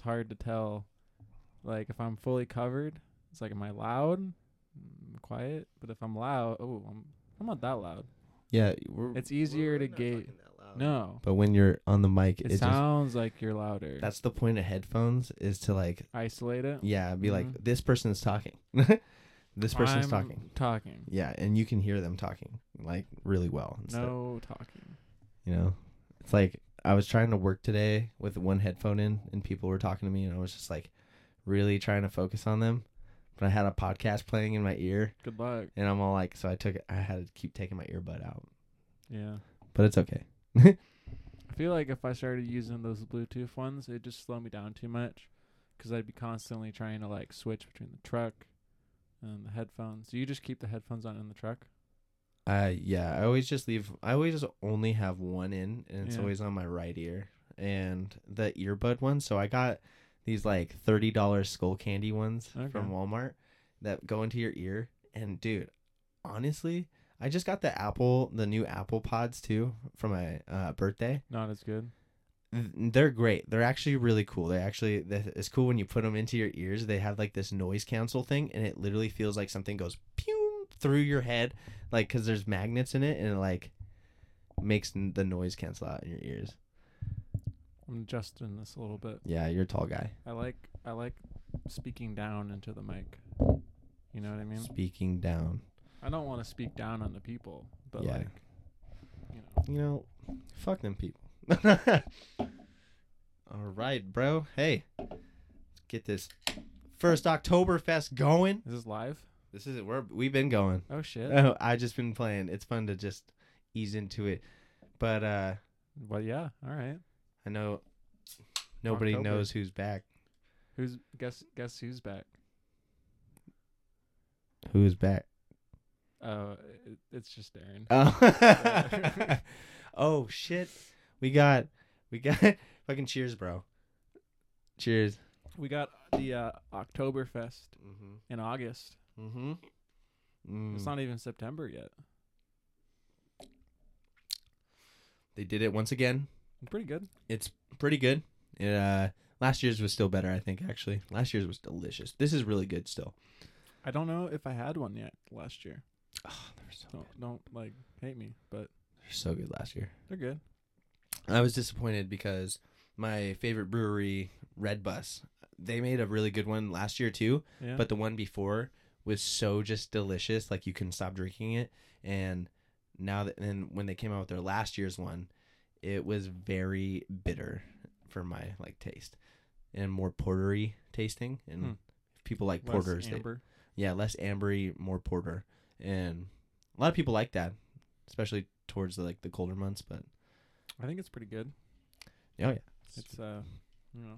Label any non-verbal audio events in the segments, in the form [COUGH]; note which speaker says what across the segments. Speaker 1: hard to tell. Like if I'm fully covered, it's like am I loud? Mm, Quiet? But if I'm loud, oh, I'm I'm not that loud.
Speaker 2: Yeah, we're,
Speaker 1: It's easier to gauge. No,
Speaker 2: but when you're on the mic,
Speaker 1: it
Speaker 2: it just
Speaker 1: sounds like you're louder.
Speaker 2: that's the point of headphones is to like
Speaker 1: isolate it.
Speaker 2: yeah, be
Speaker 1: Mhm.
Speaker 2: like this person's talking, [LAUGHS] this person's
Speaker 1: I'm
Speaker 2: talking.
Speaker 1: Talking.
Speaker 2: Yeah, and you can hear them talking like really well. and stuff,
Speaker 1: No talking.
Speaker 2: you know, it's like I was trying to work today with one headphone in, and people were talking to me, and I was just like really trying to focus on them, but I had a podcast playing in my ear,
Speaker 1: Good luck.
Speaker 2: and I'm all like, so I took I had to keep taking my earbud out,
Speaker 1: Yeah.
Speaker 2: but it's okay.
Speaker 1: I feel like if I started using those Bluetooth ones, it'd just slow me down too much because I'd be constantly trying to like switch between the truck and the headphones. Do you just keep the headphones on in the truck?
Speaker 2: Uh, yeah, I always just leave. I always only have one in, and it's
Speaker 1: Yeah.
Speaker 2: always on my right ear and the earbud one. So I got these like thirty dollars skull candy ones
Speaker 1: Okay.
Speaker 2: from Walmart that go into your ear. And dude, honestly, I just got the Apple, the new Apple Pods too for my uh, birthday.
Speaker 1: Not as good.
Speaker 2: Th- They're great. They're actually really cool. They actually, th- it's cool when you put them into your ears. They have like this noise cancel thing, and it literally feels like something goes pew through your head, like because there's magnets in it, and it like makes n- the noise cancel out in your ears.
Speaker 1: I'm adjusting this a little bit.
Speaker 2: Yeah, you're a tall guy.
Speaker 1: I like I like speaking down into the mic. You know what I mean?
Speaker 2: Speaking down,
Speaker 1: I don't want to speak down on the people, but
Speaker 2: Yeah.
Speaker 1: like, you know,
Speaker 2: you know, fuck them people. [LAUGHS] All right, bro. Hey, let's get this first Oktoberfest going.
Speaker 1: is this live?
Speaker 2: This is it. We're we've been going.
Speaker 1: Oh shit!
Speaker 2: Oh, [LAUGHS] I just been playing. It's fun to just ease into it. But uh
Speaker 1: well, yeah. All right.
Speaker 2: I know nobody
Speaker 1: October.
Speaker 2: knows who's back.
Speaker 1: Who's guess? Guess who's back?
Speaker 2: Who's back? [LAUGHS]
Speaker 1: Oh, it, it's just Aaron.
Speaker 2: Uh. Oh. oh shit. We got we got [LAUGHS] fucking cheers, bro. Cheers.
Speaker 1: We got the uh, Oktoberfest
Speaker 2: Mm-hmm.
Speaker 1: in August.
Speaker 2: Mm-hmm. Mm.
Speaker 1: It's not even September yet.
Speaker 2: they did it once again.
Speaker 1: Pretty good.
Speaker 2: It's pretty good. It, uh last year's was still better, I think actually. Last year's was delicious. This is really good still.
Speaker 1: I don't know if I had one yet last year.
Speaker 2: Oh, they were so
Speaker 1: Don't don't like hate me, but
Speaker 2: they were so good last year.
Speaker 1: they're good.
Speaker 2: I was disappointed because my favorite brewery, Red Bus, they made a really good one last year too,
Speaker 1: Yeah.
Speaker 2: but the one before was so just delicious, like you couldn't stop drinking it. And now that then when they came out with their last year's one, it was very bitter for my like taste and more portery tasting. And
Speaker 1: Hmm.
Speaker 2: if people like
Speaker 1: Less
Speaker 2: porters, they,
Speaker 1: amber.
Speaker 2: yeah, less ambery, more porter, and a lot of people like that, especially towards the, like the colder months. But
Speaker 1: I think it's pretty good.
Speaker 2: oh yeah,
Speaker 1: It's uh, you know,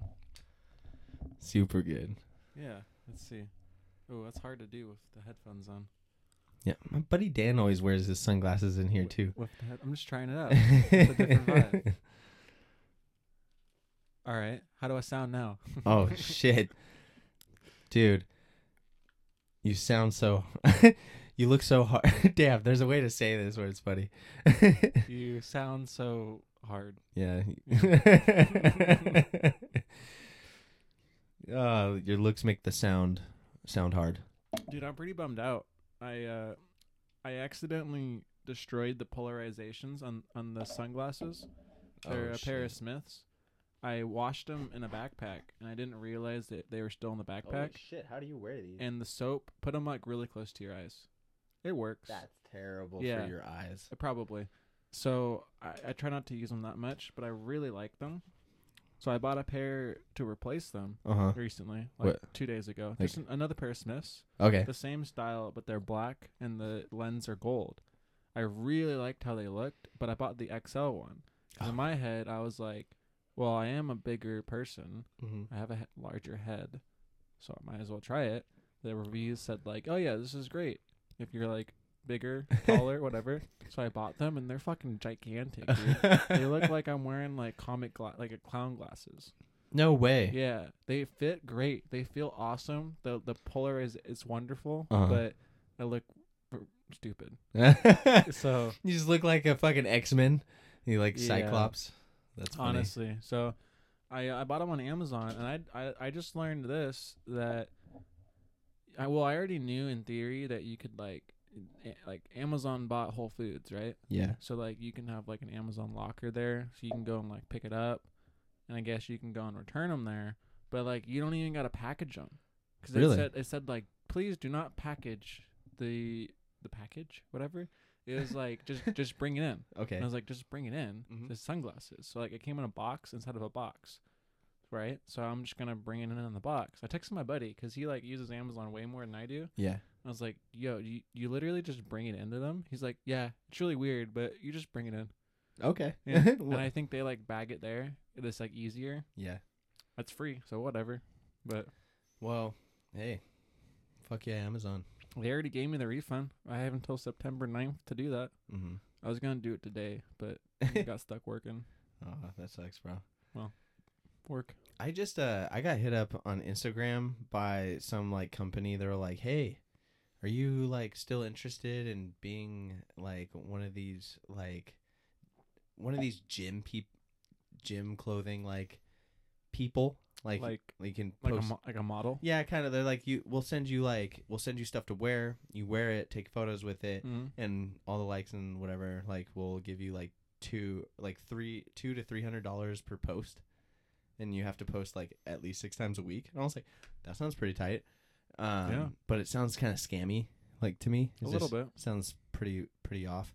Speaker 2: super good.
Speaker 1: yeah. Let's see. Oh, that's hard to do with the headphones on.
Speaker 2: Yeah, my buddy Dan always wears his sunglasses in here too.
Speaker 1: With the head- I'm just trying it [LAUGHS] out. different
Speaker 2: [LAUGHS]
Speaker 1: vibe.
Speaker 2: oh
Speaker 1: [LAUGHS] All right. How do I sound now?
Speaker 2: Oh, shit, dude, you sound so, [LAUGHS] you look so hard. [LAUGHS] Damn, there's a way to say this where it's funny.
Speaker 1: you sound so hard.
Speaker 2: yeah. [LAUGHS] uh, your looks make the sound sound hard.
Speaker 1: Dude, I'm pretty bummed out. I uh I accidentally destroyed the polarizations on on the sunglasses. They're
Speaker 2: Oh,
Speaker 1: a pair of Smiths. I washed them in a backpack and I didn't realize that they were still in the backpack.
Speaker 2: shit! How do you wear these?
Speaker 1: and the soap put them like really close to your eyes. It works.
Speaker 2: terrible
Speaker 1: Yeah.
Speaker 2: your eyes.
Speaker 1: Uh, Probably. So I, I try not to use them that much, but I really like them. So I bought a pair to replace them
Speaker 2: Uh huh.
Speaker 1: recently, like
Speaker 2: What?
Speaker 1: two days ago.
Speaker 2: Like- Eh.
Speaker 1: Just an, another pair of Smiths.
Speaker 2: Okay.
Speaker 1: the same style, but they're black and the lens are gold. I really liked how they looked, but I bought the XL one.
Speaker 2: Ah.
Speaker 1: 'Cause In my head, I was like, well, I am a bigger person.
Speaker 2: Mm-hmm.
Speaker 1: I have a he- larger head, so I might as well try it. The reviews said, like, oh, yeah, this is great. If you're like bigger, taller, whatever. So I bought them and they're fucking gigantic,
Speaker 2: [LAUGHS]
Speaker 1: dude. [LAUGHS]
Speaker 2: Mm-hmm.
Speaker 1: they look like I'm wearing like comic gla- like a clown glasses.
Speaker 2: no way.
Speaker 1: Yeah, they fit great. They feel awesome. The the polar is it's wonderful,
Speaker 2: Uh-huh.
Speaker 1: but I look r- stupid.
Speaker 2: [LAUGHS]
Speaker 1: So
Speaker 2: You just look like a fucking X Men. You like
Speaker 1: Yeah.
Speaker 2: Cyclops. That's funny.
Speaker 1: honestly, so I I bought them on Amazon, and I I, I just learned this that I well I already knew in theory that you could like a- like Amazon bought Whole Foods, right?
Speaker 2: Yeah.
Speaker 1: So like you can have like an Amazon locker there, so you can go and like pick it up, and I guess you can go and return them there. But like you don't even gotta package them because
Speaker 2: Really?
Speaker 1: it said it said like please do not package the the package whatever. It was like just just bring it in.
Speaker 2: Okay.
Speaker 1: And I was like, just bring it in.
Speaker 2: Mhm.
Speaker 1: The sunglasses. So like, it came in a box instead of a box, right? So I'm just gonna bring it in in the box. I texted my buddy because he like uses Amazon way more than I do.
Speaker 2: Yeah.
Speaker 1: I was like, yo, you, you literally just bring it into them. He's like, yeah, it's really weird, but you just bring it in.
Speaker 2: Okay. [LAUGHS]
Speaker 1: Yeah. and
Speaker 2: Wha-
Speaker 1: I think they like bag it there. It's like easier.
Speaker 2: yeah.
Speaker 1: That's free, so whatever. But
Speaker 2: Well, hey, fuck yeah, Amazon.
Speaker 1: they already gave me the refund. I have until September 9th to do that.
Speaker 2: Mm-hmm.
Speaker 1: I was gonna do it today,
Speaker 2: [LAUGHS]
Speaker 1: but I got stuck working.
Speaker 2: oh, that sucks, bro.
Speaker 1: Work.
Speaker 2: I just uh I got hit up on Instagram by some like company. They were like, "Hey, are you like still interested in being like one of these like one of these gym peop gym clothing like people like
Speaker 1: Like
Speaker 2: like,
Speaker 1: like,
Speaker 2: you can
Speaker 1: a
Speaker 2: post
Speaker 1: mo- like a model.
Speaker 2: yeah kind of they're like you we'll send you like we'll send you stuff to wear you wear it take photos with it
Speaker 1: Mhm.
Speaker 2: and all the likes and whatever like we'll give you like two like three two to three hundred dollars per post and you have to post like at least six times a week and i was like that sounds pretty tight um
Speaker 1: Yeah.
Speaker 2: but it sounds kind of scammy like to me
Speaker 1: A little bit.
Speaker 2: sounds pretty pretty off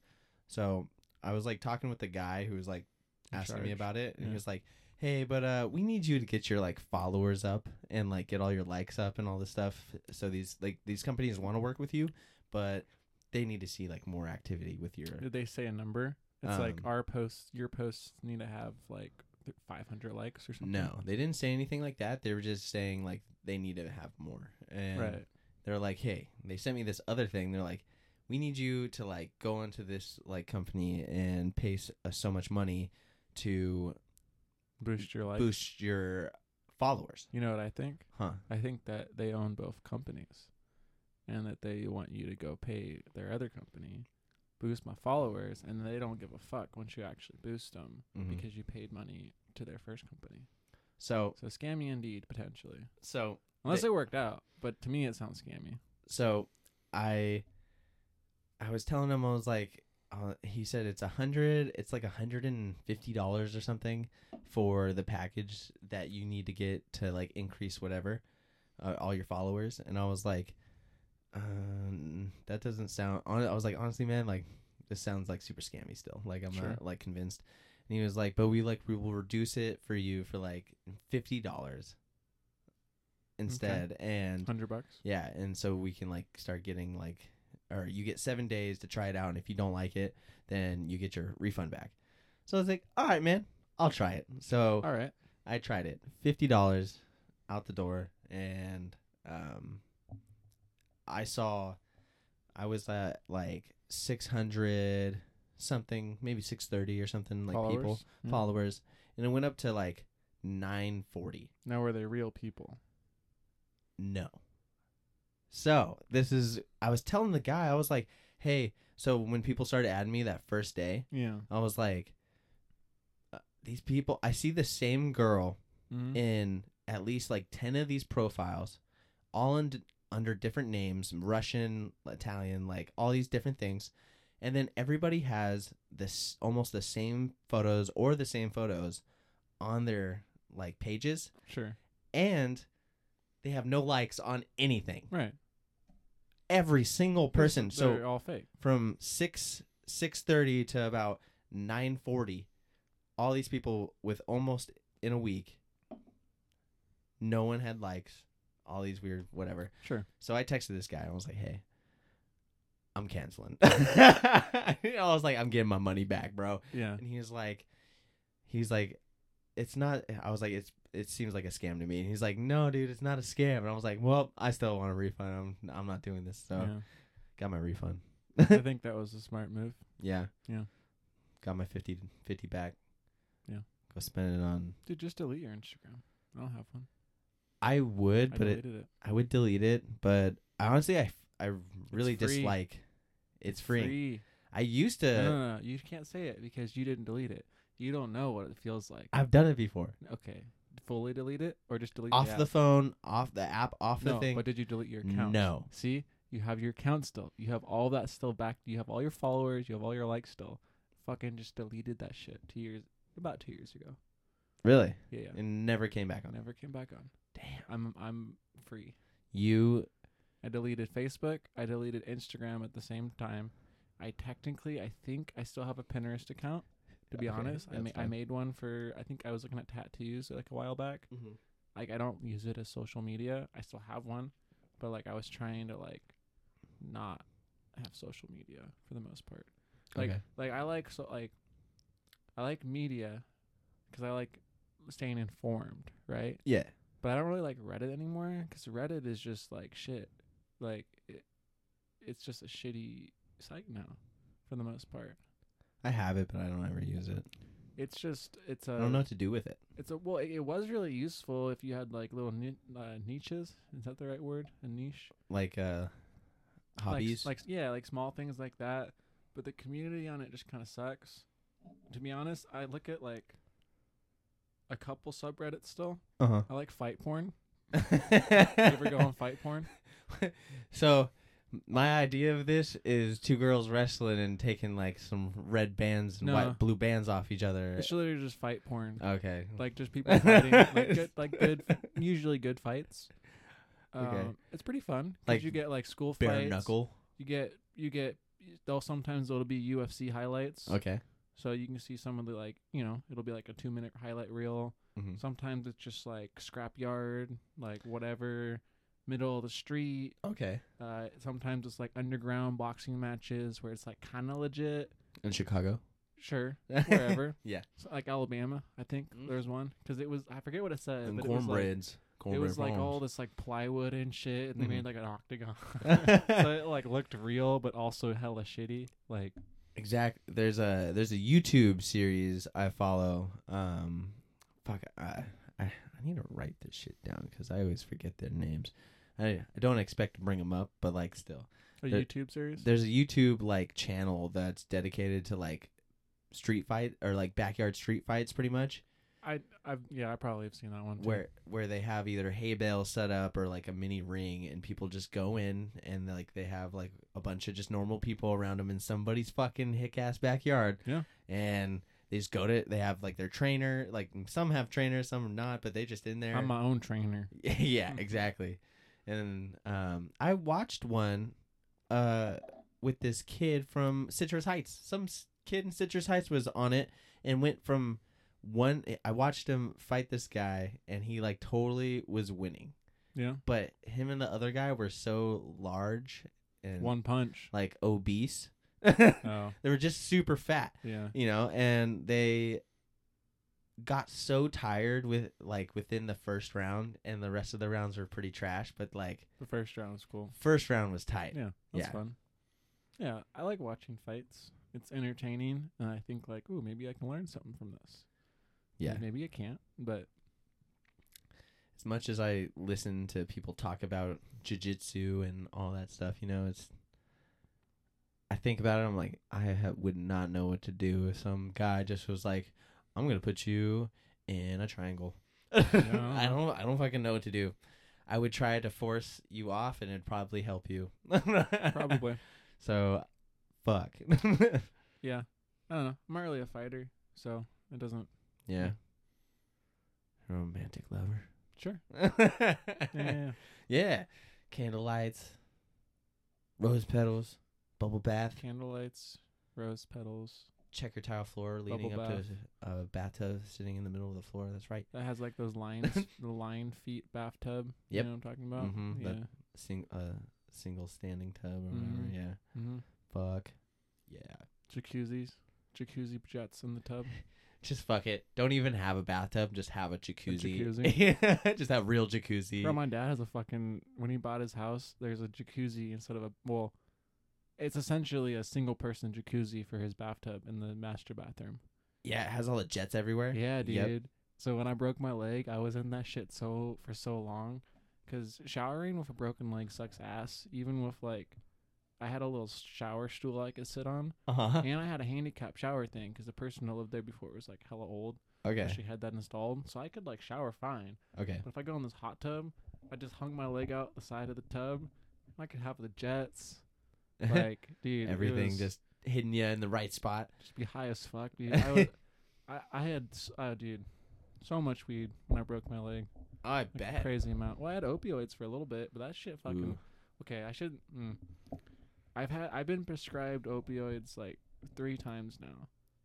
Speaker 2: so i was like talking with the guy who was like
Speaker 1: In
Speaker 2: asking me
Speaker 1: charge.
Speaker 2: about it and he
Speaker 1: Yeah.
Speaker 2: was like hey but uh we need you to get your like followers up and like get all your likes up and all this stuff so these like these companies want to work with you but they need to see like more activity with your
Speaker 1: Did they say a number? It's like
Speaker 2: Um,
Speaker 1: our posts, your posts need to have like th- 500 likes or something.
Speaker 2: no they didn't say anything like that they were just saying like they need to have more and
Speaker 1: Right.
Speaker 2: they're like, hey, they sent me this other thing. They're like, we need you to like go onto this like company and pay s- uh, so much money to
Speaker 1: Boost your likes.
Speaker 2: boost your followers,
Speaker 1: You know what I think?
Speaker 2: huh?
Speaker 1: I think that they own both companies and that they want you to go pay their other company, boost my followers, and they don't give a fuck once you actually boost them
Speaker 2: Mhm.
Speaker 1: because you paid money to their first company.
Speaker 2: So
Speaker 1: So scammy indeed, potentially.
Speaker 2: so
Speaker 1: Unless
Speaker 2: They-
Speaker 1: it worked out, but to me it sounds scammy.
Speaker 2: so I I was telling him I was like, uh, he said it's a hundred, it's like a hundred and fifty dollars or something for the package that you need to get to like increase whatever uh, all your followers, and I was like, um, that doesn't sound. hon- I was like, honestly, man, like this sounds like super scammy still. Like I'm
Speaker 1: Sure.
Speaker 2: not like convinced. And he was like, but we like we will reduce it for you for like fifty dollars instead, and
Speaker 1: 100 bucks.
Speaker 2: yeah, and so we can like start getting like, or you get seven days to try it out, and if you don't like it, then you get your refund back. So I was like, all right, man, I'll try it. So
Speaker 1: All right.
Speaker 2: I tried it, fifty dollars out the door, and um, I saw, I was at like six hundred something, maybe six thirty or something, like people
Speaker 1: Followers? Hmm. Mm. Yeah.
Speaker 2: followers, and it went up to like nine forty.
Speaker 1: Now were they real people?
Speaker 2: No. So this is I was telling the guy, I was like, hey, so when people started adding me that first day,
Speaker 1: Yeah.
Speaker 2: I was like, uh, these people, I see the same girl
Speaker 1: Mhm.
Speaker 2: in at least like 10 of these profiles, all in, d- under different names Russian, Italian, like all these different things. And then everybody has this almost the same photos or the same photos on their like pages,
Speaker 1: Sure.
Speaker 2: and they have no likes on anything
Speaker 1: Right.
Speaker 2: every single person.
Speaker 1: They're
Speaker 2: So
Speaker 1: all fake.
Speaker 2: from six six thirty to about nine forty, all these people with almost in a week, no one had likes. All these weird whatever.
Speaker 1: Sure.
Speaker 2: So I texted this guy. I was like, hey. I'm canceling. [LAUGHS] I was like, I'm getting my money back, bro.
Speaker 1: Yeah.
Speaker 2: And he was like, he's like, it's not. I was like, it's it seems like a scam to me. And he's like, no, dude, it's not a scam. And I was like, well, I still want a refund. I'm I'm not doing this. So Got my refund.
Speaker 1: yeah.
Speaker 2: [LAUGHS]
Speaker 1: I think that was a smart move.
Speaker 2: Yeah.
Speaker 1: Yeah.
Speaker 2: Got my 50, 50 back.
Speaker 1: Yeah.
Speaker 2: Go spend it on.
Speaker 1: Dude, just delete your Instagram. I don't have one.
Speaker 2: I would,
Speaker 1: I
Speaker 2: but it,
Speaker 1: deleted it.
Speaker 2: I would delete it. But I honestly, I, f- I really
Speaker 1: free.
Speaker 2: dislike. It's, free. I used to.
Speaker 1: No, no, no, you can't say it because you didn't delete it. You don't know what it feels like.
Speaker 2: I've done it before.
Speaker 1: okay. fully delete it or just delete
Speaker 2: off
Speaker 1: the,
Speaker 2: the
Speaker 1: app?
Speaker 2: phone, off the app, off the
Speaker 1: no,
Speaker 2: thing.
Speaker 1: But did you delete your account?
Speaker 2: No.
Speaker 1: See, you have your account still. You have all that still back. You have all your followers. You have all your likes still. Fucking just deleted that shit two years, about two years ago.
Speaker 2: Really?
Speaker 1: Yeah, yeah.
Speaker 2: It never came back on.
Speaker 1: Never came back on.
Speaker 2: Damn.
Speaker 1: I'm I'm free.
Speaker 2: You
Speaker 1: I deleted Facebook. I deleted Instagram at the same time. I technically, I think, I still have a Pinterest account. To be
Speaker 2: Okay,
Speaker 1: honest, I
Speaker 2: that's
Speaker 1: ma- I
Speaker 2: fine.
Speaker 1: made one for. I think I was looking at tattoos like a while back.
Speaker 2: Mm-hmm.
Speaker 1: Like I don't use it as social media. I still have one, but like I was trying to like not have social media for the most part. Like
Speaker 2: Okay.
Speaker 1: like I like so like I like media because I like staying informed, right?
Speaker 2: Yeah.
Speaker 1: but I don't really like Reddit anymore because Reddit is just like shit. Like it, it's just a shitty site now, for the most part.
Speaker 2: I have it, but I don't ever use it.
Speaker 1: It's just it's a
Speaker 2: I don't know what to do with it.
Speaker 1: it's a well it, it was really useful if you had like little ni- uh, niches. Is that the right word? A niche?
Speaker 2: Like uh hobbies.
Speaker 1: Like, s- like yeah, like small things like that. But the community on it just kind of sucks. To be honest, I look at like a couple subreddits still.
Speaker 2: uh-huh.
Speaker 1: I like fight porn. You
Speaker 2: Ever
Speaker 1: ever go
Speaker 2: [LAUGHS]
Speaker 1: on fight porn?
Speaker 2: So my idea of this is two girls wrestling and taking like some red bands and
Speaker 1: No.
Speaker 2: white blue bands off each other.
Speaker 1: It's literally just fight porn.
Speaker 2: Okay.
Speaker 1: like just people fighting, like good,
Speaker 2: [LAUGHS]
Speaker 1: like good, usually good fights. Um,
Speaker 2: Okay.
Speaker 1: it's pretty fun. 'cause
Speaker 2: Like
Speaker 1: you get like school
Speaker 2: bare
Speaker 1: fights.
Speaker 2: knuckle.
Speaker 1: You get you get. They'll sometimes it'll be UFC highlights,
Speaker 2: Okay.
Speaker 1: so you can see some of the like you know it'll be like a two minute highlight reel.
Speaker 2: hmm
Speaker 1: Sometimes it's just like scrapyard, like whatever, middle of the street.
Speaker 2: Okay.
Speaker 1: Uh, sometimes it's like underground boxing matches where it's like kind of legit.
Speaker 2: In Chicago. [LAUGHS]
Speaker 1: Sure, wherever.
Speaker 2: Yeah.
Speaker 1: So, like Alabama, I think
Speaker 2: Mm.
Speaker 1: there's one because it was I forget what it said.
Speaker 2: and
Speaker 1: but it was, like,
Speaker 2: cornbreads.
Speaker 1: it
Speaker 2: cornbread
Speaker 1: was like all
Speaker 2: farms.
Speaker 1: this like plywood and shit, and
Speaker 2: Mhm.
Speaker 1: they made like an [LAUGHS] octagon, so it like looked real but also hella shitty. Like
Speaker 2: exact there's a there's a YouTube series I follow. Um fuck I I, I need to write this shit down cuz I always forget their names. I I don't expect to bring them up, but like still.
Speaker 1: a
Speaker 2: There-
Speaker 1: YouTube series.
Speaker 2: There's a YouTube like channel that's dedicated to like street fight or like backyard street fights pretty much
Speaker 1: I I've yeah I probably have seen that one. Too.
Speaker 2: where where they have either hay bales set up or like a mini ring and people just go in and like they have like a bunch of just normal people around them in somebody's fucking hick ass backyard
Speaker 1: Yeah.
Speaker 2: and they just go to they have like their trainer like some have trainers some are not but they just in there
Speaker 1: I'm my own trainer.
Speaker 2: yeah,
Speaker 1: Hmm.
Speaker 2: exactly. And um, I watched one uh, with this kid from Citrus Heights. Some s- kid in Citrus Heights was on it and went from one. eh, I watched him fight this guy, and he like totally was winning.
Speaker 1: Yeah,
Speaker 2: But him and the other guy were so large and
Speaker 1: one
Speaker 2: [LAUGHS]
Speaker 1: punch.
Speaker 2: like obese. they
Speaker 1: Oh
Speaker 2: were just super fat
Speaker 1: yeah,
Speaker 2: you know and they got so tired with like within the first round and the rest of the rounds were pretty trash but like
Speaker 1: the first round was cool.
Speaker 2: first round was tight
Speaker 1: Yeah, that's
Speaker 2: Yeah.
Speaker 1: fun. Yeah, I like watching fights. It's entertaining, and I think like, ooh, maybe I can learn something from this.
Speaker 2: yeah,
Speaker 1: maybe I can't, but
Speaker 2: as much as i listen to people talk about jiu-jitsu and all that stuff you know it's i think about it i'm like i ha- would not know what to do if some guy just was like i'm gonna put you in a triangle [LAUGHS] i don't i don't fucking know what to do i would try to force you off and it'd probably help you
Speaker 1: probably.
Speaker 2: [LAUGHS] So, fuck. [LAUGHS]
Speaker 1: Yeah. I don't know. I'm not really a fighter, so it doesn't.
Speaker 2: yeah. Romantic lover.
Speaker 1: Sure. Yeah.
Speaker 2: yeah.
Speaker 1: yeah.
Speaker 2: Candle lights, rose petals, bubble bath,
Speaker 1: Candle lights, rose petals.
Speaker 2: checker tile floor leading
Speaker 1: Bubble
Speaker 2: up to a bathtub sitting in the middle of the floor. That's right.
Speaker 1: That has like
Speaker 2: [LAUGHS]
Speaker 1: those lions, the lion feet bathtub. You
Speaker 2: Yep.
Speaker 1: know what I'm talking about?
Speaker 2: Mhm, that-
Speaker 1: Yeah.
Speaker 2: Sing uh, single standing tub or
Speaker 1: Mhm.
Speaker 2: whatever. Yeah.
Speaker 1: Mm-hmm.
Speaker 2: Fuck. Yeah.
Speaker 1: Jacuzzis. Jacuzzi jets in the
Speaker 2: [LAUGHS]
Speaker 1: tub.
Speaker 2: Just fuck it. Don't even have a bathtub. Just have a jacuzzi. [LAUGHS] just have real jacuzzi.
Speaker 1: Bro, my dad has a fucking. When he bought his house, there's a jacuzzi instead of a. Well, it's essentially a single person jacuzzi for his bathtub in the master bathroom.
Speaker 2: yeah, it has all the jets everywhere.
Speaker 1: Yeah, dude.
Speaker 2: Yep.
Speaker 1: So when I broke my leg, I was in that shit so for so long, because showering with a broken leg sucks ass. Even with like, I had a little shower stool I could sit on,
Speaker 2: Uh huh.
Speaker 1: and I had a handicap shower thing because the person who lived there before was like hella old,
Speaker 2: Okay.
Speaker 1: Actually had that installed, so I could like shower fine.
Speaker 2: Okay.
Speaker 1: But if I go in this hot tub, I just hung my leg out the side of the tub. and I could have the
Speaker 2: [LAUGHS]
Speaker 1: jets. Like, dude, it
Speaker 2: Everything
Speaker 1: was-
Speaker 2: just hitting you in the right spot.
Speaker 1: just be high as fuck, dude. I,
Speaker 2: [LAUGHS]
Speaker 1: would, I, I had, s- uh, dude, so much weed when I broke my leg.
Speaker 2: I
Speaker 1: Like a crazy amount. Well, I had opioids for a little bit, but that shit fucking.
Speaker 2: Ooh.
Speaker 1: Okay, I should. Mm. I've had. I've been prescribed opioids like three times now.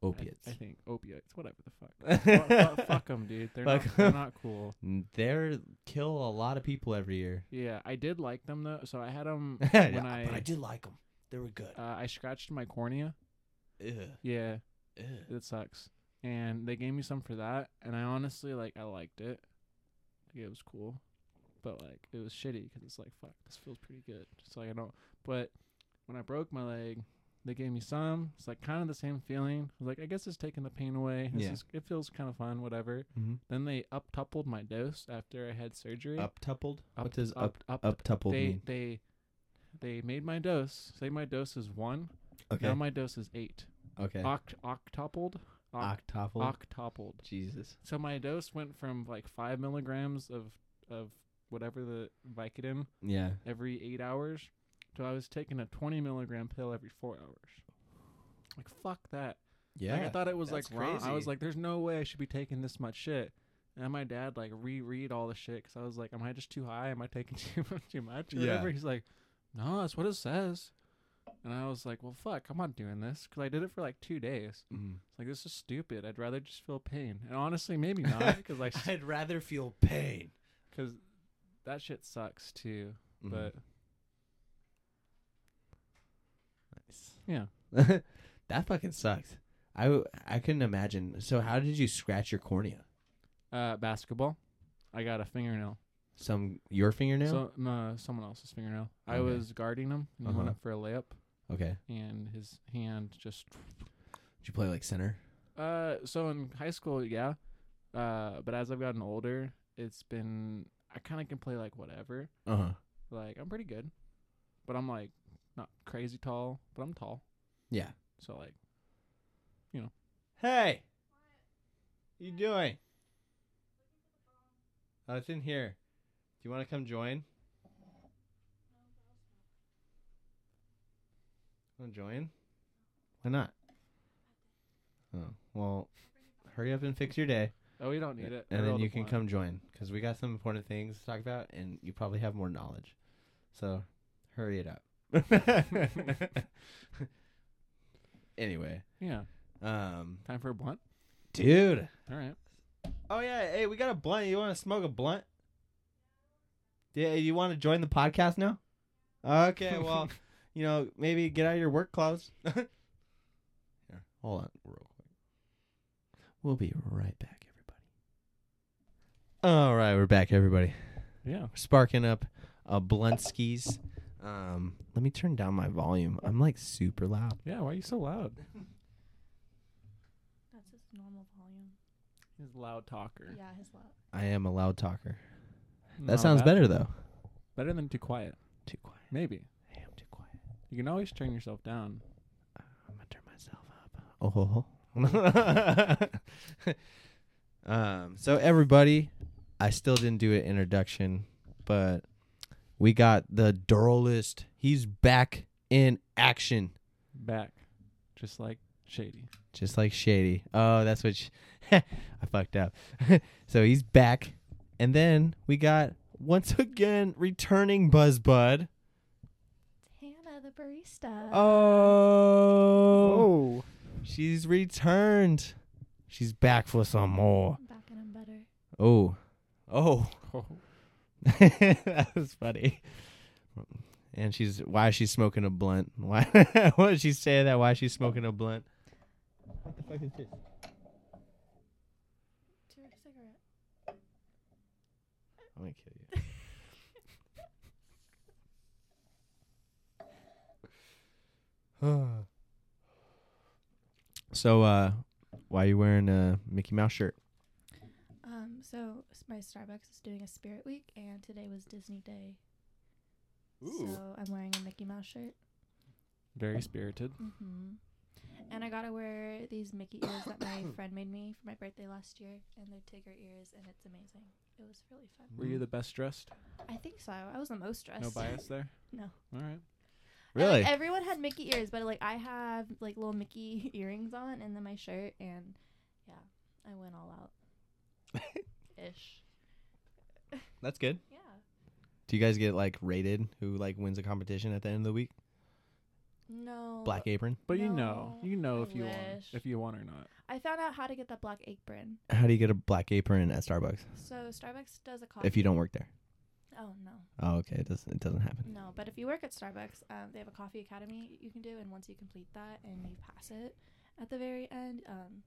Speaker 1: I-
Speaker 2: Opiates.
Speaker 1: I, think opioids. Whatever the
Speaker 2: [LAUGHS]
Speaker 1: fuck. fuck, fuck 'em, dude. They're
Speaker 2: Fuck
Speaker 1: not. They're
Speaker 2: [LAUGHS] 'em.
Speaker 1: not cool.
Speaker 2: They kill a lot of people every year. [LAUGHS]
Speaker 1: Yeah, I did like them though. So I had them
Speaker 2: Yeah,
Speaker 1: when
Speaker 2: but I
Speaker 1: I.
Speaker 2: did like them. They were good.
Speaker 1: Uh, I scratched my cornea.
Speaker 2: Ugh,
Speaker 1: Yeah,
Speaker 2: ugh.
Speaker 1: it sucks. And they gave me some for that, and I honestly like. I liked it. Like, it was cool, but like it was shitty because it's like fuck. This feels pretty good. Just like I don't. But when I broke my leg, they gave me some. It's like kind of the same feeling. I was like, I guess it's taking the pain away. This
Speaker 2: Yeah.
Speaker 1: is, it feels kind of fun, whatever.
Speaker 2: Mhm.
Speaker 1: Then they uptupled my dose after I had surgery.
Speaker 2: Uptupled?
Speaker 1: Up-
Speaker 2: what does up
Speaker 1: up,
Speaker 2: uptupled
Speaker 1: they
Speaker 2: mean?
Speaker 1: they they made my dose. Say my dose is one.
Speaker 2: Okay.
Speaker 1: Now my dose is eight.
Speaker 2: okay.
Speaker 1: Oct octupled. Oct-
Speaker 2: Octupled.
Speaker 1: octupled.
Speaker 2: Jesus.
Speaker 1: So my dose went from like five milligrams of of whatever the Vicodin
Speaker 2: Yeah.
Speaker 1: every eight hours to I was taking a twenty milligram pill every four hours. Like fuck that.
Speaker 2: Yeah.
Speaker 1: Like I thought it was like
Speaker 2: that's
Speaker 1: wrong. I was
Speaker 2: crazy.
Speaker 1: like, there's no way I should be taking this much shit. And my dad like reread all the shit because I was like, am I just too high? Am I taking [LAUGHS] too much? Too much? Or
Speaker 2: Yeah.
Speaker 1: whatever. He's like, no, that's what it says. And I was like, well, fuck, I'm not doing this because I did it for like two days. [LAUGHS]
Speaker 2: Mm.
Speaker 1: It's like this is stupid. I'd rather just feel pain. And honestly, maybe
Speaker 2: [LAUGHS]
Speaker 1: not because I
Speaker 2: I'd rather feel pain.
Speaker 1: because that shit sucks too.
Speaker 2: Mhm.
Speaker 1: But yeah,
Speaker 2: [LAUGHS] that fucking sucks. I, w- I couldn't imagine. So how did you scratch your cornea?
Speaker 1: uh, basketball. I got a fingernail.
Speaker 2: Some your fingernail?
Speaker 1: So no, someone else's fingernail. I
Speaker 2: Okay.
Speaker 1: was guarding him, and he went
Speaker 2: Uh-huh.
Speaker 1: up for a layup,
Speaker 2: okay.
Speaker 1: and his hand just.
Speaker 2: Did you play like center?
Speaker 1: Uh, so in high school, yeah, uh, but as I've gotten older, it's been I kind of can play like whatever.
Speaker 2: Uh huh.
Speaker 1: Like I'm pretty good, but I'm like not crazy tall, but I'm tall.
Speaker 2: Yeah.
Speaker 1: So like
Speaker 2: Hey. What you doing? Oh, it's in here. Do you want to come join? Want to join? Why not? Oh, well, hurry up and fix your day.
Speaker 1: oh, we don't need it.
Speaker 2: And then you can
Speaker 1: come.
Speaker 2: come join because we got some important things to talk about, and you probably have more knowledge. So, hurry
Speaker 1: [LAUGHS]
Speaker 2: it up. [LAUGHS] anyway,
Speaker 1: Yeah.
Speaker 2: um,
Speaker 1: Time for a blunt.
Speaker 2: dude,
Speaker 1: All right.
Speaker 2: Oh yeah, hey, we got a blunt. You want to smoke a blunt? Yeah, you want to join the podcast now?
Speaker 1: [LAUGHS]
Speaker 2: Okay, well, you know, maybe get out of your work clothes. [LAUGHS] Here, hold on, real quick. We'll be right back, everybody. All right, we're back, everybody.
Speaker 1: Yeah.
Speaker 2: We're sparking up a blunt skis. Um, let me turn down my volume. I'm like super loud.
Speaker 1: Yeah. Why are you so loud?
Speaker 3: That's his normal volume.
Speaker 1: He's a loud talker.
Speaker 3: Yeah, his loud.
Speaker 2: I am a loud talker. That
Speaker 1: Not
Speaker 2: sounds
Speaker 1: bad.
Speaker 2: better though.
Speaker 1: Better than too quiet.
Speaker 2: Too quiet.
Speaker 1: Maybe.
Speaker 2: I am too quiet.
Speaker 1: You can always turn yourself down.
Speaker 2: I'm gonna turn myself up. Oh ho [LAUGHS] ho. Oh. um. So everybody, I still didn't do an introduction, but we got the Duralist. He's back in action,
Speaker 1: Back. Just like Shady.
Speaker 2: just like Shady. Oh, that's what sh- [LAUGHS] I fucked up. [LAUGHS] so he's back, and then we got once again returning Buzzbud.
Speaker 3: Hannah the barista.
Speaker 2: Oh, she's returned. She's back for some more.
Speaker 3: Back in him better.
Speaker 2: Oh. Oh.
Speaker 1: Oh.
Speaker 2: [LAUGHS] that was funny. And she's why is she smoking a blunt? [LAUGHS] Why what did she say that? Why is she smoking a blunt? What the fuck is this?
Speaker 3: To your cigarette.
Speaker 2: I'm gonna kill you. [SIGHS] so uh why are you wearing a Mickey Mouse shirt?
Speaker 3: Um, so s- my Starbucks is doing a spirit week, and today was Disney Day. So I'm wearing a Mickey Mouse shirt.
Speaker 1: Very spirited.
Speaker 3: Mm-hmm. And I gotta wear these Mickey ears that my friend made me for my birthday last year, and they're tiger ears, and it's amazing. It was really fun.
Speaker 1: Were you the best dressed?
Speaker 3: I think so. I was the most stressed.
Speaker 1: No bias there.
Speaker 3: No.
Speaker 1: All right.
Speaker 3: And, like,
Speaker 2: Really?
Speaker 3: everyone had Mickey ears, but like I have like little Mickey [LAUGHS] earrings on, and then my shirt, and yeah, I went all out.
Speaker 2: [LAUGHS]
Speaker 3: Ish.
Speaker 2: That's good.
Speaker 3: Yeah.
Speaker 2: Do you guys get like rated who like wins a competition at the end of the week?
Speaker 3: No.
Speaker 2: Black Apron.
Speaker 1: But you know,
Speaker 3: No,
Speaker 1: you know
Speaker 3: I
Speaker 1: if you won,
Speaker 3: wish.
Speaker 1: if you won or not.
Speaker 2: e-
Speaker 3: I found out how to get that black apron.
Speaker 2: How do you get a black apron at Starbucks
Speaker 3: So Starbucks does a coffee.
Speaker 2: if you don't work there?
Speaker 3: Oh no.
Speaker 2: Oh, okay. It doesn't it doesn't happen.
Speaker 3: No, but if you work at Starbucks, um, they have a coffee academy you can do, and once you complete that and you pass it at the very end, um,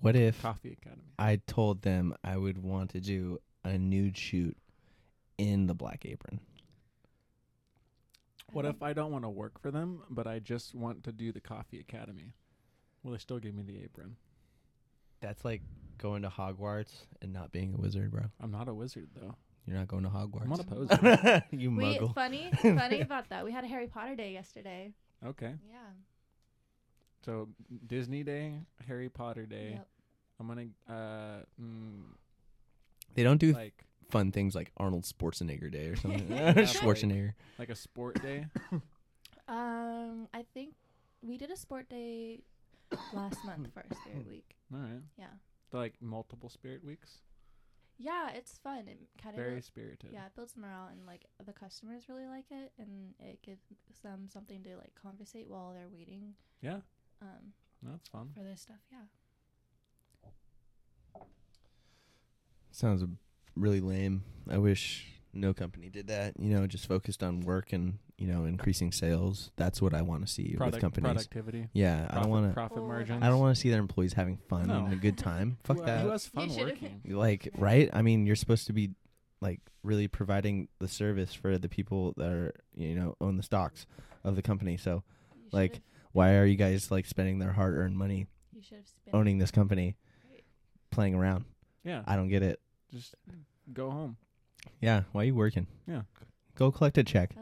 Speaker 2: What if
Speaker 1: Coffee Academy.
Speaker 2: I told them I would want to do a nude shoot in the black apron?
Speaker 1: What
Speaker 3: don't-
Speaker 1: if I don't want to work for them, but I just want to do the Coffee Academy? Will they still give me the apron?
Speaker 2: That's like going to Hogwarts and not being a wizard, bro.
Speaker 1: I'm not a wizard though.
Speaker 2: You're not going to Hogwarts.
Speaker 1: I'm not a
Speaker 2: [LAUGHS]
Speaker 1: poser.
Speaker 2: you
Speaker 3: we
Speaker 2: muggle.
Speaker 3: funny
Speaker 2: [LAUGHS]
Speaker 3: funny about that? We had a Harry Potter day yesterday.
Speaker 1: okay.
Speaker 3: Yeah.
Speaker 1: So Disney Day, Harry Potter Day.
Speaker 3: Yep.
Speaker 1: I'm gonna uh mm,
Speaker 2: They don't do
Speaker 1: like
Speaker 2: fun things like Arnold Schwarzenegger Day [LAUGHS] or something.
Speaker 3: Yeah,
Speaker 1: like-
Speaker 2: [LAUGHS] Schwarzenegger.
Speaker 1: like a sport day.
Speaker 3: Um, I think we did a sport day
Speaker 2: [COUGHS]
Speaker 3: last month for our
Speaker 2: Hmm.
Speaker 3: spirit week.
Speaker 1: All right.
Speaker 3: Yeah.
Speaker 1: Like multiple spirit weeks.
Speaker 3: Yeah, it's fun. It kind of
Speaker 1: Very spirited.
Speaker 3: yeah, it builds morale and like the customers really like it, and it gives them something to like conversate while they're waiting.
Speaker 1: Yeah.
Speaker 3: Um,
Speaker 1: No, that's fun.
Speaker 3: for their stuff. Yeah.
Speaker 2: Sounds really lame. I wish no company did that. You know, just focused on work and you know increasing sales. That's what I want to see
Speaker 1: Product
Speaker 2: with companies.
Speaker 1: productivity.
Speaker 2: Yeah, I
Speaker 1: profit-
Speaker 2: don't want to.
Speaker 1: profit
Speaker 3: Oh,
Speaker 1: margins.
Speaker 2: I don't want to see their employees having fun
Speaker 1: No.
Speaker 2: and a good
Speaker 1: [LAUGHS]
Speaker 2: time. Fuck
Speaker 1: Who-
Speaker 2: that.
Speaker 1: Who has fun
Speaker 3: You should-
Speaker 1: working?
Speaker 2: like right i mean you're supposed to be like really providing the service for the people that are you know own the stocks of the company so
Speaker 3: You
Speaker 2: Like,
Speaker 3: should've-
Speaker 2: why are you guys like spending their hard-earned money
Speaker 3: you should have spent.
Speaker 2: owning this company
Speaker 3: Right.
Speaker 2: playing around
Speaker 1: Yeah.
Speaker 2: i don't get it
Speaker 1: Just go home.
Speaker 2: yeah why are you working
Speaker 1: Yeah.
Speaker 2: go collect a check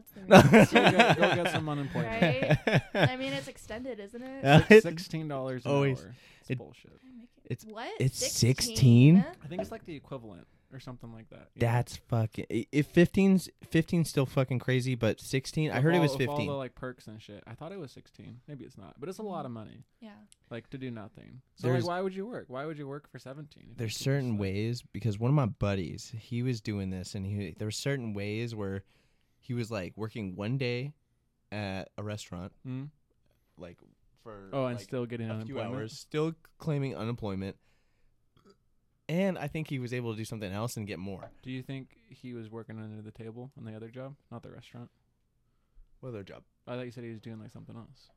Speaker 2: [LAUGHS]
Speaker 3: That's the reason.
Speaker 1: [LAUGHS] Go get, go get some unemployment. [LAUGHS]
Speaker 3: right? I mean, it's extended, isn't it?
Speaker 2: Yeah.
Speaker 1: Six- Sixteen dollars an
Speaker 2: Always.
Speaker 1: hour. It's
Speaker 2: It-
Speaker 1: bullshit.
Speaker 3: I make it-
Speaker 2: It's-
Speaker 3: what?
Speaker 2: it's 16?
Speaker 1: I think it's like the equivalent or something like that. Yeah.
Speaker 2: that's fucking i- if 15's 15's still fucking crazy but 16 i
Speaker 1: With
Speaker 2: heard it
Speaker 1: all-
Speaker 2: was
Speaker 1: with All the
Speaker 2: 15
Speaker 1: like perks and shit. I thought it was sixteen. Maybe it's not, but it's a lot of money.
Speaker 3: Yeah.
Speaker 1: Like to do nothing. So like,
Speaker 2: There's-
Speaker 1: why would you work? Why would you work for seventeen? if you
Speaker 2: there's
Speaker 1: could just,
Speaker 2: certain
Speaker 1: like-
Speaker 2: ways because one of my buddies he was doing this and he there were certain ways where he was like working one day at a restaurant
Speaker 1: Hmm?
Speaker 2: like for
Speaker 1: Oh, and
Speaker 2: like,
Speaker 1: still getting
Speaker 2: a few
Speaker 1: unemployment.
Speaker 2: hours still claiming unemployment and i think he was able to do something else and get more
Speaker 1: Do you think he was working under the table on the other job, not the restaurant?
Speaker 2: what other job
Speaker 1: I thought you said he was doing like something else,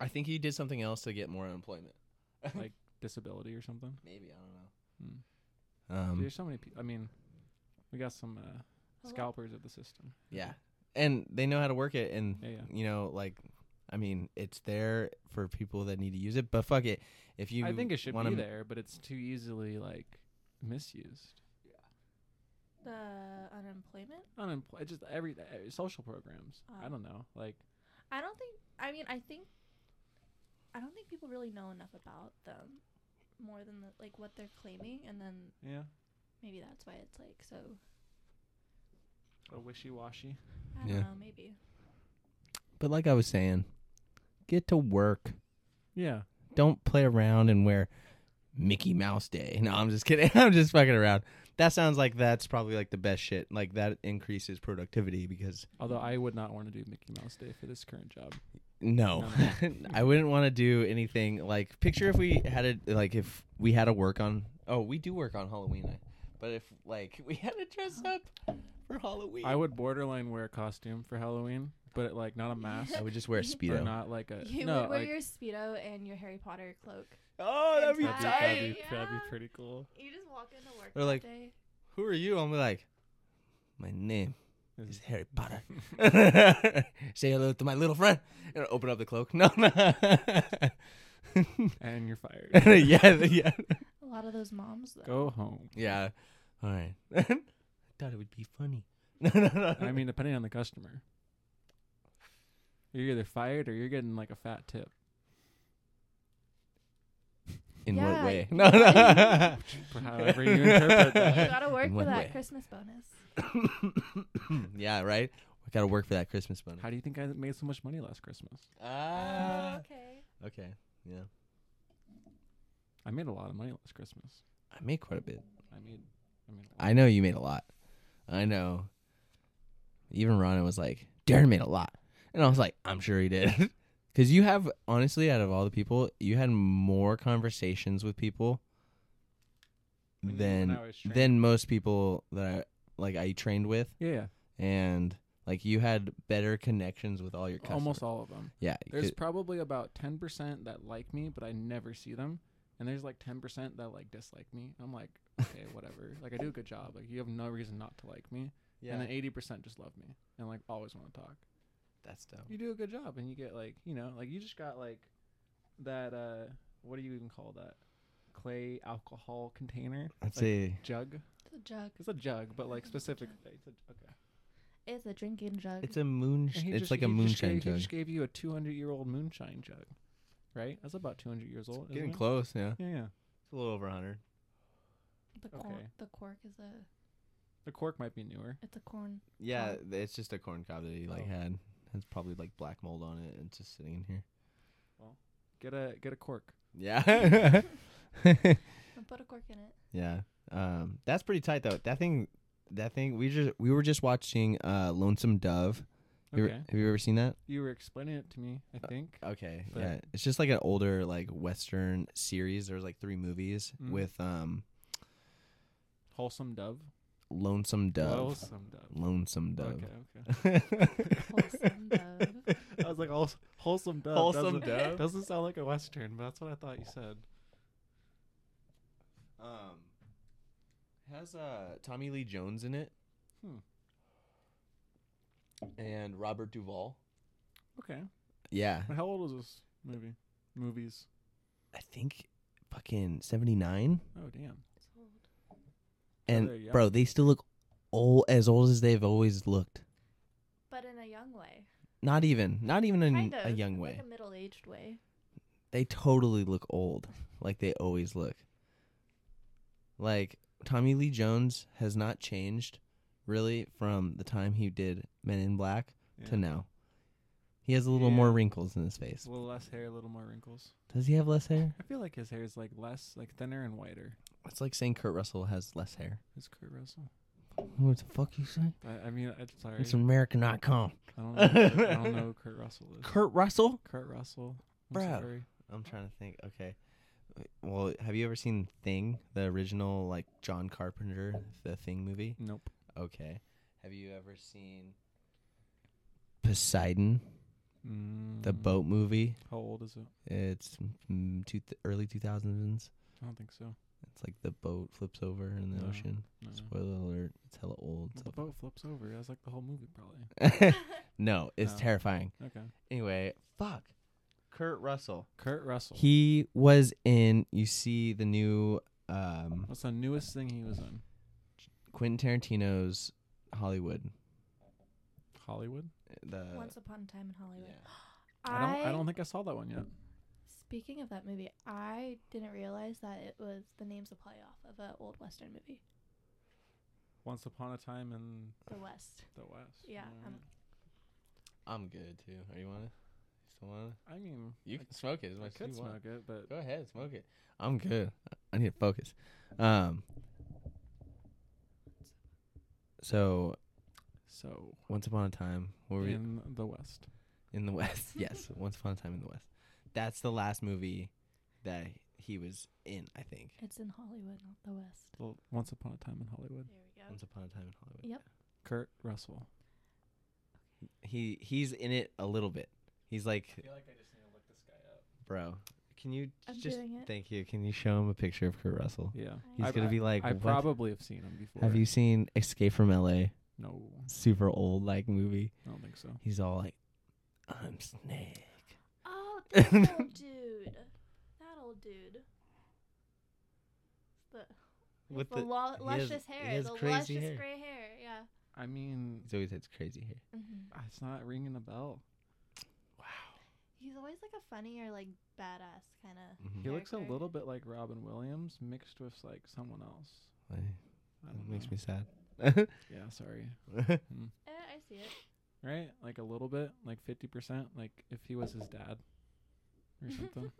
Speaker 2: i think he did something else to get more unemployment
Speaker 1: like disability or something.
Speaker 2: [LAUGHS] maybe i
Speaker 1: Hmm.
Speaker 2: don't know um,
Speaker 1: There's so many people. I mean, we got some uh,
Speaker 3: A lot.
Speaker 1: scalpers of the system.
Speaker 2: yeah and they know how to work it and
Speaker 1: Yeah, yeah.
Speaker 2: you know like i mean it's there for people that need to use it but fuck it if you
Speaker 1: I think it should
Speaker 2: wanna
Speaker 1: be
Speaker 2: m-
Speaker 1: there, but it's too easily like misused.
Speaker 3: The unemployment?
Speaker 1: Unemployed, just every uh, social programs. I
Speaker 3: Oh.
Speaker 1: don't know. Like,
Speaker 3: I don't think. I mean, I think. I don't think people really know enough about them, more than the, like what they're claiming, and then
Speaker 1: yeah,
Speaker 3: maybe that's why it's like so.
Speaker 1: a wishy-washy.
Speaker 3: I don't
Speaker 2: Yeah.
Speaker 3: know. Maybe.
Speaker 2: but like i was saying get to work
Speaker 1: Yeah,
Speaker 2: don't play around and wear Mickey Mouse Day. [LAUGHS] No, I'm just kidding. I'm just fucking around. That sounds like that's probably like the best shit. Like that increases productivity because
Speaker 1: Although I would not want to do Mickey Mouse Day for this current job.
Speaker 2: no, [LAUGHS] I wouldn't want to do anything like picture if we had a like if we had to work on oh we do work on Halloween night, but if like [LAUGHS] we had to dress up for Halloween,
Speaker 1: I would borderline wear a costume for Halloween, but like not a mask
Speaker 2: [LAUGHS] [LAUGHS] I would just wear a
Speaker 1: or
Speaker 2: speedo.
Speaker 1: not like
Speaker 2: Uh,
Speaker 1: a
Speaker 3: [LAUGHS] You
Speaker 1: no.
Speaker 3: would wear
Speaker 1: like,
Speaker 3: your speedo and your Harry Potter cloak.
Speaker 2: Oh, that'd be
Speaker 1: that'd, be, that'd,
Speaker 2: tight.
Speaker 1: be, that'd be
Speaker 3: Yeah.
Speaker 1: pretty cool.
Speaker 3: You just walk into work
Speaker 2: Or,
Speaker 3: that
Speaker 2: like-
Speaker 3: day.
Speaker 2: Who are you? I'm like, my name is
Speaker 1: Is-
Speaker 2: Harry Potter. [LAUGHS] Say hello to my little friend. And I open up the cloak. [LAUGHS] No,
Speaker 1: [LAUGHS]
Speaker 2: no.
Speaker 1: [LAUGHS] And you're fired.
Speaker 2: [LAUGHS] yeah, yeah.
Speaker 3: A lot of those moms though.
Speaker 1: Go home.
Speaker 2: Yeah. All right. [LAUGHS] I thought it would be funny. [LAUGHS] No, no, no.
Speaker 1: I mean, depending on the customer. You're either fired or you're getting like a fat tip.
Speaker 2: In what
Speaker 3: Yeah,
Speaker 2: way? [LAUGHS]
Speaker 3: you
Speaker 2: No, no. [COUGHS]
Speaker 3: gotta-
Speaker 1: For however you
Speaker 2: [LAUGHS]
Speaker 1: interpret
Speaker 3: You
Speaker 1: that.
Speaker 3: gotta work for
Speaker 2: one
Speaker 3: that
Speaker 2: way.
Speaker 3: Christmas [LAUGHS] bonus.
Speaker 2: yeah, right. We gotta work for that Christmas money.
Speaker 1: How do you think I made so much money last Christmas?
Speaker 2: Ah.
Speaker 3: Oh, okay.
Speaker 2: okay. Yeah.
Speaker 1: I made a lot of money last Christmas.
Speaker 2: I made quite a bit.
Speaker 1: I made, I made. a lot.
Speaker 2: I know you made a lot. I know. Even Rana was like, Darren made a lot. And I was like, I'm sure he did. [LAUGHS] Because you have, honestly, out of all the people, you had more conversations with people
Speaker 1: Like, even when
Speaker 2: than
Speaker 1: I was training.
Speaker 2: than most people that I like I trained with,
Speaker 1: yeah, yeah.
Speaker 2: and like you had better connections with all your customers.
Speaker 1: almost all of them.
Speaker 2: yeah.
Speaker 1: There's
Speaker 2: 'cause-
Speaker 1: probably about ten percent that like me, but I never see them, and there's like ten percent that like dislike me. I'm
Speaker 2: [LAUGHS]
Speaker 1: like, okay, whatever. Like I do a good job. Like you have no reason not to like me.
Speaker 2: yeah,
Speaker 1: And then eighty percent just love me and like always want to talk.
Speaker 2: that's dope.
Speaker 1: You do a good job, and you get like you know like you just got like that. uh What do you even call that? Clay alcohol container
Speaker 2: Let's
Speaker 1: like-
Speaker 2: see.
Speaker 1: jug.
Speaker 3: It's a jug.
Speaker 1: It's a jug, but like
Speaker 3: It's a
Speaker 2: [LAUGHS]
Speaker 1: specific.
Speaker 3: jug.
Speaker 1: It's a, okay.
Speaker 3: It's a drinking jug.
Speaker 2: It's a moon.
Speaker 1: And he
Speaker 2: It's
Speaker 1: just-
Speaker 2: like a
Speaker 1: he just
Speaker 2: moonshine
Speaker 1: gave- He
Speaker 2: jug.
Speaker 1: just gave you a 200 year old moonshine jug, right? That's about 200 years old.
Speaker 2: Getting
Speaker 1: isn't it?
Speaker 2: close. Yeah,
Speaker 1: Yeah, yeah.
Speaker 2: it's a little over hundred.
Speaker 3: the, corn,
Speaker 1: okay.
Speaker 3: the cork is a.
Speaker 1: The cork might be newer.
Speaker 3: It's a
Speaker 2: [LAUGHS]
Speaker 3: corn.
Speaker 2: Yeah,
Speaker 3: Corn.
Speaker 2: th- it's just a corn cob that he like
Speaker 1: Oh.
Speaker 2: had. It's probably like black mold on it and it's just sitting in here.
Speaker 1: Get a get a cork.
Speaker 2: [LAUGHS] Yeah.
Speaker 3: And put a cork in it.
Speaker 2: yeah. Um that's pretty tight though. That thing that thing we just we were just watching uh Lonesome Dove. You Uh, ever-
Speaker 1: Okay.
Speaker 2: have you ever seen that?
Speaker 1: You were explaining it to me, I think.
Speaker 2: Okay.
Speaker 1: But-
Speaker 2: yeah. It's just like an older like western series. There was like three movies
Speaker 1: Mm.
Speaker 2: with um
Speaker 1: Wholesome dove.
Speaker 2: Lonesome Dove.
Speaker 1: Wholesome dove.
Speaker 2: Lonesome Dove.
Speaker 1: Okay, okay.
Speaker 2: [LAUGHS]
Speaker 3: Wholesome dove.
Speaker 1: I was like, "Wholes- wholesome dove. [LAUGHS]
Speaker 2: Wholesome
Speaker 1: doesn't,
Speaker 2: Dove.
Speaker 1: Doesn't sound like a western, but that's what I thought you said.
Speaker 2: [LAUGHS] Um has uh Tommy Lee Jones in it.
Speaker 1: Hmm.
Speaker 2: And Robert Duvall.
Speaker 1: Okay.
Speaker 2: Yeah.
Speaker 1: And How old was this movie? Movies.
Speaker 2: I think fucking 79.
Speaker 1: Oh damn.
Speaker 2: And
Speaker 1: they're young.
Speaker 2: bro, they still look old as old as they've always looked.
Speaker 3: But in a young way.
Speaker 2: Not even, not even in
Speaker 3: kind of.
Speaker 2: a young way.
Speaker 3: Like a middle aged way.
Speaker 2: they totally look old, like they always look. Like Tommy Lee Jones has not changed really from the time he did Men in Black
Speaker 1: Yeah.
Speaker 2: to now. He has a little more
Speaker 1: Yeah.
Speaker 2: wrinkles in his face.
Speaker 1: A little less hair, a little more wrinkles.
Speaker 2: Does he have less hair?
Speaker 1: I feel like his hair is like less, like thinner and whiter.
Speaker 2: [LAUGHS] It's like saying Kurt Russell has less hair.
Speaker 1: Is Kurt Russell?
Speaker 2: What the fuck you say?
Speaker 1: I, I mean, I'm sorry.
Speaker 2: It's American.com.
Speaker 1: I don't, know, who- I don't know who Kurt Russell
Speaker 2: [LAUGHS]
Speaker 1: is.
Speaker 2: Kurt Russell?
Speaker 1: Kurt Russell. I'm
Speaker 2: Bruh.
Speaker 1: sorry.
Speaker 2: I'm trying to think. Okay. Well, have you ever seen Thing, the original like John Carpenter, the Thing movie?
Speaker 1: Nope.
Speaker 2: Okay. Have you ever seen Poseidon,
Speaker 1: Mm,
Speaker 2: the boat movie?
Speaker 1: How old is it?
Speaker 2: It's mm, two th- early 2000s.
Speaker 1: I don't think so.
Speaker 2: It's like the boat flips over in the
Speaker 1: No,
Speaker 2: ocean.
Speaker 1: No.
Speaker 2: Spoiler alert, it's hella old.
Speaker 1: Well, Oh. Mm-hmm. the boat flips over. That's like the whole movie, probably.
Speaker 2: So. no, it's
Speaker 1: No.
Speaker 2: terrifying.
Speaker 1: Oh. Okay.
Speaker 2: Anyway, fuck. Kurt Russell.
Speaker 1: Kurt Russell.
Speaker 2: He was in, you see the new um
Speaker 1: What's the newest thing he was in?
Speaker 2: Quentin Tarantino's Hollywood.
Speaker 1: Hollywood.
Speaker 2: The
Speaker 3: Once upon a time in Hollywood.
Speaker 1: I don't. I don't think I saw that one yet.
Speaker 3: Speaking of that movie, I didn't realize that it was the name's a playoff of an old western movie,
Speaker 1: Once upon a time in
Speaker 3: The West.
Speaker 1: the West.
Speaker 3: Yeah,
Speaker 1: Alright.
Speaker 3: I'm-
Speaker 2: I'm good too. Are you wanna? Still wanna?
Speaker 1: I mean,
Speaker 2: You
Speaker 1: I,
Speaker 2: can smoke it as
Speaker 1: I
Speaker 2: much
Speaker 1: could
Speaker 2: as you want.
Speaker 1: smoke it, but
Speaker 2: Go ahead, smoke it. I'm good. I need to focus. Um. So
Speaker 1: so
Speaker 2: once upon a time, where we
Speaker 1: in the West.
Speaker 2: in the West? [LAUGHS] yes, once upon a time in the West. That's the last movie that he was in. I think.
Speaker 3: It's in Hollywood, not the West.
Speaker 1: Well, Once upon a time in Hollywood.
Speaker 3: There we go.
Speaker 2: Once upon a time in Hollywood.
Speaker 3: Yep.
Speaker 1: Kurt Russell.
Speaker 2: He he's in it a little bit. He's like,
Speaker 1: feel like I just need to look this guy up.
Speaker 2: bro. Can you
Speaker 3: I'm
Speaker 2: just
Speaker 3: doing it.
Speaker 2: thank you? Can you show him a picture of Kurt Russell?
Speaker 1: Yeah.
Speaker 2: He's
Speaker 1: I-
Speaker 2: gonna be like,
Speaker 1: I
Speaker 2: "What
Speaker 1: probably have seen him before.
Speaker 2: Have you seen Escape from LA?
Speaker 1: No,
Speaker 2: Super old like movie.
Speaker 1: I don't think so.
Speaker 2: He's all like, I'm Snake. [LAUGHS]
Speaker 3: Oh, that old dude. That old dude. The,
Speaker 2: With
Speaker 3: the, lo-
Speaker 2: he has-
Speaker 3: luscious hair.
Speaker 2: he has
Speaker 3: the
Speaker 2: crazy
Speaker 3: luscious
Speaker 2: hair.
Speaker 3: gray hair. Yeah.
Speaker 1: I mean,
Speaker 2: He's always had crazy hair.
Speaker 3: Mm-hmm.
Speaker 1: it's not ringing a bell.
Speaker 3: he's always like a funny or like badass kind of.
Speaker 2: Mhm.
Speaker 1: He looks a
Speaker 3: character.
Speaker 1: little bit like Robin Williams mixed with like someone else.
Speaker 2: I-
Speaker 1: I
Speaker 2: That
Speaker 1: don't
Speaker 2: makes
Speaker 1: know.
Speaker 2: me sad.
Speaker 1: [LAUGHS] Yeah, sorry. Hmm.
Speaker 2: Mm.
Speaker 3: Eh, I see it.
Speaker 1: Right? Like a little bit, like 50%, like if he was his dad
Speaker 3: [LAUGHS]
Speaker 1: or something.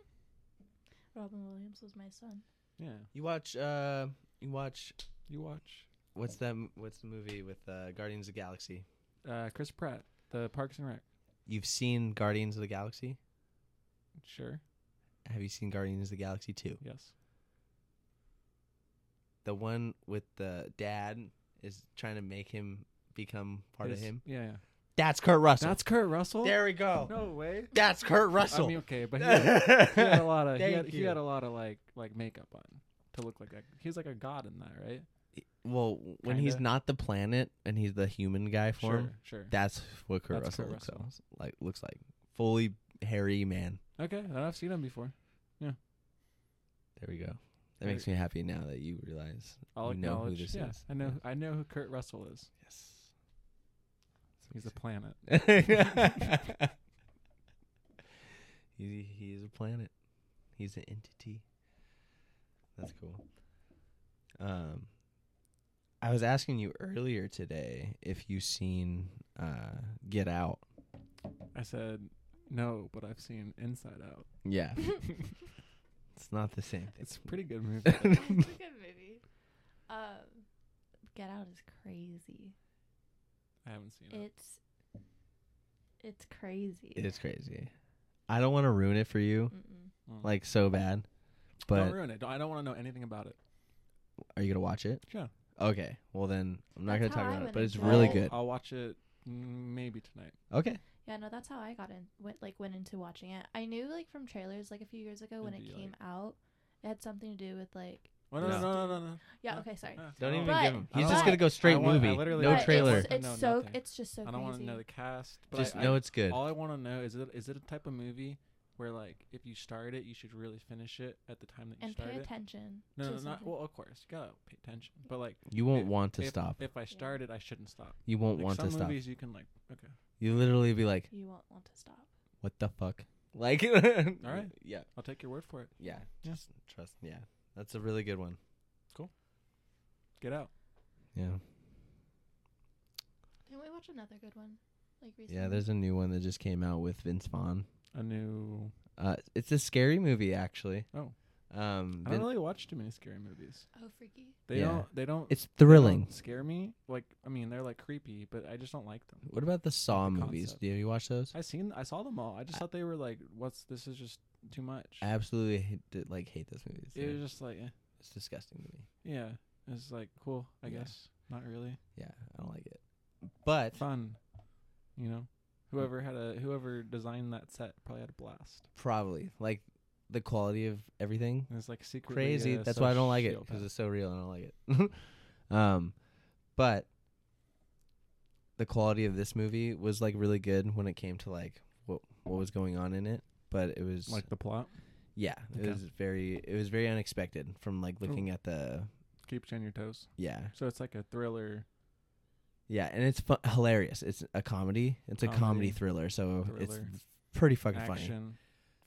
Speaker 3: Robin Williams was my son.
Speaker 2: [LAUGHS]
Speaker 1: yeah.
Speaker 2: you watch uh you watch
Speaker 1: You watch
Speaker 2: what's that m- what's the movie with uh Guardians of the Galaxy?
Speaker 1: uh Chris Pratt, the Parks and Rec.
Speaker 2: You've seen Guardians of the Galaxy?
Speaker 1: Sure.
Speaker 2: Have you seen Guardians of the Galaxy 2?
Speaker 1: Yes.
Speaker 2: The one with the dad is trying to make him become part of
Speaker 1: His-
Speaker 2: him.
Speaker 1: Yeah, yeah.
Speaker 2: That's Kurt Russell.
Speaker 1: That's Kurt Russell?
Speaker 2: there we go.
Speaker 1: No way.
Speaker 2: That's Kurt Russell. [LAUGHS]
Speaker 1: I mean, okay, but he had, he had a [LAUGHS] lot of he
Speaker 2: Thank
Speaker 1: had, he
Speaker 2: you.
Speaker 1: had a lot of like like makeup on to look like a, he's like a god in that, right?
Speaker 2: well, when he's
Speaker 1: Kinda.
Speaker 2: not the planet and he's the human guy form,
Speaker 1: Sure, sure.
Speaker 2: that's what Kurt
Speaker 1: That's
Speaker 2: Russell,
Speaker 1: Kurt
Speaker 2: looks
Speaker 1: Russell.
Speaker 2: like- like. Looks like fully hairy man.
Speaker 1: okay, and I've seen him before.
Speaker 2: There we go. That
Speaker 1: There-
Speaker 2: makes me happy now that you realize.
Speaker 1: I'll
Speaker 2: You know who
Speaker 1: acknowledge.
Speaker 2: this
Speaker 1: yeah,
Speaker 2: is.
Speaker 1: I know.
Speaker 2: Yeah.
Speaker 1: I know who Kurt Russell is.
Speaker 2: Yes.
Speaker 1: He's a planet.
Speaker 2: planet. [LAUGHS] he he is a planet. He's an entity. That's cool. Um, I was asking you earlier today if you seen uh, Get Out.
Speaker 1: I said no, but I've seen Inside Out.
Speaker 2: Yeah, it's not the same thing.
Speaker 1: It's a pretty
Speaker 2: [LAUGHS]
Speaker 1: good movie.
Speaker 3: it's a good movie. Um, Get Out is crazy.
Speaker 1: I haven't seen it.
Speaker 3: It's it's crazy.
Speaker 2: It is crazy. I don't want to ruin it for you,
Speaker 3: Mm-mm.
Speaker 1: Mm.
Speaker 2: like so bad.
Speaker 1: don't
Speaker 2: But
Speaker 1: ruin it. Don't- I don't want to know anything about it.
Speaker 2: are you gonna watch it?
Speaker 1: Sure.
Speaker 2: Okay. Well then, I'm not
Speaker 3: That's
Speaker 2: gonna talk
Speaker 3: how I
Speaker 2: about it.
Speaker 3: would
Speaker 2: But it's
Speaker 3: enjoy
Speaker 2: really
Speaker 1: I'll-
Speaker 3: it.
Speaker 2: good.
Speaker 1: I'll watch it mm, maybe tonight.
Speaker 2: Okay.
Speaker 3: Yeah, no, that's how I got in. Went like went into watching it. I knew like from trailers like a few years ago when
Speaker 1: It'd
Speaker 3: it
Speaker 1: be,
Speaker 3: came out, it had something to do with like.
Speaker 1: Oh, no,
Speaker 2: Yeah.
Speaker 1: no, no, no, no,
Speaker 3: Yeah.
Speaker 1: Uh,
Speaker 3: okay. Sorry.
Speaker 1: no.
Speaker 2: Don't even
Speaker 3: But-
Speaker 2: give him. He's
Speaker 1: I
Speaker 2: just
Speaker 1: don't-
Speaker 2: gonna go straight
Speaker 1: want- I
Speaker 2: movie.
Speaker 1: literally
Speaker 2: no
Speaker 1: want-
Speaker 3: But
Speaker 2: trailer.
Speaker 3: It's,
Speaker 1: I
Speaker 3: it's
Speaker 1: know
Speaker 3: so.
Speaker 1: nothing.
Speaker 3: It's just so
Speaker 1: I don't want
Speaker 3: crazy.
Speaker 1: to know the cast. But
Speaker 2: Just
Speaker 1: I,
Speaker 2: know
Speaker 1: I,
Speaker 2: it's good.
Speaker 1: All I want to know is it is it a type of movie where like if you start it, you should really finish it at the time that you
Speaker 3: and
Speaker 1: start
Speaker 3: pay
Speaker 1: it.
Speaker 3: attention.
Speaker 1: No,
Speaker 3: to
Speaker 1: no, not
Speaker 3: something.
Speaker 1: well. Of course, you gotta pay attention. But like,
Speaker 2: You won't
Speaker 1: if-
Speaker 2: want to
Speaker 1: if,
Speaker 2: stop.
Speaker 1: If I start it, I shouldn't stop.
Speaker 2: You won't
Speaker 1: Like,
Speaker 2: want
Speaker 1: some
Speaker 2: to stop.
Speaker 1: movies you can like. Okay,
Speaker 2: You literally be like,
Speaker 3: You won't want to stop.
Speaker 2: "What the fuck?" [LAUGHS] Like, all right.
Speaker 1: right.
Speaker 2: [LAUGHS] Yeah.
Speaker 1: I'll take your word for it.
Speaker 2: Yeah.
Speaker 1: Yeah.
Speaker 2: Just trust. Yeah. That's a really good one.
Speaker 1: Get out.
Speaker 2: Yeah.
Speaker 3: Didn't we watch another good one? Like recently.
Speaker 2: Yeah. There's a new one that just came out with Vince Vaughn.
Speaker 1: A new.
Speaker 2: Uh, it's a scary movie actually.
Speaker 1: Oh.
Speaker 2: Um,
Speaker 1: I don't
Speaker 2: Vin-
Speaker 1: really watch too many scary movies.
Speaker 3: Oh, freaky.
Speaker 1: They
Speaker 2: Yeah.
Speaker 1: don't. They don't.
Speaker 2: it's
Speaker 1: they don't
Speaker 2: thrilling.
Speaker 1: Scare me. Like I mean, they're like creepy, but I just don't like them.
Speaker 2: What about the Saw
Speaker 1: the
Speaker 2: movies?
Speaker 1: concept.
Speaker 2: Do you watch those?
Speaker 1: I seen. I saw them all. I just thought they were like, what's this? Is just too much.
Speaker 2: I absolutely hate, did, like hate those movies.
Speaker 1: It was
Speaker 2: They're-
Speaker 1: just like, eh,
Speaker 2: It's disgusting to me.
Speaker 1: yeah. It's like cool. I
Speaker 2: Yeah.
Speaker 1: guess not really.
Speaker 2: Yeah, I don't like it. But
Speaker 1: fun. You know, whoever had a whoever designed that set probably had a blast.
Speaker 2: probably like the quality of everything
Speaker 1: And it's like secretly
Speaker 2: crazy.
Speaker 1: a
Speaker 2: That's why I don't like it because
Speaker 1: sociopath.
Speaker 2: it's so real. and I don't like it. [LAUGHS] um, but the quality of this movie was like really good when it came to like what what was going on in it. But it was
Speaker 1: like the plot
Speaker 2: yeah,
Speaker 1: Okay.
Speaker 2: it was very it was very unexpected from like looking at the
Speaker 1: keeps you on your toes.
Speaker 2: yeah
Speaker 1: So it's like a thriller.
Speaker 2: yeah, and it's fu- hilarious. It's a comedy. It's a
Speaker 1: Comedy.
Speaker 2: comedy thriller, so it's
Speaker 1: Thriller.
Speaker 2: pretty fucking funny.
Speaker 1: action,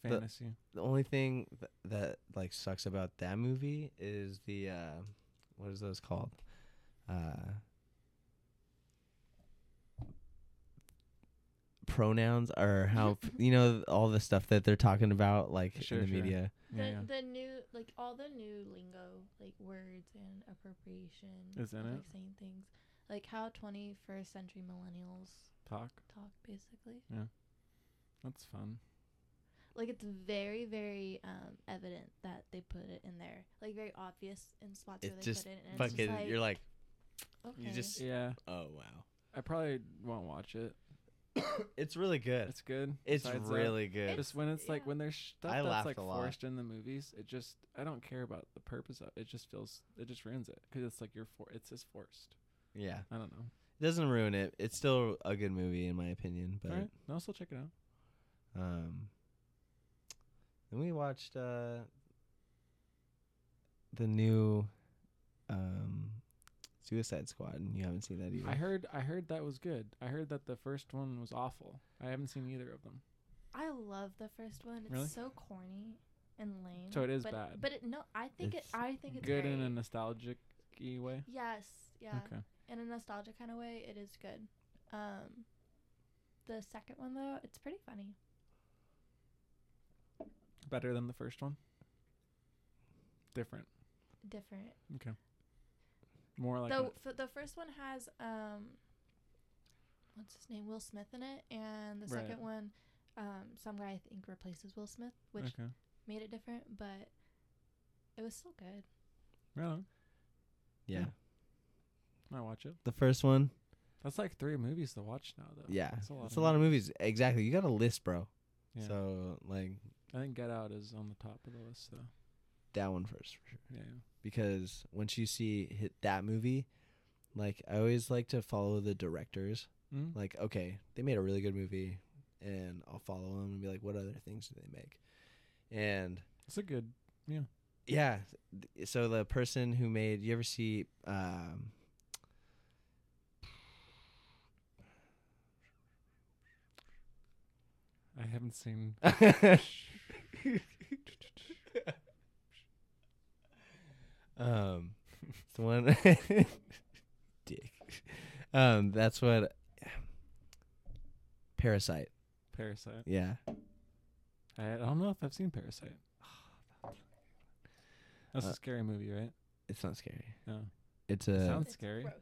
Speaker 2: The-
Speaker 1: fantasy.
Speaker 2: the only thing th- that like sucks about that movie is the uh what is those called uh pronouns or
Speaker 1: [LAUGHS]
Speaker 2: how p- you know all the stuff that they're talking about like
Speaker 1: Sure,
Speaker 2: in the
Speaker 1: sure.
Speaker 2: media
Speaker 1: yeah,
Speaker 3: the
Speaker 1: yeah.
Speaker 3: the new like all the new lingo like words and appropriation
Speaker 1: Is in
Speaker 3: of,
Speaker 1: it?
Speaker 3: like saying things like how 21st century millennials
Speaker 1: Talk.
Speaker 3: talk basically
Speaker 1: That's fun.
Speaker 3: like it's very very um evident that they put it in there like very obvious in spots
Speaker 2: It
Speaker 3: where they
Speaker 2: just
Speaker 3: put it and it's
Speaker 2: fucking
Speaker 3: just like,
Speaker 2: you're like
Speaker 3: okay.
Speaker 2: you just-
Speaker 1: Yeah,
Speaker 2: oh wow [COUGHS]
Speaker 1: I probably won't watch it.
Speaker 2: it's really good
Speaker 1: It's good.
Speaker 2: it's
Speaker 1: besides that.
Speaker 2: really good
Speaker 1: Just when it's like
Speaker 3: yeah.
Speaker 1: when there's stuff
Speaker 2: I
Speaker 1: that's
Speaker 2: laughed
Speaker 1: like
Speaker 2: a lot.
Speaker 1: forced in the movies, it just I don't care about the purpose of it. It just feels it just ruins it because it's like you're for it's just forced.
Speaker 2: yeah
Speaker 1: I don't know.
Speaker 2: it doesn't ruin it it's still a good movie in my opinion but
Speaker 1: All right, no, I'll still check it out.
Speaker 2: Um, then we watched uh, the new um, Suicide Squad, and you haven't seen that either.
Speaker 1: I heard I heard that was good. I heard that the first one was awful. I haven't seen either of them.
Speaker 3: I love the first one. It's
Speaker 1: Really?
Speaker 3: so corny and lame.
Speaker 1: So it is
Speaker 3: but,
Speaker 1: bad.
Speaker 3: But it, no, I think it.
Speaker 2: It's
Speaker 3: I think it's
Speaker 1: good
Speaker 3: great.
Speaker 1: in a nostalgic way.
Speaker 3: yes, yeah,
Speaker 1: Okay.
Speaker 3: in a nostalgia kind of way, it is good. Um, the second one though, it's pretty funny.
Speaker 1: Better than the first one. Different.
Speaker 3: Different.
Speaker 1: More like
Speaker 3: the f- the first one has um, what's his name? Will Smith in it, and the
Speaker 1: Right.
Speaker 3: second one, um, some guy I think replaces Will Smith,
Speaker 1: a-
Speaker 3: which
Speaker 1: okay.
Speaker 3: made it different, but it was still good.
Speaker 1: Right on.
Speaker 2: Yeah.
Speaker 1: Yeah. I watch it.
Speaker 2: The first one.
Speaker 1: That's like three movies to watch now, though.
Speaker 2: Yeah.
Speaker 1: That's a lot
Speaker 2: it's
Speaker 1: of
Speaker 2: a lot of movies. Exactly. You got a list, bro.
Speaker 1: Yeah.
Speaker 2: So like
Speaker 1: I think Get Out is on the top of the list, though.
Speaker 2: that one first for sure.
Speaker 1: Yeah.
Speaker 2: Because once you see hit that movie, like I always like to follow the directors.
Speaker 1: Mm?
Speaker 2: Like, okay, they made a really good movie, and I'll follow them and be like, what other things do they make? And
Speaker 1: It's a good.
Speaker 2: yeah, th- so the person who made you ever see um,
Speaker 1: I haven't
Speaker 2: [LAUGHS]
Speaker 1: seen.
Speaker 2: um, [LAUGHS] it's the one [LAUGHS] dick. Um, that's what Parasite.
Speaker 1: Parasite.
Speaker 2: Yeah.
Speaker 1: I, I don't know if I've seen
Speaker 2: [SIGHS]
Speaker 1: Parasite. That's
Speaker 2: Uh,
Speaker 1: a scary movie, right?
Speaker 2: It's not scary.
Speaker 1: Yeah.
Speaker 2: It's a
Speaker 1: Sounds
Speaker 3: It's
Speaker 1: scary.
Speaker 3: Gross.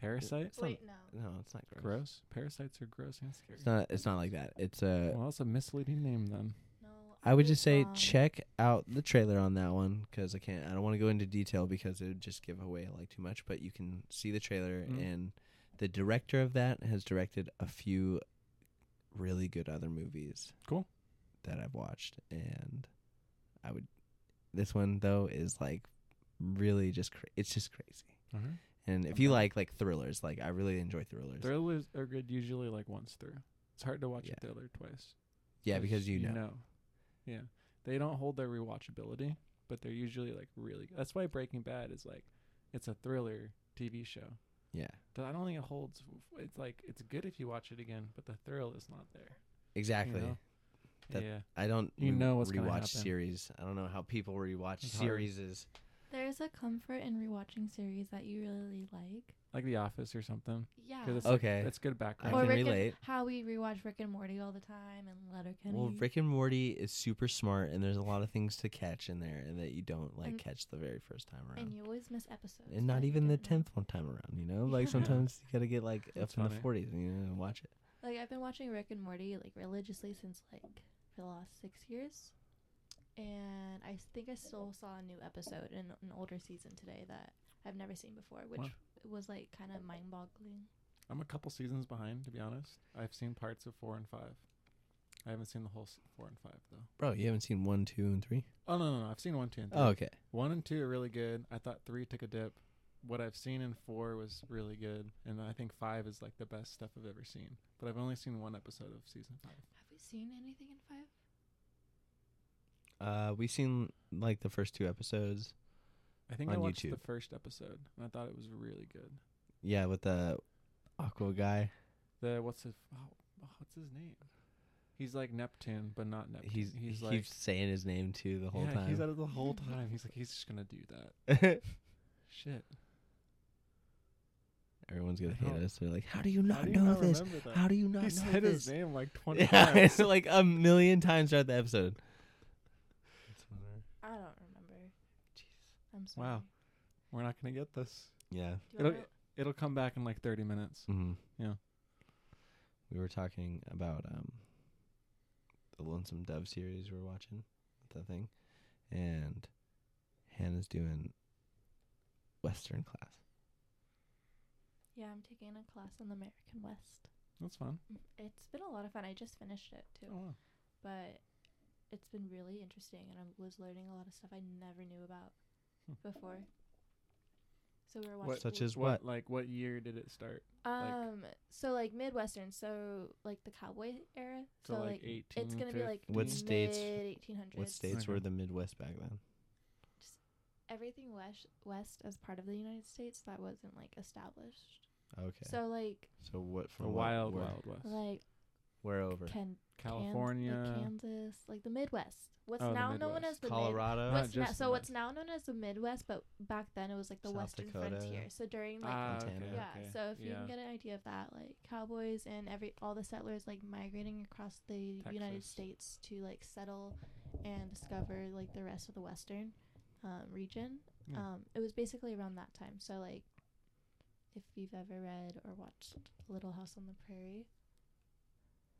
Speaker 1: Parasite.
Speaker 2: It's not
Speaker 3: Wait, no.
Speaker 2: no. It's not gross.
Speaker 1: Gross. Parasites are gross and scary.
Speaker 2: It's not. It's not like that. It's a.
Speaker 1: well, that's a misleading name then.
Speaker 3: No.
Speaker 2: I would just say
Speaker 3: wrong.
Speaker 2: check out the trailer on that one because I can't. I don't want to go into detail because it would just give away like too much. But you can see the trailer,
Speaker 1: Mm.
Speaker 2: and the director of that has directed a few really good other movies.
Speaker 1: Cool.
Speaker 2: That I've watched, and I would. This one though is like really just. Cra- it's just crazy. And if you
Speaker 1: Okay.
Speaker 2: like like thrillers, like I really enjoy thrillers.
Speaker 1: Thrillers are good usually like once through. It's hard to watch
Speaker 2: Yeah.
Speaker 1: a thriller twice.
Speaker 2: yeah, because you know.
Speaker 1: Yeah. They don't hold their rewatchability, but they're usually like really That's why Breaking Bad is like it's a thriller TV show.
Speaker 2: Yeah.
Speaker 1: Th- I don't think it holds it's like it's good if you watch it again, but the thrill is not there. you
Speaker 2: Exactly.
Speaker 1: know?
Speaker 2: That-
Speaker 1: yeah.
Speaker 2: I don't
Speaker 1: You
Speaker 2: re-
Speaker 1: know what's gonna
Speaker 2: rewatch
Speaker 1: happen.
Speaker 2: series. I don't know how people rewatch
Speaker 1: It's hard.
Speaker 2: series is.
Speaker 3: There's a comfort in rewatching series that you really like.
Speaker 1: Like The Office or something.
Speaker 3: Yeah.
Speaker 1: 'Cause it's-
Speaker 2: Okay.
Speaker 1: That's good
Speaker 2: I
Speaker 1: background.
Speaker 3: or
Speaker 2: can
Speaker 3: Rick
Speaker 2: relate.
Speaker 3: And, how we rewatch Rick and Morty all the time and Letterkenny.
Speaker 2: well, Rick and Morty is super smart, and there's a lot of things to catch in there, and that you don't like
Speaker 3: And-
Speaker 2: catch the very first time
Speaker 3: and
Speaker 2: around,
Speaker 3: you always miss episodes.
Speaker 2: and not
Speaker 3: that you
Speaker 2: even the
Speaker 3: didn't know.
Speaker 2: tenth one time around. You know, like
Speaker 3: [LAUGHS] Yeah.
Speaker 2: sometimes you gotta get like
Speaker 1: That's
Speaker 2: up in
Speaker 1: funny.
Speaker 2: the forties, you know, and watch it.
Speaker 3: Like I've been watching Rick and Morty like religiously since like for the last six years, and I s- think I still saw a new episode in an older season today that I've never seen before, which
Speaker 1: Wow.
Speaker 3: was like kind of mind-boggling.
Speaker 1: I'm a couple seasons behind, to be honest. I've seen parts of four and five. I haven't seen the whole s- four and five though.
Speaker 2: Bro, you haven't seen one, two, and three.
Speaker 1: Oh no, no, no! I've seen one, two, and three.
Speaker 2: Oh, okay.
Speaker 1: One and two are really good. I thought three took a dip. What I've seen in four was really good, and I think five is like the best stuff I've ever seen. But I've only seen one episode of season five.
Speaker 3: Have we seen anything in five?
Speaker 2: Uh, we seen like the first two episodes.
Speaker 1: I think I
Speaker 2: On
Speaker 1: watched the
Speaker 2: YouTube.
Speaker 1: first episode, and I thought it was really good.
Speaker 2: Yeah, with the aqua guy.
Speaker 1: The what's his oh, oh, what's his name? He's like Neptune, but not Neptune.
Speaker 2: He's
Speaker 1: he's
Speaker 2: he
Speaker 1: like
Speaker 2: keeps saying his name too the whole
Speaker 1: yeah,
Speaker 2: time.
Speaker 1: he's at it the whole time. He's like he's just gonna do that shit.
Speaker 2: [LAUGHS] Everyone's gonna
Speaker 1: I
Speaker 2: hate
Speaker 1: don't-
Speaker 2: us. They're like, "How do you
Speaker 1: How
Speaker 2: not
Speaker 1: do you
Speaker 2: know
Speaker 1: not
Speaker 2: this?
Speaker 1: remember that?
Speaker 2: How do you not
Speaker 1: he
Speaker 2: know
Speaker 1: said
Speaker 2: this?"
Speaker 1: his name like twenty
Speaker 2: [LAUGHS] yeah, it's
Speaker 1: times.
Speaker 2: like a million times throughout the episode.
Speaker 3: I don't remember. I'm sorry.
Speaker 1: Wow. We're not gonna get this.
Speaker 2: Yeah.
Speaker 3: Do you wanna
Speaker 1: It'll- It'll come back in like thirty minutes.
Speaker 2: Mm-hmm.
Speaker 1: Yeah.
Speaker 2: We were talking about um the Lonesome Dove series we're watching, the thing, and Hannah's doing Western class.
Speaker 3: Yeah, I'm taking a class on the American West.
Speaker 1: That's fun.
Speaker 3: Mm, It's been a lot of fun. I just finished it too,
Speaker 1: Oh, wow.
Speaker 3: but it's been really interesting, and I was learning a lot of stuff I never knew about
Speaker 1: Hmm.
Speaker 3: before. So we were watching
Speaker 1: What-
Speaker 2: Such as
Speaker 1: what
Speaker 2: what?
Speaker 1: like what year did it start?
Speaker 3: um, so like Midwestern, so like the cowboy era.
Speaker 1: So,
Speaker 3: So,
Speaker 1: like,
Speaker 3: like, it's gonna be like
Speaker 1: 1850s?
Speaker 2: What states-
Speaker 3: mid eighteen hundreds.
Speaker 2: What states
Speaker 1: Okay.
Speaker 2: were the Midwest back then?
Speaker 3: Everything west west as part of the United States that wasn't like established.
Speaker 2: Okay. So,
Speaker 3: So like
Speaker 2: what from
Speaker 1: the
Speaker 2: what
Speaker 1: Wild
Speaker 2: were-
Speaker 1: Wild West.
Speaker 3: like
Speaker 2: Where over?
Speaker 3: Ken-
Speaker 1: California.
Speaker 3: Kansas, like Kansas, like the Midwest. What's
Speaker 1: Oh, the
Speaker 3: now known
Speaker 1: Midwest.
Speaker 3: as the Mid-
Speaker 2: Colorado.
Speaker 1: Not
Speaker 3: what's now,
Speaker 1: just
Speaker 3: so
Speaker 1: the
Speaker 3: what's now known as the Midwest, but back then it was like the
Speaker 2: South
Speaker 3: Western
Speaker 2: Dakota.
Speaker 3: frontier. So during like
Speaker 1: Ah,
Speaker 2: Montana.
Speaker 1: okay,
Speaker 3: yeah,
Speaker 1: okay.
Speaker 3: so if you can
Speaker 1: Yeah.
Speaker 3: get an idea of that, like cowboys and every all the settlers like migrating across the United
Speaker 1: Texas.
Speaker 3: States to like settle and discover like the rest of the Western um, region.
Speaker 1: Yeah.
Speaker 3: Um, it was basically around that time. So like, if you've ever read or watched Little House on the Prairie,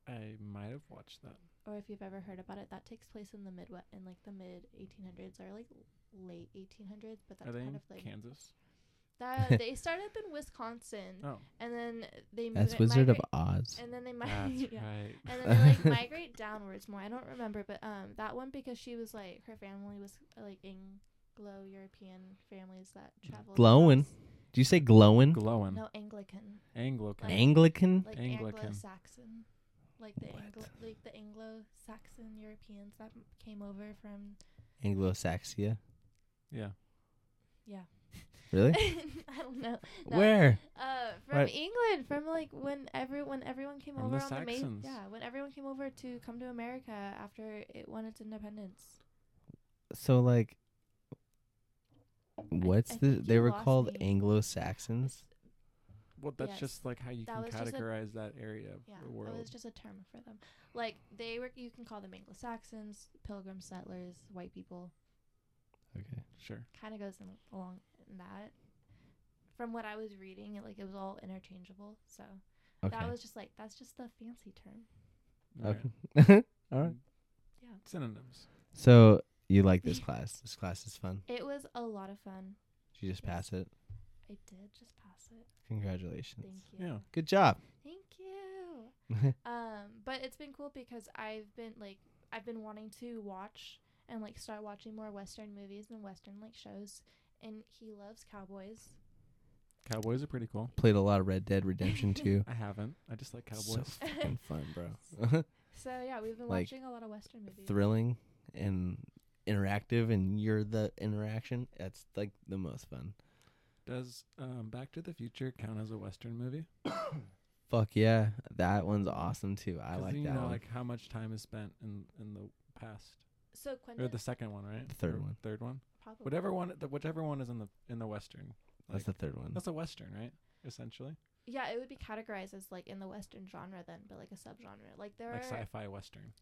Speaker 1: I might have watched that.
Speaker 3: or if you've ever heard about it, that takes place in the Midwest in like the mid 1800s or like late 1800s. But that's
Speaker 1: Are they
Speaker 3: kind
Speaker 1: in
Speaker 3: of like [LAUGHS]
Speaker 1: Kansas? [LAUGHS]
Speaker 3: that they started up in Wisconsin [LAUGHS]
Speaker 1: Oh,
Speaker 3: and then they
Speaker 2: That's
Speaker 3: migra-
Speaker 2: Wizard of
Speaker 3: migrate-
Speaker 2: Oz.
Speaker 3: and then they
Speaker 1: that's
Speaker 3: migrate. [LAUGHS] yeah.
Speaker 1: right.
Speaker 3: and then they
Speaker 1: [LAUGHS]
Speaker 3: like migrate downwards more. I don't remember, but um, that one because she was like her family was uh, like Anglo European families that traveled.
Speaker 2: Glowing.
Speaker 3: across-
Speaker 2: Do you say glowing?
Speaker 1: Glowing.
Speaker 3: No Anglican,
Speaker 1: Anglican.
Speaker 3: Ang-
Speaker 2: Anglican?
Speaker 3: like
Speaker 1: Um, Anglican.
Speaker 3: Anglo Saxon, like the
Speaker 2: What?
Speaker 3: Anglo, like the Anglo Saxon Europeans that m- came over from.
Speaker 2: Anglo-Saxia.
Speaker 1: yeah.
Speaker 2: Really?
Speaker 3: [LAUGHS] I don't know. No.
Speaker 2: Where?
Speaker 3: Uh, from
Speaker 2: Right.
Speaker 3: England, from like when every when everyone came
Speaker 1: From
Speaker 3: over
Speaker 1: the
Speaker 3: on the May,
Speaker 1: Saxons.
Speaker 3: yeah, when everyone came over to come to America after it won its independence.
Speaker 2: So like what's
Speaker 3: I
Speaker 2: the
Speaker 3: think
Speaker 2: they
Speaker 3: you
Speaker 2: were
Speaker 3: lost
Speaker 2: called
Speaker 3: me.
Speaker 2: Anglo-Saxons?
Speaker 1: Well, that's
Speaker 3: Yes.
Speaker 1: just like how you
Speaker 3: That
Speaker 1: can
Speaker 3: was just a-
Speaker 1: categorize that area of
Speaker 3: Yeah,
Speaker 1: the
Speaker 3: it
Speaker 1: world.
Speaker 3: was just a term for them. Like they were, you can call them Anglo Saxons, Pilgrim settlers, white people.
Speaker 2: Okay.
Speaker 1: Sure.
Speaker 3: Kind of goes in, along in that. From what I was reading, it, like it was all interchangeable. So
Speaker 2: Okay.
Speaker 3: that was just like that's just the fancy term.
Speaker 1: Alright.
Speaker 2: okay. [LAUGHS] All right.
Speaker 3: Yeah,
Speaker 1: Synonyms.
Speaker 2: So you like
Speaker 3: [LAUGHS]
Speaker 2: this class? This class is fun.
Speaker 3: it was a lot of fun.
Speaker 2: Did you just pass it?
Speaker 3: I did just pass it.
Speaker 2: Congratulations.
Speaker 3: Thank you.
Speaker 1: Yeah.
Speaker 2: Good job.
Speaker 3: Thank you. um, but it's been cool because I've been like I've been wanting to watch and like start watching more Western movies and Western like shows. And he loves cowboys.
Speaker 1: Cowboys are pretty cool.
Speaker 2: Played a lot of Red Dead
Speaker 3: [LAUGHS]
Speaker 2: Redemption 2.
Speaker 1: I haven't. I just like
Speaker 2: So
Speaker 1: cowboys.
Speaker 2: fucking fun, bro.
Speaker 3: So yeah, we've been
Speaker 2: Like,
Speaker 3: watching a lot of Western movies.
Speaker 2: Thrilling and interactive and you're the interaction. That's like the most fun.
Speaker 1: Does um, Back to the Future count as a Western movie?
Speaker 2: Fuck yeah. That one's awesome too. I
Speaker 1: 'Cause
Speaker 2: like
Speaker 1: you
Speaker 2: that
Speaker 1: know,
Speaker 2: one.
Speaker 1: like how much time is spent in in the past
Speaker 3: so
Speaker 1: or
Speaker 3: Quentin
Speaker 1: the second one, right?
Speaker 2: The third
Speaker 1: Or
Speaker 2: one.
Speaker 1: Third one.
Speaker 3: probably
Speaker 1: Whatever one, the, whichever one is in the in the Western.
Speaker 2: That's the third one.
Speaker 1: That's a Western, right? Essentially,
Speaker 3: Yeah, it would be categorized as like in the Western genre then, but like a subgenre. Like there
Speaker 1: like
Speaker 3: are
Speaker 1: sci-fi Western,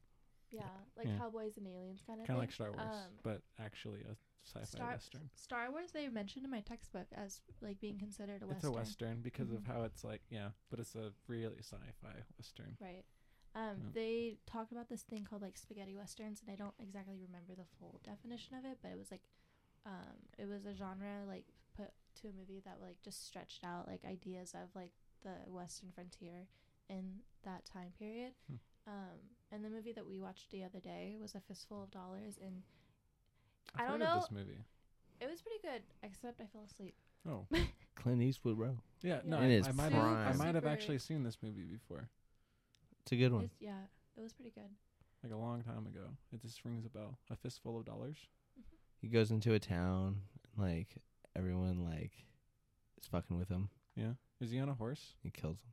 Speaker 3: yeah, like
Speaker 1: Yeah.
Speaker 3: cowboys and aliens kind of
Speaker 1: kind of like Star Wars,
Speaker 3: um,
Speaker 1: but actually a sci-fi
Speaker 3: Star
Speaker 1: Western.
Speaker 3: Star Wars they mentioned in my textbook as like being considered a Western.
Speaker 1: It's a Western because
Speaker 3: Mhm.
Speaker 1: of how it's like, yeah, but it's a really sci-fi Western.
Speaker 3: Right. Um,
Speaker 1: Yeah.
Speaker 3: They talked about this thing called like spaghetti westerns, and I don't exactly remember the full definition of it, but it was like, um, it was a genre like put to a movie that like just stretched out like ideas of like the western frontier in that time period.
Speaker 1: Hmm.
Speaker 3: Um, and the movie that we watched the other day was A Fistful of Dollars, and
Speaker 1: I've
Speaker 3: I don't
Speaker 1: heard
Speaker 3: know-
Speaker 1: of this movie.
Speaker 3: it was pretty good, except I fell asleep.
Speaker 1: Oh,
Speaker 2: Clint Eastwood, bro.
Speaker 1: yeah, no,
Speaker 3: Yeah.
Speaker 1: I,
Speaker 2: It is
Speaker 1: I might have, I
Speaker 2: prime.
Speaker 1: might have
Speaker 3: Super-
Speaker 1: actually seen this movie before,
Speaker 2: It's a good one.
Speaker 3: It's, yeah, it was pretty
Speaker 1: [LAUGHS]
Speaker 3: good.
Speaker 1: like a long time ago. It just rings a bell. A fistful of dollars.
Speaker 2: He goes into a town, like everyone like is fucking with him.
Speaker 1: Yeah, is he on a horse?
Speaker 2: He kills him.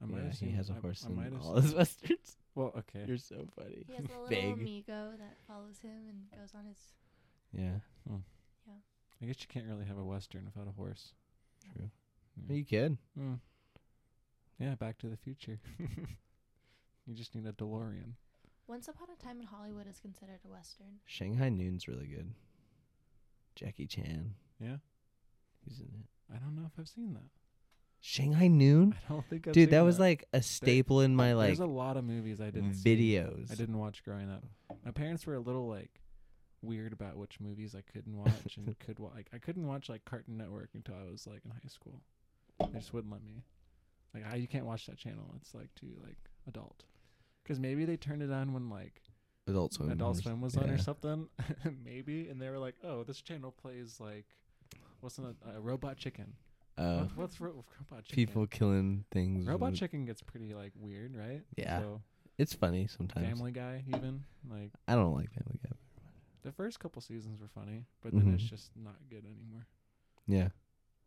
Speaker 1: I might
Speaker 2: yeah,
Speaker 1: have seen.
Speaker 2: he has a
Speaker 1: I-
Speaker 2: horse
Speaker 1: I,
Speaker 2: in
Speaker 1: might have
Speaker 2: all
Speaker 1: seen-
Speaker 2: his [LAUGHS] westerns.
Speaker 1: Well, okay.
Speaker 2: You're so funny.
Speaker 3: He
Speaker 2: [LAUGHS]
Speaker 3: has a little
Speaker 2: Big.
Speaker 3: amigo that follows him and goes on his
Speaker 2: Yeah,
Speaker 1: I guess you can't really have a western without a horse.
Speaker 2: true.
Speaker 1: Yeah.
Speaker 2: You could.
Speaker 1: Mm. Yeah, Back to the Future. [LAUGHS] you just need a DeLorean.
Speaker 3: Once Upon a Time in Hollywood is considered a western.
Speaker 2: Shanghai Noon's really good. Jackie Chan.
Speaker 1: Yeah?
Speaker 2: He's in it.
Speaker 1: I don't know if I've seen that.
Speaker 2: Shanghai Noon?
Speaker 1: I don't think I've seen
Speaker 2: Dude, that was like a staple in my like
Speaker 1: There's a lot of movies I didn't see.
Speaker 2: videos.
Speaker 1: I didn't watch growing up. My parents were a little like weird about which movies I couldn't watch and
Speaker 2: [LAUGHS]
Speaker 1: could watch. Like I couldn't watch like Cartoon Network until I was like in high school. They just wouldn't let me. Like I, you can't watch that channel. It's like too like adult. Because maybe they turned it on when like
Speaker 2: Adult Swim.
Speaker 1: Adult
Speaker 2: or
Speaker 1: Swim was
Speaker 2: something.
Speaker 1: on
Speaker 2: Yeah.
Speaker 1: or something, [LAUGHS] maybe, and they were like, "Oh, this channel plays like, what's in a, a robot chicken?
Speaker 2: Uh,
Speaker 1: What- what's ro- robot chicken?
Speaker 2: people killing things.
Speaker 1: Robot
Speaker 2: with-
Speaker 1: chicken gets pretty like weird, right?
Speaker 2: Yeah,
Speaker 1: So
Speaker 2: it's funny sometimes.
Speaker 1: Family Guy, even like
Speaker 2: I don't like Family Guy.
Speaker 1: the first couple seasons were funny, but then it's
Speaker 2: Mhm.
Speaker 1: just not good anymore.
Speaker 2: Yeah.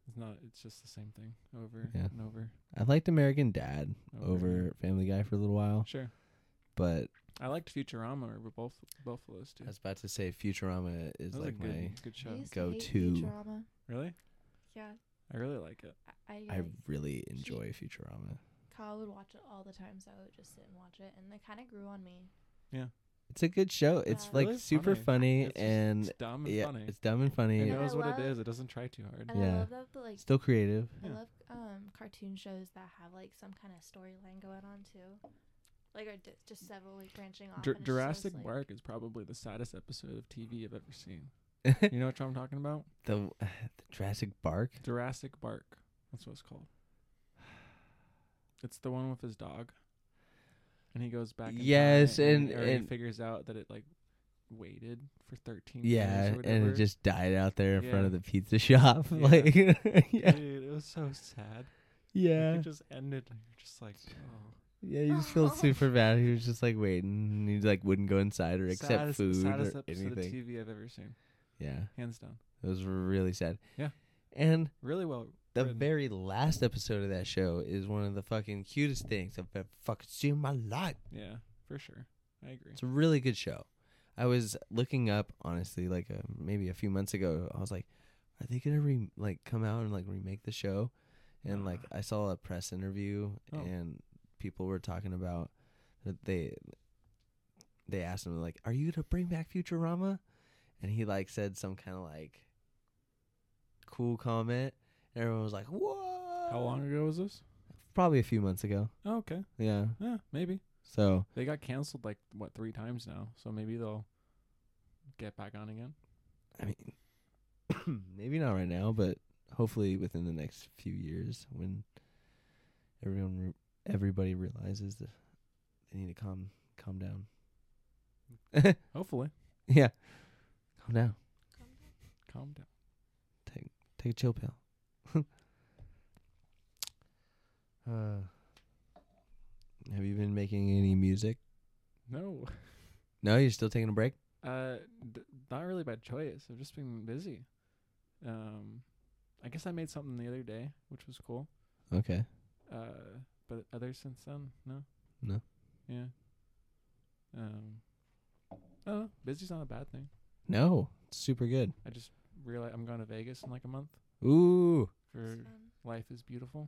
Speaker 1: It's not. It's just the same thing over
Speaker 2: Yeah.
Speaker 1: and over.
Speaker 2: I liked American Dad
Speaker 1: and
Speaker 2: over Family Guy for a little while,
Speaker 1: Sure.
Speaker 2: but
Speaker 1: I liked Futurama over both both of those two.
Speaker 2: I was about to say Futurama is
Speaker 1: That was
Speaker 2: like
Speaker 1: a good,
Speaker 2: my.
Speaker 1: good show.
Speaker 3: I used
Speaker 2: go
Speaker 3: to hate
Speaker 2: to-
Speaker 3: Futurama.
Speaker 1: Really,
Speaker 3: Yeah,
Speaker 1: I really like it.
Speaker 3: I, I,
Speaker 2: I
Speaker 3: like,
Speaker 2: really enjoy Futurama.
Speaker 3: Kyle would watch it all the time, so I would just sit and watch it, and it kind of grew on me.
Speaker 2: It's a good show. It's
Speaker 3: Wow.
Speaker 2: like
Speaker 1: Really
Speaker 2: super
Speaker 1: funny.
Speaker 2: funny,
Speaker 1: It's just-
Speaker 2: and
Speaker 1: It's dumb and
Speaker 2: yeah,
Speaker 1: funny.
Speaker 2: it's dumb and funny.
Speaker 1: It
Speaker 3: And I
Speaker 1: knows what
Speaker 3: love-
Speaker 1: it is. It doesn't try too hard.
Speaker 3: And
Speaker 2: Yeah.
Speaker 3: I love that, but like,
Speaker 2: Still creative.
Speaker 1: Yeah.
Speaker 3: I love um cartoon shows that have like some kind of storyline going on too, like or d- just several like branching off.
Speaker 1: Jur-
Speaker 3: and it's just,
Speaker 1: Jurassic
Speaker 3: like-
Speaker 1: Park is probably the saddest episode of TV I've ever
Speaker 2: [LAUGHS]
Speaker 1: seen. You know what I'm talking about?
Speaker 2: the, [SIGHS] the Jurassic Bark.
Speaker 1: Jurassic Bark. That's what it's called. It's the one with his dog, and he goes back. in time
Speaker 2: Yes, and-
Speaker 1: or he
Speaker 2: and-
Speaker 1: figures out that it like waited for 13
Speaker 2: Yeah,
Speaker 1: years. or
Speaker 2: and
Speaker 1: whatever.
Speaker 2: it just died out there in front
Speaker 1: Yeah.
Speaker 2: of the pizza [LAUGHS] shop.
Speaker 1: Yeah.
Speaker 2: Like, [LAUGHS] yeah,
Speaker 1: Dude, it was so sad. Like,
Speaker 2: yeah,
Speaker 1: it just ended. and You're just like, oh.
Speaker 2: yeah. You just feel super bad. He was just like waiting. and He like wouldn't go inside or accept
Speaker 1: oh. saddest,
Speaker 2: food
Speaker 1: saddest
Speaker 2: or
Speaker 1: episode
Speaker 2: anything.
Speaker 1: of TV I've ever seen,
Speaker 2: Yeah,
Speaker 1: hands down.
Speaker 2: it was really sad.
Speaker 1: Yeah.
Speaker 2: and
Speaker 1: Really well.
Speaker 2: the
Speaker 1: written.
Speaker 2: very last episode of that show is one of the fucking cutest things I've ever fucking seen in my life.
Speaker 1: yeah, for sure. I agree.
Speaker 2: It's a really good show. I was looking up honestly, like uh, maybe a few months ago. I was like, are they gonna re- like come out and like remake the show? And like I saw a press interview
Speaker 1: Uh-huh. Oh.
Speaker 2: and people were talking about that they they asked him like, are you gonna bring back Futurama? And he like said some kind of like cool comment. And everyone was like, whoa!
Speaker 1: How long ago was this?
Speaker 2: Probably a few months ago.
Speaker 1: Oh, okay.
Speaker 2: Yeah.
Speaker 1: Yeah, maybe.
Speaker 2: So
Speaker 1: They got canceled like what three times now, so maybe they'll get back on again.
Speaker 2: I mean, [CLEARS THROAT] maybe not right now, but hopefully within the next few years, when everyone re- everybody realizes that they need to calm calm down. [LAUGHS]
Speaker 1: Hopefully,
Speaker 2: yeah, calm down.
Speaker 1: calm down.
Speaker 2: Take take a chill pill. [LAUGHS] uh, have you been making any music?
Speaker 1: No,
Speaker 2: No, you're still taking a break.
Speaker 1: uh, d- not really by choice. I've just been busy. Um, I guess I made something the other day, which was cool.
Speaker 2: Okay.
Speaker 1: Uh, but other since then, no.
Speaker 2: No.
Speaker 1: Yeah. Um. Oh, busy's not a bad thing.
Speaker 2: No, it's super good.
Speaker 1: I just realized I'm going to Vegas in like a month
Speaker 2: Ooh.
Speaker 1: for
Speaker 3: It's fun.
Speaker 1: Life is Beautiful,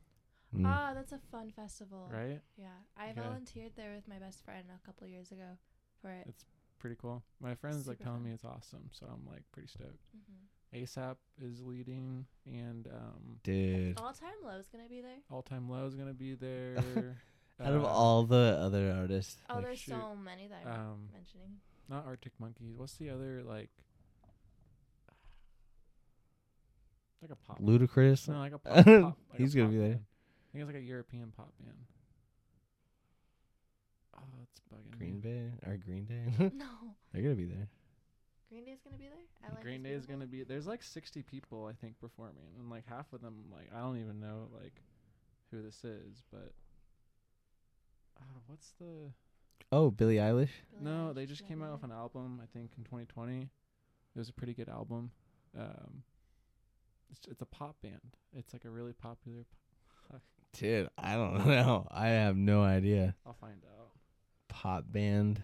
Speaker 2: Mm.
Speaker 3: Ah, that's a fun festival.
Speaker 1: Hmm. right?
Speaker 3: Yeah, I
Speaker 1: Yeah.
Speaker 3: volunteered there with my best friend a couple years ago for it.
Speaker 1: Pretty cool. My friend's like
Speaker 3: Super
Speaker 1: telling
Speaker 3: fun.
Speaker 1: me it's awesome, so I'm like pretty stoked.
Speaker 3: Mm-hmm.
Speaker 1: ASAP is leading, and um,
Speaker 2: Dude.
Speaker 3: All Time Low is gonna be there.
Speaker 1: All Time Low is gonna
Speaker 2: [LAUGHS]
Speaker 1: be there.
Speaker 2: Out of
Speaker 1: Uh,
Speaker 2: all the other artists,
Speaker 3: Oh,
Speaker 1: Like,
Speaker 3: there's
Speaker 1: shoot,
Speaker 3: so many that I'm
Speaker 1: um,
Speaker 3: not mentioning.
Speaker 1: not Arctic Monkeys. What's the other like? Like a pop.
Speaker 2: Ludacris.
Speaker 1: No, like a
Speaker 2: [LAUGHS]
Speaker 1: pop. pop like a
Speaker 2: He's gonna
Speaker 1: pop
Speaker 2: be there.
Speaker 1: band. I think it's like a European pop band. Oh, it's bugging
Speaker 2: Green
Speaker 1: me.
Speaker 2: Bay [LAUGHS] or Green Day.
Speaker 3: no,
Speaker 2: They're gonna be there.
Speaker 3: Green Day's gonna be there. I like
Speaker 1: Green Day is gonna be there's like sixty people I think performing and like half of them like I don't even know like who this is but uh, what's the
Speaker 2: Oh, Billie Eilish.
Speaker 1: no they just came out with an album I think in 2020 it was a pretty good album um it's, it's a pop band it's like a really popular p-
Speaker 2: Dude, I don't [LAUGHS] know. I have no idea.
Speaker 1: I'll find out
Speaker 2: Pop band.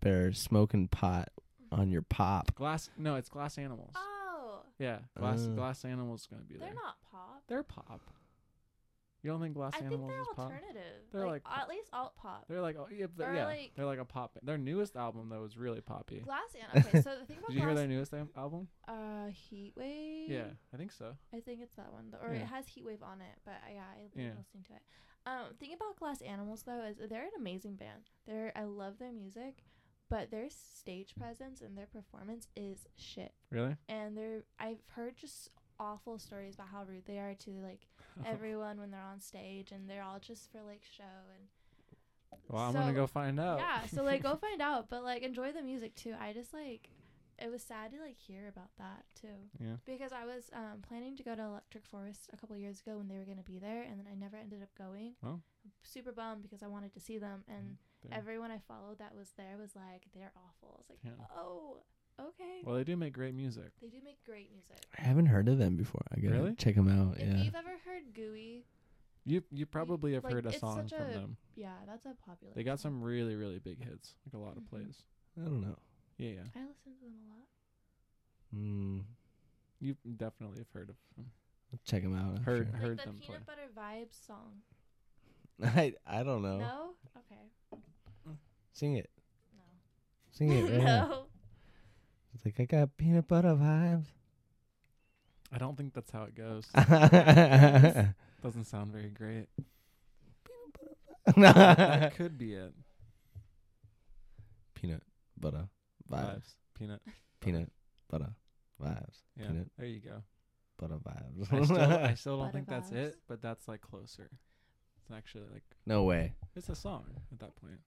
Speaker 2: They're smoking pot on your pop.
Speaker 1: glass no it's glass animals
Speaker 3: Oh,
Speaker 1: yeah glass
Speaker 2: Uh.
Speaker 1: glass animals is gonna be
Speaker 3: they're
Speaker 1: there
Speaker 3: not pop.
Speaker 1: they're pop you don't think glass
Speaker 3: I think
Speaker 1: animals
Speaker 3: they're
Speaker 1: is pop
Speaker 3: alternative.
Speaker 1: They're
Speaker 3: like,
Speaker 1: like pop.
Speaker 3: at least alt pop.
Speaker 1: They're like, oh, yeah, but
Speaker 3: Or
Speaker 1: yeah,
Speaker 3: like-
Speaker 1: they're like a pop. Band. Their newest album though is really poppy.
Speaker 3: Glass and okay, so the thing
Speaker 1: [LAUGHS]
Speaker 3: about
Speaker 1: Did you hear
Speaker 3: glass,
Speaker 1: their newest am- album?
Speaker 3: uh, heat wave.
Speaker 1: Yeah, I think so.
Speaker 3: I think it's that one, th- or
Speaker 1: Yeah.
Speaker 3: it has heat wave on it. But I- yeah, I've been
Speaker 1: Yeah.
Speaker 3: listening to it. Um, thing about Glass Animals though is they're an amazing band. They're I love their music, but their stage presence and their performance is shit.
Speaker 1: Really?
Speaker 3: And they're I've heard just awful stories about how rude they are to
Speaker 1: [LAUGHS]
Speaker 3: like
Speaker 1: Oh.
Speaker 3: everyone when they're on stage, and they're all just for like show and
Speaker 1: well, I'm gonna
Speaker 3: so-
Speaker 1: go find out.
Speaker 3: yeah. So like go find out, but like enjoy the music too. I just like it was sad to like hear about that too.
Speaker 1: Yeah.
Speaker 3: Because I was um, planning to go to Electric Forest a couple years ago when they were going to be there, and then I never ended up going.
Speaker 1: Oh.
Speaker 3: Super bummed because I wanted to see them, and
Speaker 1: There.
Speaker 3: everyone I followed that was there was like, they're awful. I was like,
Speaker 1: [LAUGHS] Yeah.
Speaker 3: oh, okay.
Speaker 1: Well, they do make great music.
Speaker 3: They do make great music.
Speaker 2: I haven't heard of them before. I gotta
Speaker 1: Really?
Speaker 2: check them out.
Speaker 3: If
Speaker 2: yeah.
Speaker 3: you've ever heard Gooey,
Speaker 1: You you probably have
Speaker 3: like,
Speaker 1: heard a
Speaker 3: it's
Speaker 1: song
Speaker 3: such
Speaker 1: from
Speaker 3: a-
Speaker 1: them.
Speaker 3: yeah, that's a popular.
Speaker 1: They got
Speaker 3: song.
Speaker 1: some really really big hits, like a lot of
Speaker 3: Mhm.
Speaker 1: plays.
Speaker 2: I don't know.
Speaker 1: Yeah, yeah.
Speaker 3: I listen to them a lot.
Speaker 2: Mm,
Speaker 1: You definitely have heard of them.
Speaker 2: I'll check them out. I'm
Speaker 1: Heard
Speaker 2: sure.
Speaker 1: I heard
Speaker 3: like the
Speaker 1: them play.
Speaker 3: peanut butter vibes song.
Speaker 2: [LAUGHS] I I don't know.
Speaker 3: No? Okay.
Speaker 2: Sing it.
Speaker 3: [LAUGHS] No.
Speaker 2: Sing it. Right now.
Speaker 3: no.
Speaker 2: It's like I got peanut butter vibes.
Speaker 1: I don't think that's how it [LAUGHS] goes.
Speaker 3: [LAUGHS]
Speaker 1: Doesn't sound very great. [LAUGHS] that could be it.
Speaker 2: peanut butter [LAUGHS] vibes.
Speaker 1: Vibes. Peanut.
Speaker 2: Peanut butter vibes.
Speaker 1: Yeah.
Speaker 2: Peanut
Speaker 1: There you go.
Speaker 2: butter
Speaker 1: [LAUGHS] I still, I
Speaker 2: vibes.
Speaker 1: still don't
Speaker 3: Butter
Speaker 1: think that's
Speaker 3: vibes.
Speaker 1: it, but that's like closer. It's actually like
Speaker 2: [LAUGHS] no way.
Speaker 1: it's a song at that point.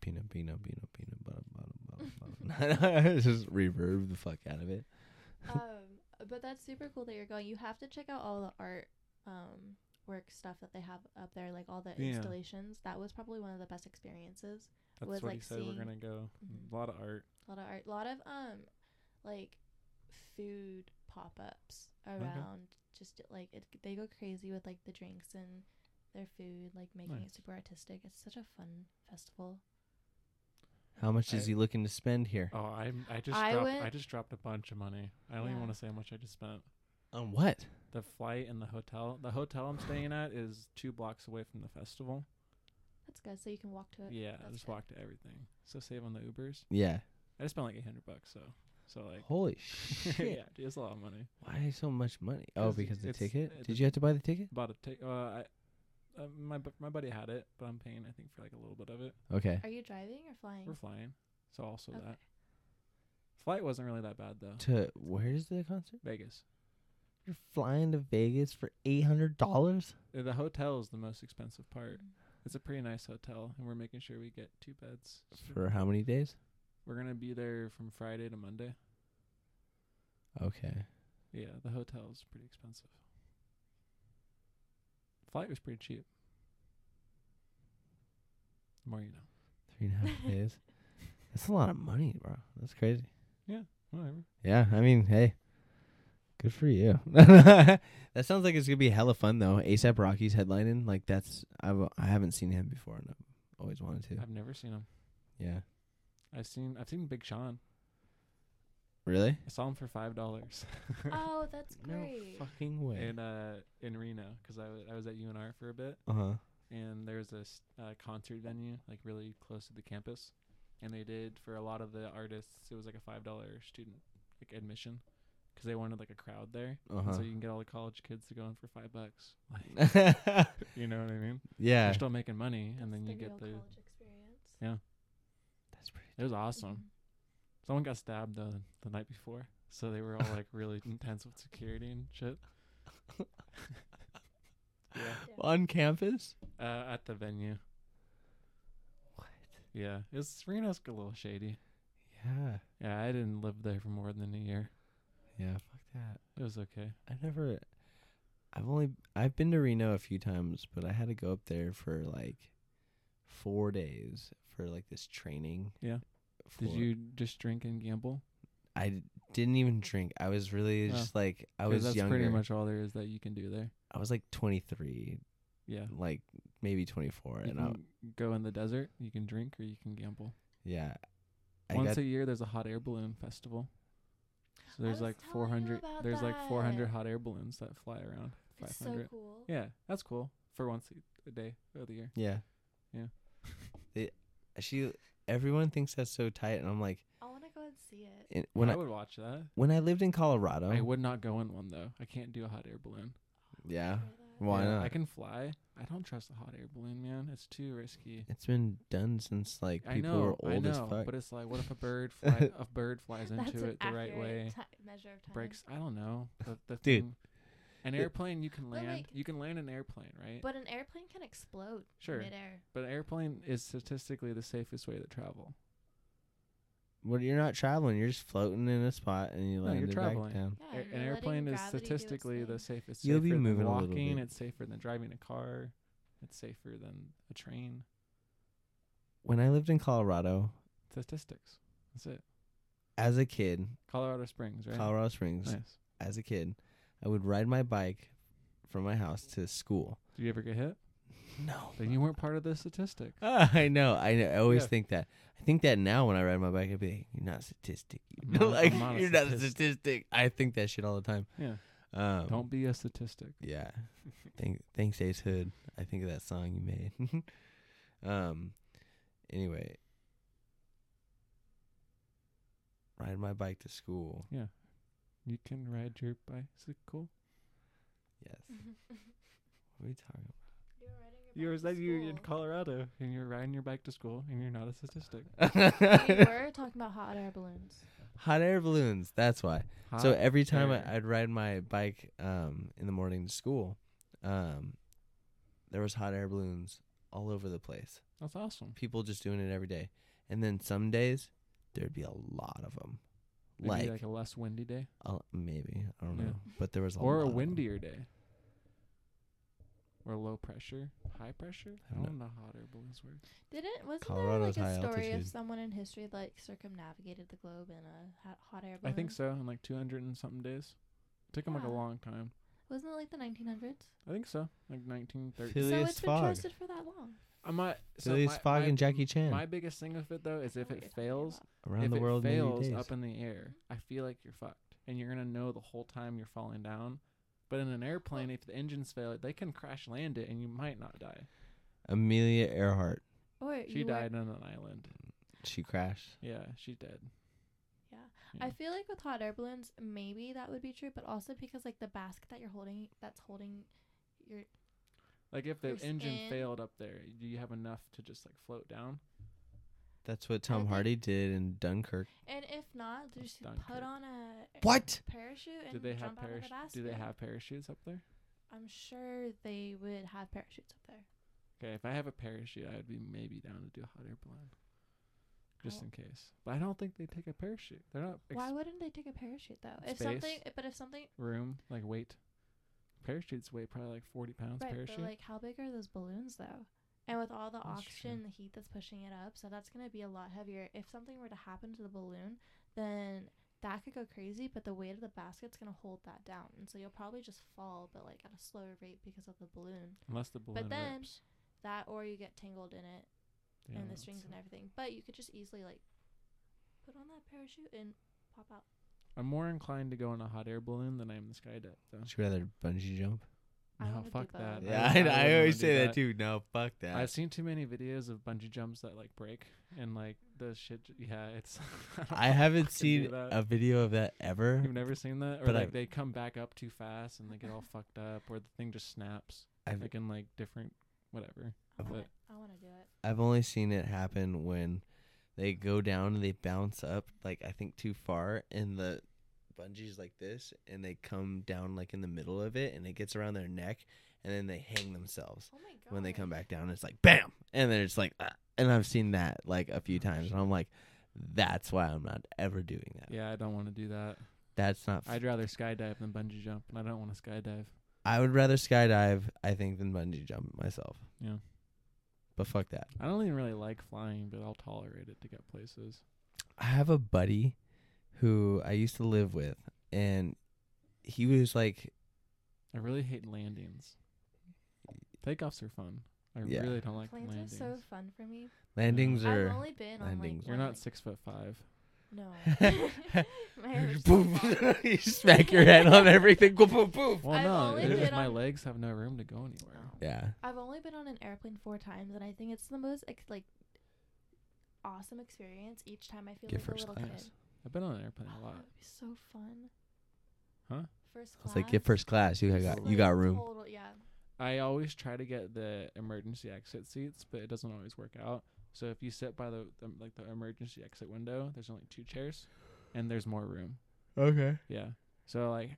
Speaker 2: Peanut peanut peanut peanut butter butter butter. [LAUGHS] butter. Just reverb the fuck out of it.
Speaker 3: um, but that's super cool that you're going. You have to check out all the art um, work stuff that they have up there, like all the
Speaker 1: Yeah.
Speaker 3: installations. That was probably one of the best experiences.
Speaker 1: That's
Speaker 3: Was,
Speaker 1: what he
Speaker 3: like,
Speaker 1: said.
Speaker 3: seeing-
Speaker 1: We're gonna go.
Speaker 3: Mhm.
Speaker 1: A lot of art.
Speaker 3: A lot of art, a lot of um, like food pop ups around. Just like it, they go crazy with like the drinks and their food, like making
Speaker 1: Nice.
Speaker 3: it super artistic. It's such a fun festival.
Speaker 2: How much is
Speaker 1: I-
Speaker 2: he looking to spend here?
Speaker 1: Oh, I I just
Speaker 3: I
Speaker 1: dropped,
Speaker 3: went-
Speaker 1: I just dropped a bunch of money. I don't even
Speaker 3: Yeah.
Speaker 1: want to say how much I just spent.
Speaker 2: On what?
Speaker 1: The flight and the hotel. The hotel I'm staying at is two blocks away from the festival.
Speaker 3: That's good. So you can walk to it.
Speaker 1: Yeah, I
Speaker 3: that's
Speaker 1: just
Speaker 3: good.
Speaker 1: walked to everything. So save on the Ubers.
Speaker 2: Yeah.
Speaker 1: I just spent like eight hundred bucks. So so like [LAUGHS]
Speaker 2: Holy
Speaker 1: yeah,
Speaker 2: shit.
Speaker 1: dude, it's a lot of money.
Speaker 2: Why so much money? Oh,
Speaker 1: 'Cause
Speaker 2: because the
Speaker 1: it's- uh,
Speaker 2: ticket?
Speaker 1: it-
Speaker 2: Did you have to buy the ticket?
Speaker 1: Bought a ticket. Uh, I uh, my bu- my buddy had it, but I'm paying I think for like a little bit of it.
Speaker 2: Okay.
Speaker 3: Are you driving or flying?
Speaker 1: We're flying, so also
Speaker 3: Okay.
Speaker 1: that flight wasn't really that bad though.
Speaker 2: To where's the concert?
Speaker 1: Vegas.
Speaker 2: You're flying to Vegas for eight hundred dollars?
Speaker 1: Uh, The hotel is the most expensive
Speaker 3: Mm.
Speaker 1: part. It's a pretty nice hotel, and we're making sure we get two beds.
Speaker 2: For how many days?
Speaker 1: We're gonna be there from Friday to Monday.
Speaker 2: Okay.
Speaker 1: Yeah, the hotel is pretty expensive. Flight was pretty cheap. The more you know.
Speaker 2: Three and
Speaker 1: [LAUGHS]
Speaker 2: a half days. That's a lot of money, bro. That's crazy.
Speaker 1: Whatever.
Speaker 2: Yeah, I mean, hey. Good for you. [LAUGHS] that sounds like it's gonna be hella fun though. ASAP Rocky's headlining, like that's I've I haven't seen him before and I've always wanted to.
Speaker 1: I've never seen him.
Speaker 2: Yeah.
Speaker 1: I've seen I've seen Big Sean.
Speaker 2: Really?
Speaker 1: I saw him for five dollars. [LAUGHS]
Speaker 3: Oh, that's great.
Speaker 2: No fucking way.
Speaker 1: in uh in Reno because I was I was at UNR for a bit
Speaker 2: Uh huh.
Speaker 1: and there was this uh, concert venue like really close to the campus and they did for a lot of the artists it was like a five dollar student like admission because they wanted like a crowd there
Speaker 2: Uh
Speaker 1: and so
Speaker 2: huh.
Speaker 1: you can get all the college kids to go in for five bucks like you know what I mean
Speaker 2: [LAUGHS] yeah.
Speaker 1: you're still making money and
Speaker 3: That's
Speaker 1: then you
Speaker 3: the
Speaker 1: get
Speaker 3: real
Speaker 1: the
Speaker 3: college experience.
Speaker 2: That's pretty
Speaker 1: it was awesome
Speaker 3: Mhm.
Speaker 1: someone got stabbed the the night before so they were all
Speaker 2: [LAUGHS]
Speaker 1: like really intense with security and shit yeah
Speaker 3: Mm-hmm.
Speaker 2: on campus?
Speaker 1: Uh, at the venue.
Speaker 2: What?
Speaker 1: Yeah, it's Reno's a little shady.
Speaker 2: Yeah.
Speaker 1: Yeah, I didn't live there for more than a year.
Speaker 2: Yeah, fuck that.
Speaker 1: It was okay.
Speaker 2: I never I've only I've been to Reno a few times, but I had to go up there for like four days for like this training.
Speaker 1: Yeah. Did
Speaker 2: for-
Speaker 1: you just drink and gamble?
Speaker 2: I d- didn't even drink. I was really
Speaker 1: Oh.
Speaker 2: just like I
Speaker 1: 'Cause
Speaker 2: was
Speaker 1: that's
Speaker 2: younger.
Speaker 1: pretty much all there is that you can do there.
Speaker 2: I was like 23,
Speaker 1: Yeah.
Speaker 2: like maybe 24
Speaker 1: You
Speaker 2: and I
Speaker 1: can go in the desert. You can drink or you can gamble.
Speaker 2: yeah. I
Speaker 1: Once
Speaker 2: got
Speaker 1: a year, there's a hot air balloon festival. So
Speaker 3: I
Speaker 1: there's
Speaker 3: was
Speaker 1: like
Speaker 3: telling you
Speaker 1: 400.
Speaker 3: about
Speaker 1: There's like 400
Speaker 3: that.
Speaker 1: hot air balloons that fly around.
Speaker 3: It's
Speaker 1: 500.
Speaker 3: so cool.
Speaker 1: Yeah, that's cool for once e, a- a day of the year.
Speaker 2: yeah.
Speaker 1: Yeah.
Speaker 2: They, she everyone thinks that's so tight and I'm like
Speaker 3: I want to go and see it.
Speaker 2: and when
Speaker 1: I,
Speaker 2: I, Oh.
Speaker 1: would watch that.
Speaker 2: when I lived in Colorado,
Speaker 1: I would not go in one though. I can't do a hot air balloon.
Speaker 2: yeah.
Speaker 3: Try that.
Speaker 2: Why
Speaker 1: Yeah,
Speaker 2: not?
Speaker 1: I can fly. I don't trust the hot air balloon, man. It's too risky.
Speaker 2: It's been done since like people
Speaker 1: I know,
Speaker 2: were old
Speaker 1: I know,
Speaker 2: as fuck.
Speaker 1: but it's like, what if a
Speaker 2: [LAUGHS]
Speaker 1: bird fly, a bird flies
Speaker 3: That's
Speaker 1: into
Speaker 3: an
Speaker 1: it the right
Speaker 3: accurate
Speaker 1: way,
Speaker 3: ti- measure of time.
Speaker 1: breaks? I don't know. The, the
Speaker 2: Dude.
Speaker 1: thing- an
Speaker 2: It-
Speaker 1: airplane you can
Speaker 3: But,
Speaker 1: land.
Speaker 3: like-
Speaker 1: you can land an airplane, right? But,
Speaker 3: But an airplane can explode
Speaker 1: Sure.
Speaker 3: midair.
Speaker 1: an airplane is statistically the safest way to travel.
Speaker 2: Well, you're not traveling. You're just floating in a spot and you
Speaker 1: No, you're
Speaker 2: land it
Speaker 1: traveling.
Speaker 2: back down.
Speaker 3: Yeah,
Speaker 1: A-
Speaker 3: and
Speaker 1: an
Speaker 3: you're
Speaker 1: airplane
Speaker 3: letting
Speaker 1: is
Speaker 3: gravity do its
Speaker 1: statistically the
Speaker 3: thing.
Speaker 1: safest.
Speaker 2: You'll be
Speaker 1: safer
Speaker 2: moving
Speaker 1: than
Speaker 2: a little
Speaker 1: walking.
Speaker 2: bit.
Speaker 1: It's safer than driving a car. It's safer than a train.
Speaker 2: When I lived in Colorado,
Speaker 1: Statistics. That's it.
Speaker 2: as a kid,
Speaker 1: Colorado Springs, right?
Speaker 2: Colorado Springs,
Speaker 1: Nice.
Speaker 2: as a kid, I would ride my bike from my house to school.
Speaker 1: Did you ever get hit?
Speaker 2: No.
Speaker 1: Then you weren't part of the statistic.
Speaker 2: [LAUGHS] Ah, [LAUGHS] I know. I know. I always
Speaker 1: Yeah.
Speaker 2: think that. I think that now when I ride my bike, I'd be like, "You're not a statistic. [LAUGHS]
Speaker 1: I'm
Speaker 2: You're
Speaker 1: not-
Speaker 2: like
Speaker 1: I'm not a
Speaker 2: you're not a
Speaker 1: statistic."
Speaker 2: statistic." I think that shit all the time.
Speaker 1: Yeah.
Speaker 2: Um,
Speaker 1: Don't be a statistic.
Speaker 2: Yeah. Thank, thanks, Ace Hood. I think of that song you made. [LAUGHS] um. Anyway. Ride my bike to school.
Speaker 1: You can ride your bicycle.
Speaker 2: Yes.
Speaker 3: you
Speaker 2: What are we talking
Speaker 3: were riding your
Speaker 1: You were
Speaker 3: bike to
Speaker 1: saying you were in
Speaker 3: school.
Speaker 1: Colorado and you're riding your bike to school and you're not a
Speaker 2: [LAUGHS]
Speaker 1: statistic.
Speaker 3: [LAUGHS] we
Speaker 1: [LAUGHS]
Speaker 2: about?
Speaker 3: were talking about hot air balloons.
Speaker 2: Hot air balloons. That's why. So
Speaker 1: Hot
Speaker 2: every time
Speaker 1: air.
Speaker 2: I, I'd ride my bike um, in the morning to school, um, there was hot air balloons all over the place.
Speaker 1: that's awesome.
Speaker 2: People just doing it every day. And then some days there'd be a lot of them,
Speaker 1: It'd
Speaker 2: like,
Speaker 1: be like a less windy day
Speaker 2: a- maybe I don't
Speaker 1: Yeah.
Speaker 2: know, but there was a
Speaker 1: or
Speaker 2: lot
Speaker 1: a
Speaker 2: of 'em.
Speaker 1: windier day or low pressure, high pressure.
Speaker 2: I
Speaker 1: I
Speaker 2: don't
Speaker 1: don't, know how hot air balloons work.
Speaker 3: Didn't wasn't
Speaker 2: Colorado's
Speaker 3: there
Speaker 2: high
Speaker 3: like a story of
Speaker 2: altitude.
Speaker 3: someone in history that, like circumnavigated the globe in a hot, hot air
Speaker 1: I
Speaker 3: balloon?
Speaker 1: think so. In like 200 and something days. Took them like
Speaker 3: Yeah.
Speaker 1: a long time.
Speaker 3: Wasn't it like the 1900s?
Speaker 1: I think so. Like 1930.
Speaker 2: Phil-
Speaker 3: so
Speaker 2: Phileas
Speaker 3: it's
Speaker 2: Fogg.
Speaker 3: been trusted for that long.
Speaker 1: I'm not. So
Speaker 2: Phileas
Speaker 1: my,
Speaker 2: Fogg
Speaker 1: my-
Speaker 2: and Jackie Chan
Speaker 1: My biggest thing with it though is
Speaker 3: I
Speaker 1: Oh, if
Speaker 3: know what
Speaker 1: it
Speaker 3: you're talking
Speaker 1: fails,
Speaker 3: about.
Speaker 2: around
Speaker 1: if
Speaker 2: the world.
Speaker 1: it
Speaker 2: in 80
Speaker 1: fails
Speaker 2: days.
Speaker 1: up in the air, I feel like you're fucked, and you're gonna know the whole time you're falling down. But in an airplane, if the engines fail, they can crash land it, and you might not die.
Speaker 2: Amelia Earhart.
Speaker 3: Or
Speaker 1: She
Speaker 3: you were-
Speaker 1: died on an island.
Speaker 2: She crashed.
Speaker 1: Yeah, she's dead.
Speaker 3: Yeah.
Speaker 1: Yeah.
Speaker 3: I feel like with hot air balloons, maybe that would be true, but also because like the basket that you're holding, that's holding your
Speaker 1: Like if the
Speaker 3: Your
Speaker 1: engine
Speaker 3: skin.
Speaker 1: failed up there, do you have enough to just like float down?
Speaker 2: That's what
Speaker 3: I
Speaker 2: Tom
Speaker 3: think-
Speaker 2: Hardy did in Dunkirk.
Speaker 3: and if not,
Speaker 1: That's
Speaker 3: just
Speaker 1: Dunkirk.
Speaker 3: put on a
Speaker 2: What?
Speaker 3: parachute and
Speaker 1: Do they have
Speaker 3: jump out of the
Speaker 1: parachutes?
Speaker 3: basket.
Speaker 1: Do they have parachutes up there?
Speaker 3: I'm sure they would have parachutes up there.
Speaker 1: Okay, if I have a parachute, I would be maybe down to do a hot air balloon, just
Speaker 3: Well-
Speaker 1: in case. But I don't think they take a parachute. They're not ex-
Speaker 3: Oh. Why wouldn't they take a parachute though? If
Speaker 1: Space.
Speaker 3: something, but if something,
Speaker 1: room like weight. Parachutes weigh probably like forty pounds.
Speaker 3: right?
Speaker 1: parachute.
Speaker 3: But like, how big are those balloons though? And with all the
Speaker 1: true.
Speaker 3: oxygen, and the heat that's pushing it up, so that's gonna be a lot heavier. If something were to happen to the balloon, then that could go crazy. But the weight of the basket's gonna hold that down, and so you'll probably just fall, but like at a slower rate because of the balloon.
Speaker 1: Unless the balloon
Speaker 3: but then
Speaker 1: rips.
Speaker 3: that, or you get tangled in it
Speaker 1: Yeah,
Speaker 3: and the
Speaker 1: that's-
Speaker 3: strings and everything. But you could just easily like put on that parachute and pop out.
Speaker 1: I'm more inclined to go in a hot air balloon than I am the skydive, though.
Speaker 2: Would you rather bungee jump?
Speaker 3: I
Speaker 1: No,
Speaker 3: wanna do
Speaker 1: fuck
Speaker 3: both.
Speaker 1: that.
Speaker 2: Yeah, I,
Speaker 1: I wouldn't
Speaker 2: I,
Speaker 1: wanna
Speaker 2: always
Speaker 1: do
Speaker 2: say that.
Speaker 1: that.
Speaker 2: too. No, fuck that.
Speaker 1: I've seen too many videos of bungee jumps that like break and like the shit. j- Yeah, it's. [LAUGHS] don't
Speaker 2: I
Speaker 1: know. [LAUGHS]
Speaker 2: haven't
Speaker 1: fucking do
Speaker 2: seen
Speaker 1: that.
Speaker 2: a video of that ever.
Speaker 1: You've never seen that, or
Speaker 2: but
Speaker 1: like
Speaker 2: I've-
Speaker 1: they come back up too fast and they get all fucked up, or the thing just snaps.
Speaker 2: I've-
Speaker 1: like in like different whatever.
Speaker 3: I
Speaker 1: But-
Speaker 3: want I want to do it.
Speaker 2: I've only seen it happen when they go down and they bounce up, like I think too far, and the bungees like this, and they come down like in the middle of it, and it gets around their neck, and then they hang themselves
Speaker 3: Oh my god.
Speaker 2: when they come back down. It's like bam, and then it's like, ah. and I've seen that like a
Speaker 1: Oh,
Speaker 2: few times, and I'm like, that's why I'm not ever doing that.
Speaker 1: Yeah, I don't want to do that.
Speaker 2: That's not. F-
Speaker 1: I'd rather skydive than bungee jump, and I don't want to skydive.
Speaker 2: I would rather skydive, I think, than bungee jump myself.
Speaker 1: Yeah.
Speaker 2: But fuck that.
Speaker 1: I don't even really like flying, but I'll tolerate it to get places.
Speaker 2: I have a buddy who I used to live with, and he was like,
Speaker 1: I really hate landings. Takeoffs are fun. I
Speaker 2: Yeah.
Speaker 1: really don't like
Speaker 3: Planes
Speaker 1: landings.
Speaker 3: are so fun for me.
Speaker 2: landings
Speaker 3: I've
Speaker 2: are.
Speaker 3: Mm. only been
Speaker 2: landings.
Speaker 1: You're
Speaker 3: on like
Speaker 1: not six foot five. [LAUGHS]
Speaker 3: one- No. [LAUGHS] My
Speaker 2: [LAUGHS]
Speaker 3: hair was so
Speaker 2: Boom.
Speaker 3: long.
Speaker 2: you smack your head on everything. Go poof poof.
Speaker 1: Well,
Speaker 3: I've
Speaker 1: no,
Speaker 3: only
Speaker 1: it's just
Speaker 3: been
Speaker 1: my
Speaker 3: on- Oh.
Speaker 1: legs have no room to go anywhere.
Speaker 3: No.
Speaker 2: Yeah.
Speaker 3: I've only been on an airplane four times, and I think it's the most ex- like awesome experience. Each time I feel
Speaker 2: Get
Speaker 3: like a
Speaker 2: first
Speaker 3: little
Speaker 2: class.
Speaker 3: kid.
Speaker 1: I've been on an airplane a
Speaker 3: Oh,
Speaker 1: lot.
Speaker 3: that'd be so fun.
Speaker 1: Huh?
Speaker 3: First
Speaker 2: I was
Speaker 3: class.
Speaker 2: like, get first class. You
Speaker 3: It's
Speaker 2: got
Speaker 3: like
Speaker 2: you got room.
Speaker 3: total- yeah.
Speaker 1: I always try to get the emergency exit seats, but it doesn't always work out. So if you sit by the, the like the emergency exit window, there's only two chairs, and there's more room.
Speaker 2: Okay.
Speaker 1: Yeah. So like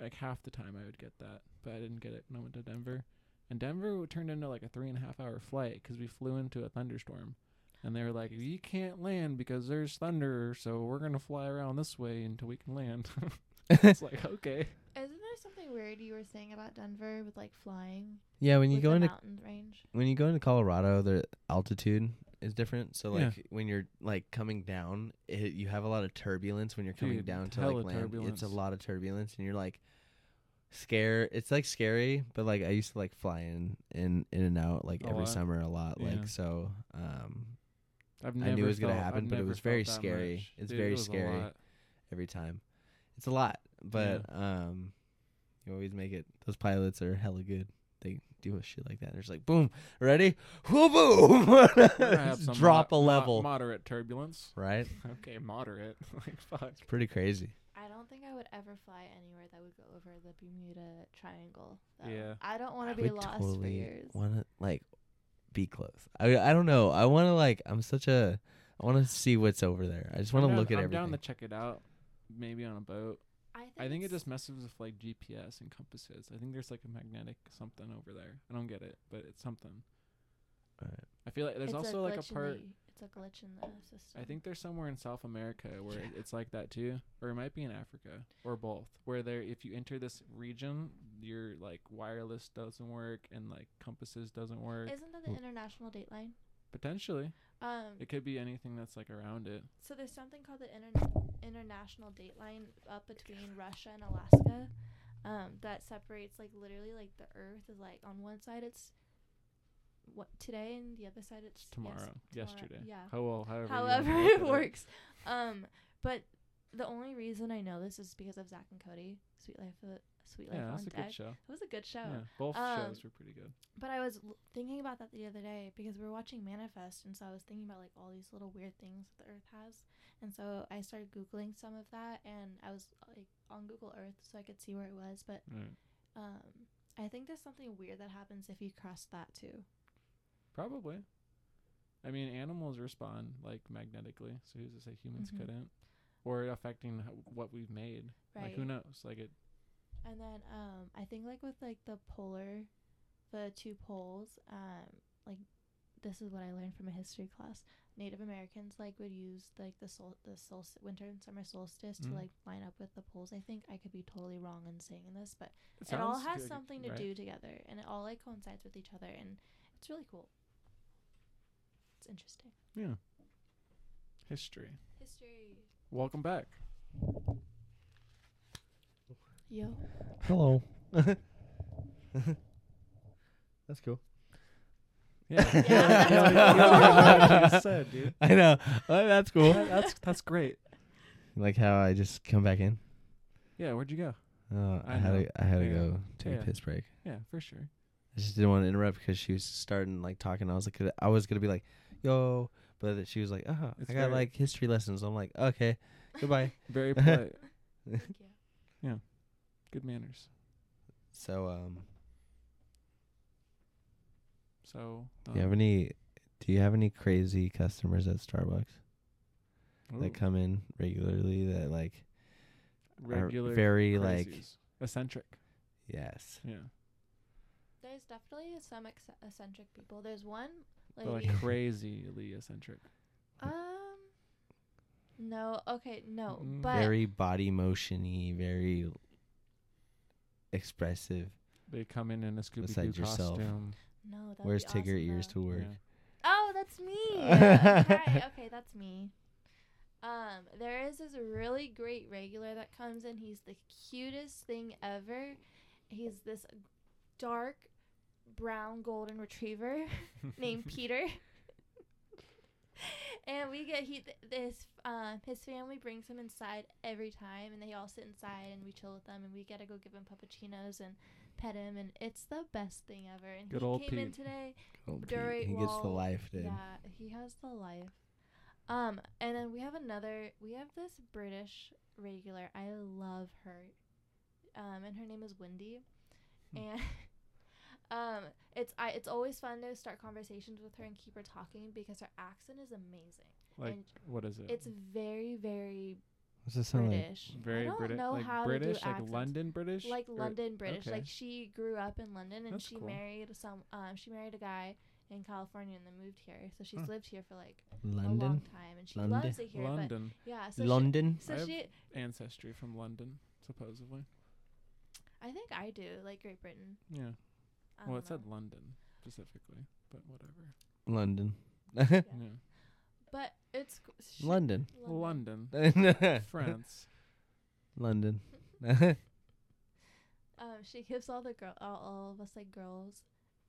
Speaker 1: like half the time I would get that, but I didn't get it when I went to Denver. And Denver w- turned into like a three and a half hour flight because we flew into a thunderstorm, and they were like, "You can't land because there's thunder, so we're gonna fly around this way until we can land." [LAUGHS]
Speaker 2: [LAUGHS]
Speaker 1: it's like okay,
Speaker 3: Isn't there something weird you were saying about Denver with like flying
Speaker 2: [LAUGHS] Yeah, when you
Speaker 3: with
Speaker 2: go
Speaker 3: the
Speaker 2: into
Speaker 3: mountain range?
Speaker 2: when you go into Colorado, the altitude is different. So
Speaker 1: Yeah.
Speaker 2: like when you're like coming down, it, you have a lot of turbulence when you're coming
Speaker 1: Dude,
Speaker 2: down to
Speaker 1: hella
Speaker 2: like land. It's
Speaker 1: turbulence.
Speaker 2: a lot of turbulence, and you're like scare. It's like scary, but like I used to like fly in in in and out like
Speaker 1: A
Speaker 2: every
Speaker 1: lot.
Speaker 2: summer a lot.
Speaker 1: Yeah.
Speaker 2: Like so, um,
Speaker 1: I've
Speaker 2: knew
Speaker 1: never
Speaker 2: it was gonna
Speaker 1: felt- I've
Speaker 2: happen, but it
Speaker 1: never
Speaker 2: was very
Speaker 1: felt that
Speaker 2: scary.
Speaker 1: much.
Speaker 2: It's
Speaker 1: Dude,
Speaker 2: very
Speaker 1: it was a
Speaker 2: scary. [LAUGHS]
Speaker 1: lot.
Speaker 2: every time, it's a lot, but um, you always make it. Those pilots are hella good. They do a shit like that. They're just like boom, ready, whoo boom, [LAUGHS]
Speaker 1: We're gonna have some
Speaker 2: drop a
Speaker 1: mo- mo-
Speaker 2: level,
Speaker 1: moderate turbulence. [LAUGHS]
Speaker 2: right?
Speaker 1: Okay, moderate. [LAUGHS] like fuck.
Speaker 2: It's pretty crazy.
Speaker 3: I don't think I would ever fly anywhere that would go over the Bermuda Triangle. Though.
Speaker 1: Yeah.
Speaker 3: I don't want
Speaker 1: I
Speaker 3: to be
Speaker 1: We
Speaker 3: lost for years.
Speaker 2: want to like be close. I I don't know. I want to like. I'm such a. I want to see what's over there. I just want
Speaker 1: I'm
Speaker 2: to
Speaker 1: down-
Speaker 2: look at
Speaker 1: I'm
Speaker 2: everything.
Speaker 1: down to check it out. Maybe on a boat.
Speaker 3: I think,
Speaker 1: I think it
Speaker 3: it's-
Speaker 1: just messes with like GPS and compasses. I think there's like a magnetic something over there. I don't get it, but it's something.
Speaker 2: Alright.
Speaker 1: I feel like there's
Speaker 3: it's
Speaker 1: also like a
Speaker 3: glitch in
Speaker 1: part.
Speaker 3: the- it's a glitch in the system.
Speaker 1: I think there's somewhere in South America where
Speaker 2: Yeah.
Speaker 1: it's like that too, or it might be in Africa or both, where there if you enter this region, your like wireless doesn't work and like compasses doesn't work.
Speaker 3: Isn't that the
Speaker 2: Well-
Speaker 3: international dateline?
Speaker 1: Potentially,
Speaker 3: Um,
Speaker 1: it could be anything that's like around it.
Speaker 3: so there's something called the interna- international dateline up between Russia and Alaska, um, that separates like literally like the Earth is like on one side it's what today and the other side it's yes-
Speaker 1: Tomorrow, yesterday,
Speaker 3: Yeah.
Speaker 1: How well, however, you wanna
Speaker 3: however
Speaker 1: look at
Speaker 3: it works. Um, but the only reason I know this is because of Zach and Cody, Sweet Life, uh, Sweet Life
Speaker 1: Yeah,
Speaker 3: on
Speaker 1: that's a
Speaker 3: Deck.
Speaker 1: good show.
Speaker 3: It was a good show.
Speaker 1: Yeah, both
Speaker 3: Um,
Speaker 1: shows were pretty good.
Speaker 3: But I was l- thinking about that the other day because we were watching Manifest, and so I was thinking about like all these little weird things that the Earth has, and so I started googling some of that, and I was like on Google Earth so I could see where it was. But
Speaker 1: Right.
Speaker 3: um, I think there's something weird that happens if you cross that too.
Speaker 1: Probably. I mean, animals respond like magnetically, so who's to say humans
Speaker 3: Mhm.
Speaker 1: couldn't? Or affecting h- what we've made.
Speaker 3: Right.
Speaker 1: Like who knows? Like it.
Speaker 3: And then um, I think like with like the polar, the two poles, um, like this is what I learned from a history class. Native Americans like would use like the sol the sol winter and summer solstice to
Speaker 1: Mm.
Speaker 3: like line up with the poles. I think I could be totally wrong in saying this, but
Speaker 1: It,
Speaker 3: it all
Speaker 1: sounds
Speaker 3: has
Speaker 1: good,
Speaker 3: something to
Speaker 1: right?
Speaker 3: do together, and it all like coincides with each other, and it's really cool. It's interesting.
Speaker 1: Yeah. History.
Speaker 3: History.
Speaker 1: Welcome
Speaker 3: [LAUGHS]
Speaker 1: back.
Speaker 3: Yo.
Speaker 2: Hello. [LAUGHS] That's cool.
Speaker 1: [LAUGHS] Yeah.
Speaker 3: Yeah, that's
Speaker 2: [LAUGHS]
Speaker 1: Yeah,
Speaker 3: cool.
Speaker 1: yeah, yeah, you just said, dude.
Speaker 2: I know. [LAUGHS] Oh, that's cool.
Speaker 1: That- that's that's great.
Speaker 2: [LAUGHS] like how I just come back in.
Speaker 1: Yeah. Where'd you go?
Speaker 2: Oh, I,
Speaker 1: I
Speaker 2: had
Speaker 1: know.
Speaker 2: to, I had to
Speaker 1: Yeah.
Speaker 2: go take
Speaker 1: Yeah.
Speaker 2: a piss break.
Speaker 1: Yeah, for sure.
Speaker 2: I just didn't want to interrupt because she was starting like talking. I was like, I was gonna be like, "Yo," but then she was like, "Uh,
Speaker 1: It's
Speaker 2: I got
Speaker 1: very-
Speaker 2: like history lessons." I'm like, "Okay,
Speaker 1: [LAUGHS]
Speaker 2: goodbye." [LAUGHS]
Speaker 1: Very polite.
Speaker 3: Thank you.
Speaker 1: good manners.
Speaker 2: so, um,
Speaker 1: So. um,
Speaker 2: do you have any? Do you have any crazy customers at Starbucks
Speaker 1: um,
Speaker 2: that
Speaker 1: ooh,
Speaker 2: come in regularly that like
Speaker 1: regular
Speaker 2: uh, are very like
Speaker 1: crazies. eccentric.
Speaker 2: yes,
Speaker 1: Yeah.
Speaker 3: There's definitely some ex- eccentric people. There's one
Speaker 1: But
Speaker 2: [LAUGHS]
Speaker 3: lady.
Speaker 1: like crazily eccentric.
Speaker 3: Um. No. Okay. No.
Speaker 1: Mm.
Speaker 3: But
Speaker 2: very body motiony, very expressive.
Speaker 1: They come in in a Scooby
Speaker 2: Besides
Speaker 1: Doo
Speaker 2: yourself.
Speaker 1: costume.
Speaker 3: no. That'd
Speaker 2: Wears
Speaker 3: be
Speaker 2: Tigger
Speaker 3: awesome,
Speaker 2: ears
Speaker 3: though.
Speaker 2: to work.
Speaker 1: Yeah.
Speaker 3: Oh,
Speaker 1: [LAUGHS]
Speaker 3: that's me. okay. Okay, that's me. Um, there is this really great regular that comes in. He's the cutest thing ever. He's this dark brown golden retriever [LAUGHS]
Speaker 1: [LAUGHS]
Speaker 3: named Peter. and we get he th- this um his family brings him inside every time, and they all sit inside and we chill with them, and we gotta go give him puppuccinos and pet him, and it's the best thing ever. And
Speaker 1: Good
Speaker 3: he
Speaker 1: old
Speaker 3: came in
Speaker 1: Pete.
Speaker 3: today.
Speaker 2: Oh, Pete,
Speaker 3: Dury
Speaker 2: he gets the
Speaker 3: Wall-
Speaker 2: life, dude.
Speaker 3: Yeah, he has the life. Um, and then we have another. We have this British regular. I love her. Um, and her name is Wendy,
Speaker 1: Hmm.
Speaker 3: and [LAUGHS] um, it's I. It's always fun to start conversations with her and keep her talking because her accent is amazing.
Speaker 1: Like
Speaker 3: and
Speaker 1: what is it?
Speaker 3: it's very, very
Speaker 2: What's this sound like?
Speaker 3: British.
Speaker 1: very
Speaker 3: I don't
Speaker 1: British,
Speaker 3: know
Speaker 1: like
Speaker 3: how
Speaker 1: British,
Speaker 3: to do
Speaker 1: like
Speaker 3: accents
Speaker 1: London British,
Speaker 3: like
Speaker 1: Or-
Speaker 3: London British.
Speaker 1: okay.
Speaker 3: Like she grew up in London and
Speaker 1: That's
Speaker 3: she
Speaker 1: cool.
Speaker 3: married some. Um, she married a guy in California and then moved here. So she's
Speaker 1: Huh.
Speaker 3: lived here for like a long
Speaker 2: London,
Speaker 3: time and she
Speaker 2: London.
Speaker 3: loves it here.
Speaker 1: London
Speaker 3: But yeah, so
Speaker 2: London.
Speaker 3: She, so
Speaker 1: I have-
Speaker 3: she,
Speaker 1: ancestry from London, supposedly.
Speaker 3: I think I do like Great Britain.
Speaker 1: Yeah.
Speaker 3: I
Speaker 1: Well,
Speaker 3: don't
Speaker 1: it said
Speaker 3: know.
Speaker 1: London specifically, but whatever.
Speaker 2: London.
Speaker 1: Yeah.
Speaker 3: But it's g- shit,
Speaker 2: London.
Speaker 1: London,
Speaker 2: [LAUGHS]
Speaker 1: France.
Speaker 2: London.
Speaker 3: Um, she gives all the girl, all, all of us like girls,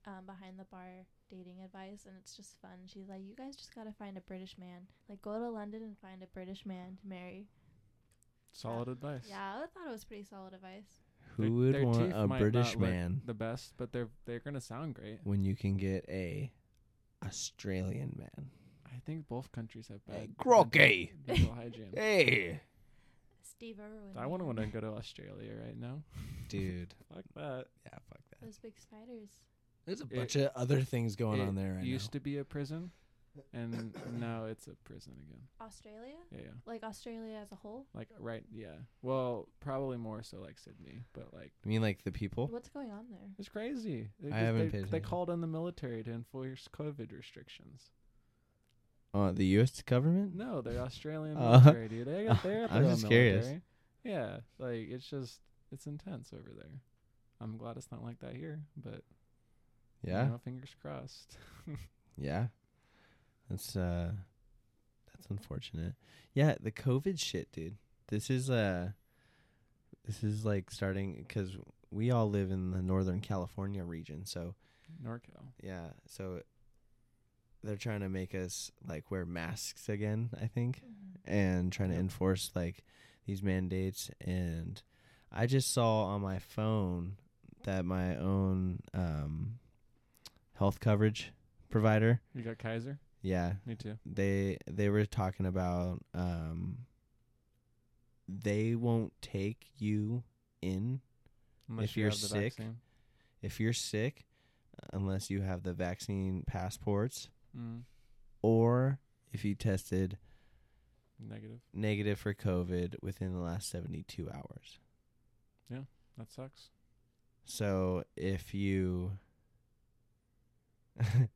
Speaker 3: um, behind the bar dating advice, and it's just fun. She's like, you guys just gotta find a British man. Like, go to London and find a British man to marry.
Speaker 1: Solid advice.
Speaker 3: Yeah, I thought it was pretty solid advice.
Speaker 1: Their-
Speaker 2: Who would
Speaker 1: their
Speaker 2: want
Speaker 1: teeth
Speaker 2: a
Speaker 1: might
Speaker 2: British
Speaker 1: not look
Speaker 2: man
Speaker 1: The best, but they're they're gonna sound great.
Speaker 2: when you can get a Australian man?
Speaker 1: I think both countries have
Speaker 2: Hey,
Speaker 1: bad dental-
Speaker 2: crocky.
Speaker 3: [LAUGHS]
Speaker 1: dental hygiene.
Speaker 2: Hey,
Speaker 3: Steve Irwin.
Speaker 1: I wouldn't want to go to Australia right now.
Speaker 2: dude.
Speaker 1: Fuck that.
Speaker 2: Yeah, fuck that.
Speaker 3: those big spiders.
Speaker 2: There's a
Speaker 1: It-
Speaker 2: bunch of other things going
Speaker 1: it
Speaker 2: on there right
Speaker 1: used
Speaker 2: now.
Speaker 1: to be a prison, and [COUGHS] now it's a prison again.
Speaker 3: Australia,
Speaker 1: Yeah, yeah.
Speaker 3: like Australia as a whole.
Speaker 1: Like right, yeah. Well, probably more so like Sydney, but like
Speaker 2: I mean, like the people.
Speaker 3: What's going on there?
Speaker 1: it's crazy. They
Speaker 2: I
Speaker 1: just-
Speaker 2: haven't
Speaker 1: they,
Speaker 2: paid
Speaker 1: they
Speaker 2: attention.
Speaker 1: called on the military to enforce COVID restrictions.
Speaker 2: Uh, the U.S. government.
Speaker 1: No, they're Australian
Speaker 2: Uh,
Speaker 1: military, dude. They got they're
Speaker 2: [LAUGHS] I'm
Speaker 1: their own
Speaker 2: just curious.
Speaker 1: military. Yeah, like it's just it's intense over there. I'm glad it's not like that here, but you
Speaker 2: Yeah,
Speaker 1: know, fingers crossed. [LAUGHS]
Speaker 2: yeah. That's uh, that's unfortunate. Yeah, the COVID shit, dude. This is uh, this is like starting because we all live in the Northern California region, so
Speaker 1: NorCal.
Speaker 2: Yeah, so they're trying to make us like wear masks again, I think,
Speaker 3: Mm-hmm.
Speaker 2: and trying to
Speaker 1: Yep.
Speaker 2: enforce like these mandates and I just saw on my phone that my own um health coverage provider,
Speaker 1: You got Kaiser?
Speaker 2: yeah,
Speaker 1: Me too.
Speaker 2: they they were talking about um they won't take you in If you're
Speaker 1: have the
Speaker 2: sick,
Speaker 1: vaccine.
Speaker 2: if you're sick unless you have the vaccine passports
Speaker 1: Mm,
Speaker 2: or if you tested
Speaker 1: negative.
Speaker 2: negative for COVID within the last 72 hours.
Speaker 1: That sucks.
Speaker 2: So if you.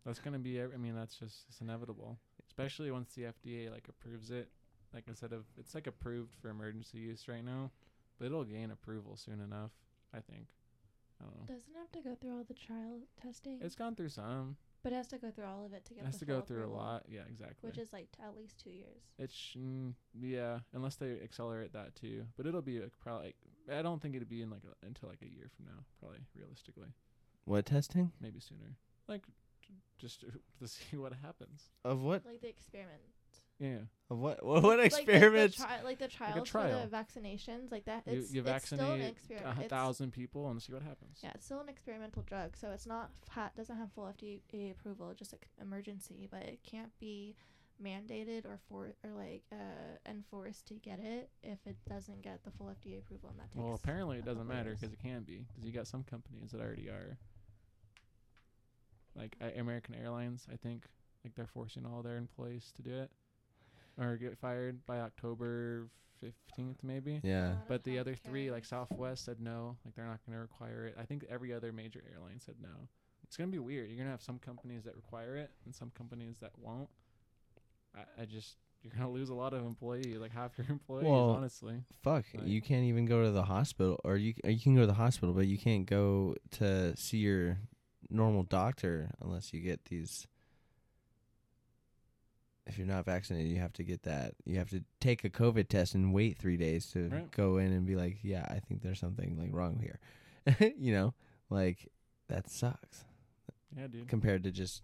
Speaker 1: That's gonna be. ev- I mean, that's just it's inevitable. Especially once the FDA like approves it. Like instead of it's like approved for emergency use right now, but it'll gain approval soon enough. I think. I don't know.
Speaker 3: Doesn't have to go through all the trial testing,
Speaker 1: It's gone through some.
Speaker 3: but it has to go through all of it to
Speaker 1: It
Speaker 3: get.
Speaker 1: has to
Speaker 3: the
Speaker 1: go
Speaker 3: full
Speaker 1: through a
Speaker 3: approval,
Speaker 1: lot. Yeah, exactly.
Speaker 3: which is like t- at least two years.
Speaker 1: It's mm, yeah, unless they accelerate that too. But it'll be like, probably. I don't think it'd be in like a, until like a year from now, probably realistically,
Speaker 2: [LAUGHS] what testing?
Speaker 1: maybe sooner. Like j- just [LAUGHS] to, to see what happens.
Speaker 2: Of what?
Speaker 3: Like the experiment.
Speaker 1: Yeah,
Speaker 2: Of what? What, what experiments?
Speaker 3: Like the, like the trials
Speaker 1: trial.
Speaker 3: for the vaccinations, like that.
Speaker 1: you,
Speaker 3: It's,
Speaker 1: you
Speaker 3: it's still an
Speaker 1: vaccinate
Speaker 3: experiment.
Speaker 1: a
Speaker 3: It's-
Speaker 1: thousand people and see what happens.
Speaker 3: Yeah, it's still an experimental drug, so it's not ha- doesn't have full FDA approval, just like emergency, but it can't be mandated or for or like uh enforced to get it if it doesn't get the full FDA approval, and that takes.
Speaker 1: Well, apparently it
Speaker 3: couple
Speaker 1: doesn't matter
Speaker 3: years.
Speaker 1: because it can be because you got some companies that already are. Like A- American Airlines, I think, like they're forcing all their employees to do it, or get fired by October fifteenth, maybe.
Speaker 2: Yeah.
Speaker 3: Not
Speaker 1: But the
Speaker 3: health
Speaker 1: other three,
Speaker 3: care.
Speaker 1: like Southwest, said no. Like they're not going to require it. I think every other major airline said no. It's going to be weird. You're going to have some companies that require it and some companies that won't. I, I just you're going to lose a lot of employees, like half your [LAUGHS] employees,
Speaker 2: Well,
Speaker 1: honestly.
Speaker 2: Fuck,
Speaker 1: Like-
Speaker 2: you can't even go to the hospital, or you or you can go to the hospital, but you can't go to see your normal doctor unless you get these. If you're not vaccinated, you have to get that. You have to take a COVID test and wait three days to
Speaker 1: Right.
Speaker 2: go in and be like, "Yeah, I think there's something like wrong here," [LAUGHS] you know, like that sucks
Speaker 1: Yeah, dude.
Speaker 2: compared to just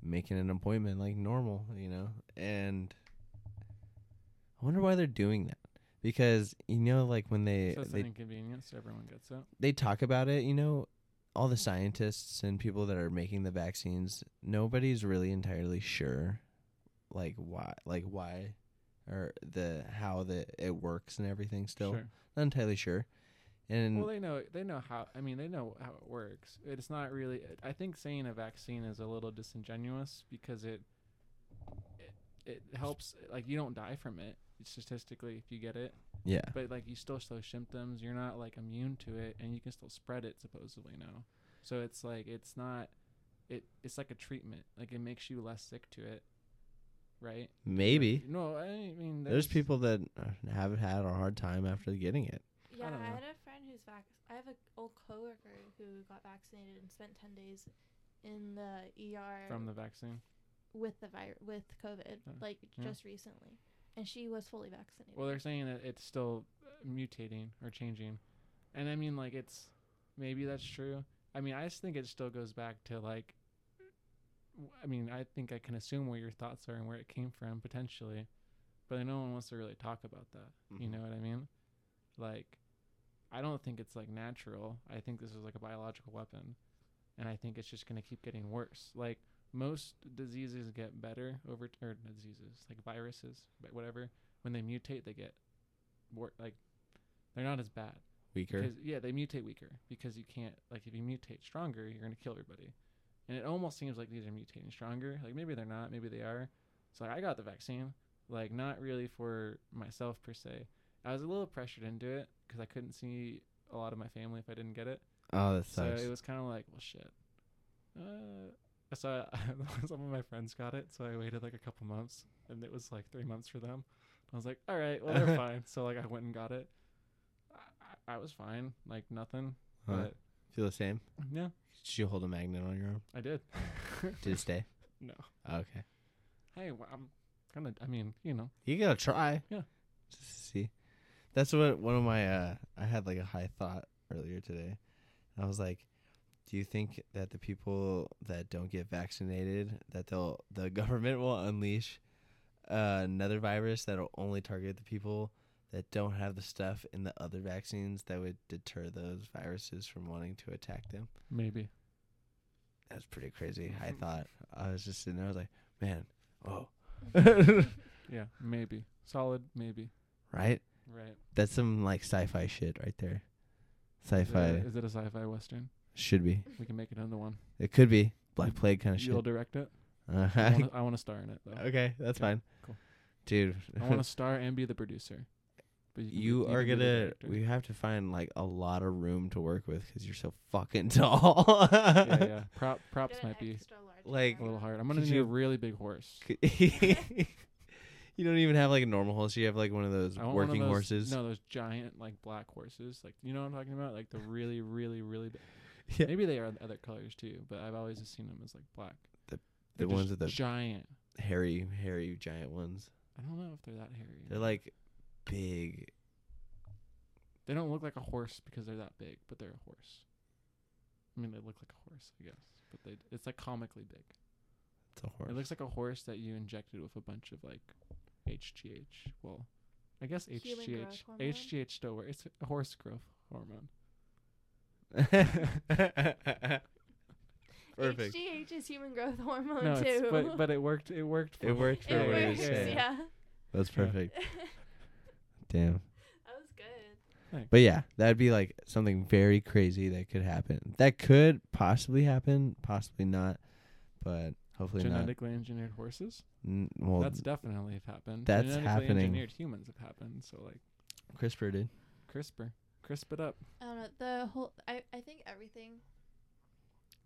Speaker 2: making an appointment like normal, you know? And I wonder why they're doing that. Because you know like when they
Speaker 1: So it's an
Speaker 2: they,
Speaker 1: inconvenience. so Everyone gets it.
Speaker 2: they talk about it, you know, all the scientists and people that are making the vaccines, nobody's really entirely sure like why like why or the how the it works and everything still.
Speaker 1: Sure.
Speaker 2: Not entirely sure. And
Speaker 1: Well, they know they know how. I mean, they know how it works. It's not really. I think saying a vaccine is a little disingenuous because it it, it helps. Like you don't die from it statistically if you get it.
Speaker 2: yeah.
Speaker 1: but like you still show symptoms you're not like immune to it and you can still spread it supposedly now so it's like it's not it it's like a treatment like it makes you less sick to it right
Speaker 2: Maybe.
Speaker 1: no i mean
Speaker 2: There's people that uh, have had a hard time after getting it.
Speaker 3: Yeah,
Speaker 1: don't
Speaker 3: I,
Speaker 1: know.
Speaker 3: had a friend who's vac. I have an old coworker who got vaccinated and spent ten days in the ER
Speaker 1: from the vaccine
Speaker 3: with the virus with COVID,
Speaker 1: Oh,
Speaker 3: like
Speaker 1: yeah.
Speaker 3: just recently, and she was fully vaccinated. [LAUGHS]
Speaker 1: Well, [LAUGHS] they're saying that it's still uh, mutating or changing, and I mean, like it's maybe that's true. I mean, I just think it still goes back to like, w- I mean, I think I can assume where your thoughts are and where it came from potentially, but no one wants to really talk about that. You know what I mean? Like, I don't think it's like natural. I think this is like a biological weapon, and I think it's just gonna keep getting worse. Like most diseases get better over t- or not diseases like viruses, but whatever. When they mutate, they get more like they're not as bad
Speaker 2: weaker.
Speaker 1: because yeah, they mutate weaker because you can't like if you mutate stronger, you're gonna kill everybody. And it almost seems like these are mutating stronger. Like maybe they're not, maybe they are. So like, I got the vaccine, like not really for myself per se. I was a little pressured into it because I couldn't see a lot of my family if I didn't get it.
Speaker 2: Oh, that
Speaker 1: So
Speaker 2: sucks.
Speaker 1: it was kind of like, well, shit. Uh, so I, [LAUGHS] some of my friends got it, so I waited like a couple months, and it was like three months for them. I was like, all right, well
Speaker 2: [LAUGHS]
Speaker 1: they're fine. So like I went and got it. I- I, I was fine, like nothing.
Speaker 2: Huh.
Speaker 1: But
Speaker 2: Feel the same?
Speaker 1: yeah,
Speaker 2: Did you hold a magnet on your arm?
Speaker 1: I did.
Speaker 2: [LAUGHS] Did it stay?
Speaker 1: No.
Speaker 2: Oh, okay.
Speaker 1: [LAUGHS] Hey, well, I'm kind of. I mean, you know,
Speaker 2: You gotta try.
Speaker 1: Yeah.
Speaker 2: Just to see. That's what one of my uh I had like a high thought earlier today. I was like, Do you think that the people that don't get vaccinated that they'll the [LAUGHS] government will unleash uh, another virus that'll only target the people that don't have the stuff in the other vaccines that would deter those viruses from wanting to attack them?
Speaker 1: maybe.
Speaker 2: That's pretty crazy.
Speaker 1: Mm-hmm.
Speaker 2: I thought I was just sitting there, I was like, Man, whoa.
Speaker 1: Yeah, maybe. Solid, maybe.
Speaker 2: right?
Speaker 1: Right.
Speaker 2: That's some like sci-fi shit right there.
Speaker 1: Is it, a,
Speaker 2: Sci-fi
Speaker 1: is it a sci-fi western?
Speaker 2: should be.
Speaker 1: We can make it into one.
Speaker 2: It could be Black Plague kind of shit.
Speaker 1: You'll
Speaker 2: [LAUGHS]
Speaker 1: direct it.
Speaker 2: Uh,
Speaker 1: I wanna- I want to star in it though.
Speaker 2: okay, that's
Speaker 1: Okay,
Speaker 2: fine.
Speaker 1: cool.
Speaker 2: Dude,
Speaker 1: I want to star and be the producer. But can be-
Speaker 2: you are
Speaker 1: can be the
Speaker 2: gonna.
Speaker 1: director.
Speaker 2: We have to find like a lot of room to work with because you're so fucking [LAUGHS] tall. [LAUGHS]
Speaker 1: yeah, yeah. Prop props might be
Speaker 2: like,
Speaker 1: a little hard. I'm gonna
Speaker 2: Could
Speaker 1: need a
Speaker 2: you-
Speaker 1: really big horse.
Speaker 2: [LAUGHS] you don't even have like a normal horse. You have like one of those
Speaker 1: I want one of
Speaker 2: working
Speaker 1: those-
Speaker 2: horses.
Speaker 1: No, those giant like black horses. Like you know what I'm talking about?
Speaker 2: [LAUGHS]
Speaker 1: Like the really, really, really. Big.
Speaker 2: Yeah.
Speaker 1: Maybe they are in other colors too, but I've always just seen them as like black.
Speaker 2: The-
Speaker 1: They're
Speaker 2: the
Speaker 1: just
Speaker 2: ones with the-
Speaker 1: giant.
Speaker 2: Hairy, hairy, giant ones.
Speaker 1: I don't know if they're that hairy.
Speaker 2: They're like big.
Speaker 1: They don't look like a horse because they're that big, but they're a horse. I mean, they look like a horse, I guess, but they it's like comically big.
Speaker 2: It's a horse.
Speaker 1: It looks like a horse that you injected with a bunch of like HGH. Well, I guess
Speaker 3: Human growth
Speaker 1: HGH.
Speaker 3: hormone?
Speaker 1: HGH still works. It's a horse growth
Speaker 3: [LAUGHS]
Speaker 1: hormone.
Speaker 2: [LAUGHS] Perfect.
Speaker 3: HGH is human growth hormone
Speaker 1: No,
Speaker 3: too.
Speaker 1: it's, but but it worked. It worked. For
Speaker 2: It
Speaker 1: me.
Speaker 2: worked for
Speaker 3: [LAUGHS] it
Speaker 2: Yeah, what
Speaker 3: works.
Speaker 2: it is.
Speaker 3: Yeah,
Speaker 2: That's
Speaker 1: Yeah.
Speaker 3: [LAUGHS]
Speaker 2: perfect. Damn.
Speaker 3: that was good.
Speaker 2: But yeah, that'd be like something very crazy that could happen. That could possibly happen, possibly not, but hopefully
Speaker 1: Genetically engineered horses.
Speaker 2: not. N- well,
Speaker 1: that's definitely have happened.
Speaker 2: that's
Speaker 1: Genetically
Speaker 2: happening.
Speaker 1: Engineered humans have happened. So like
Speaker 2: CRISPR did.
Speaker 1: CRISPR, crisp it up.
Speaker 3: I don't know the whole. I I think everything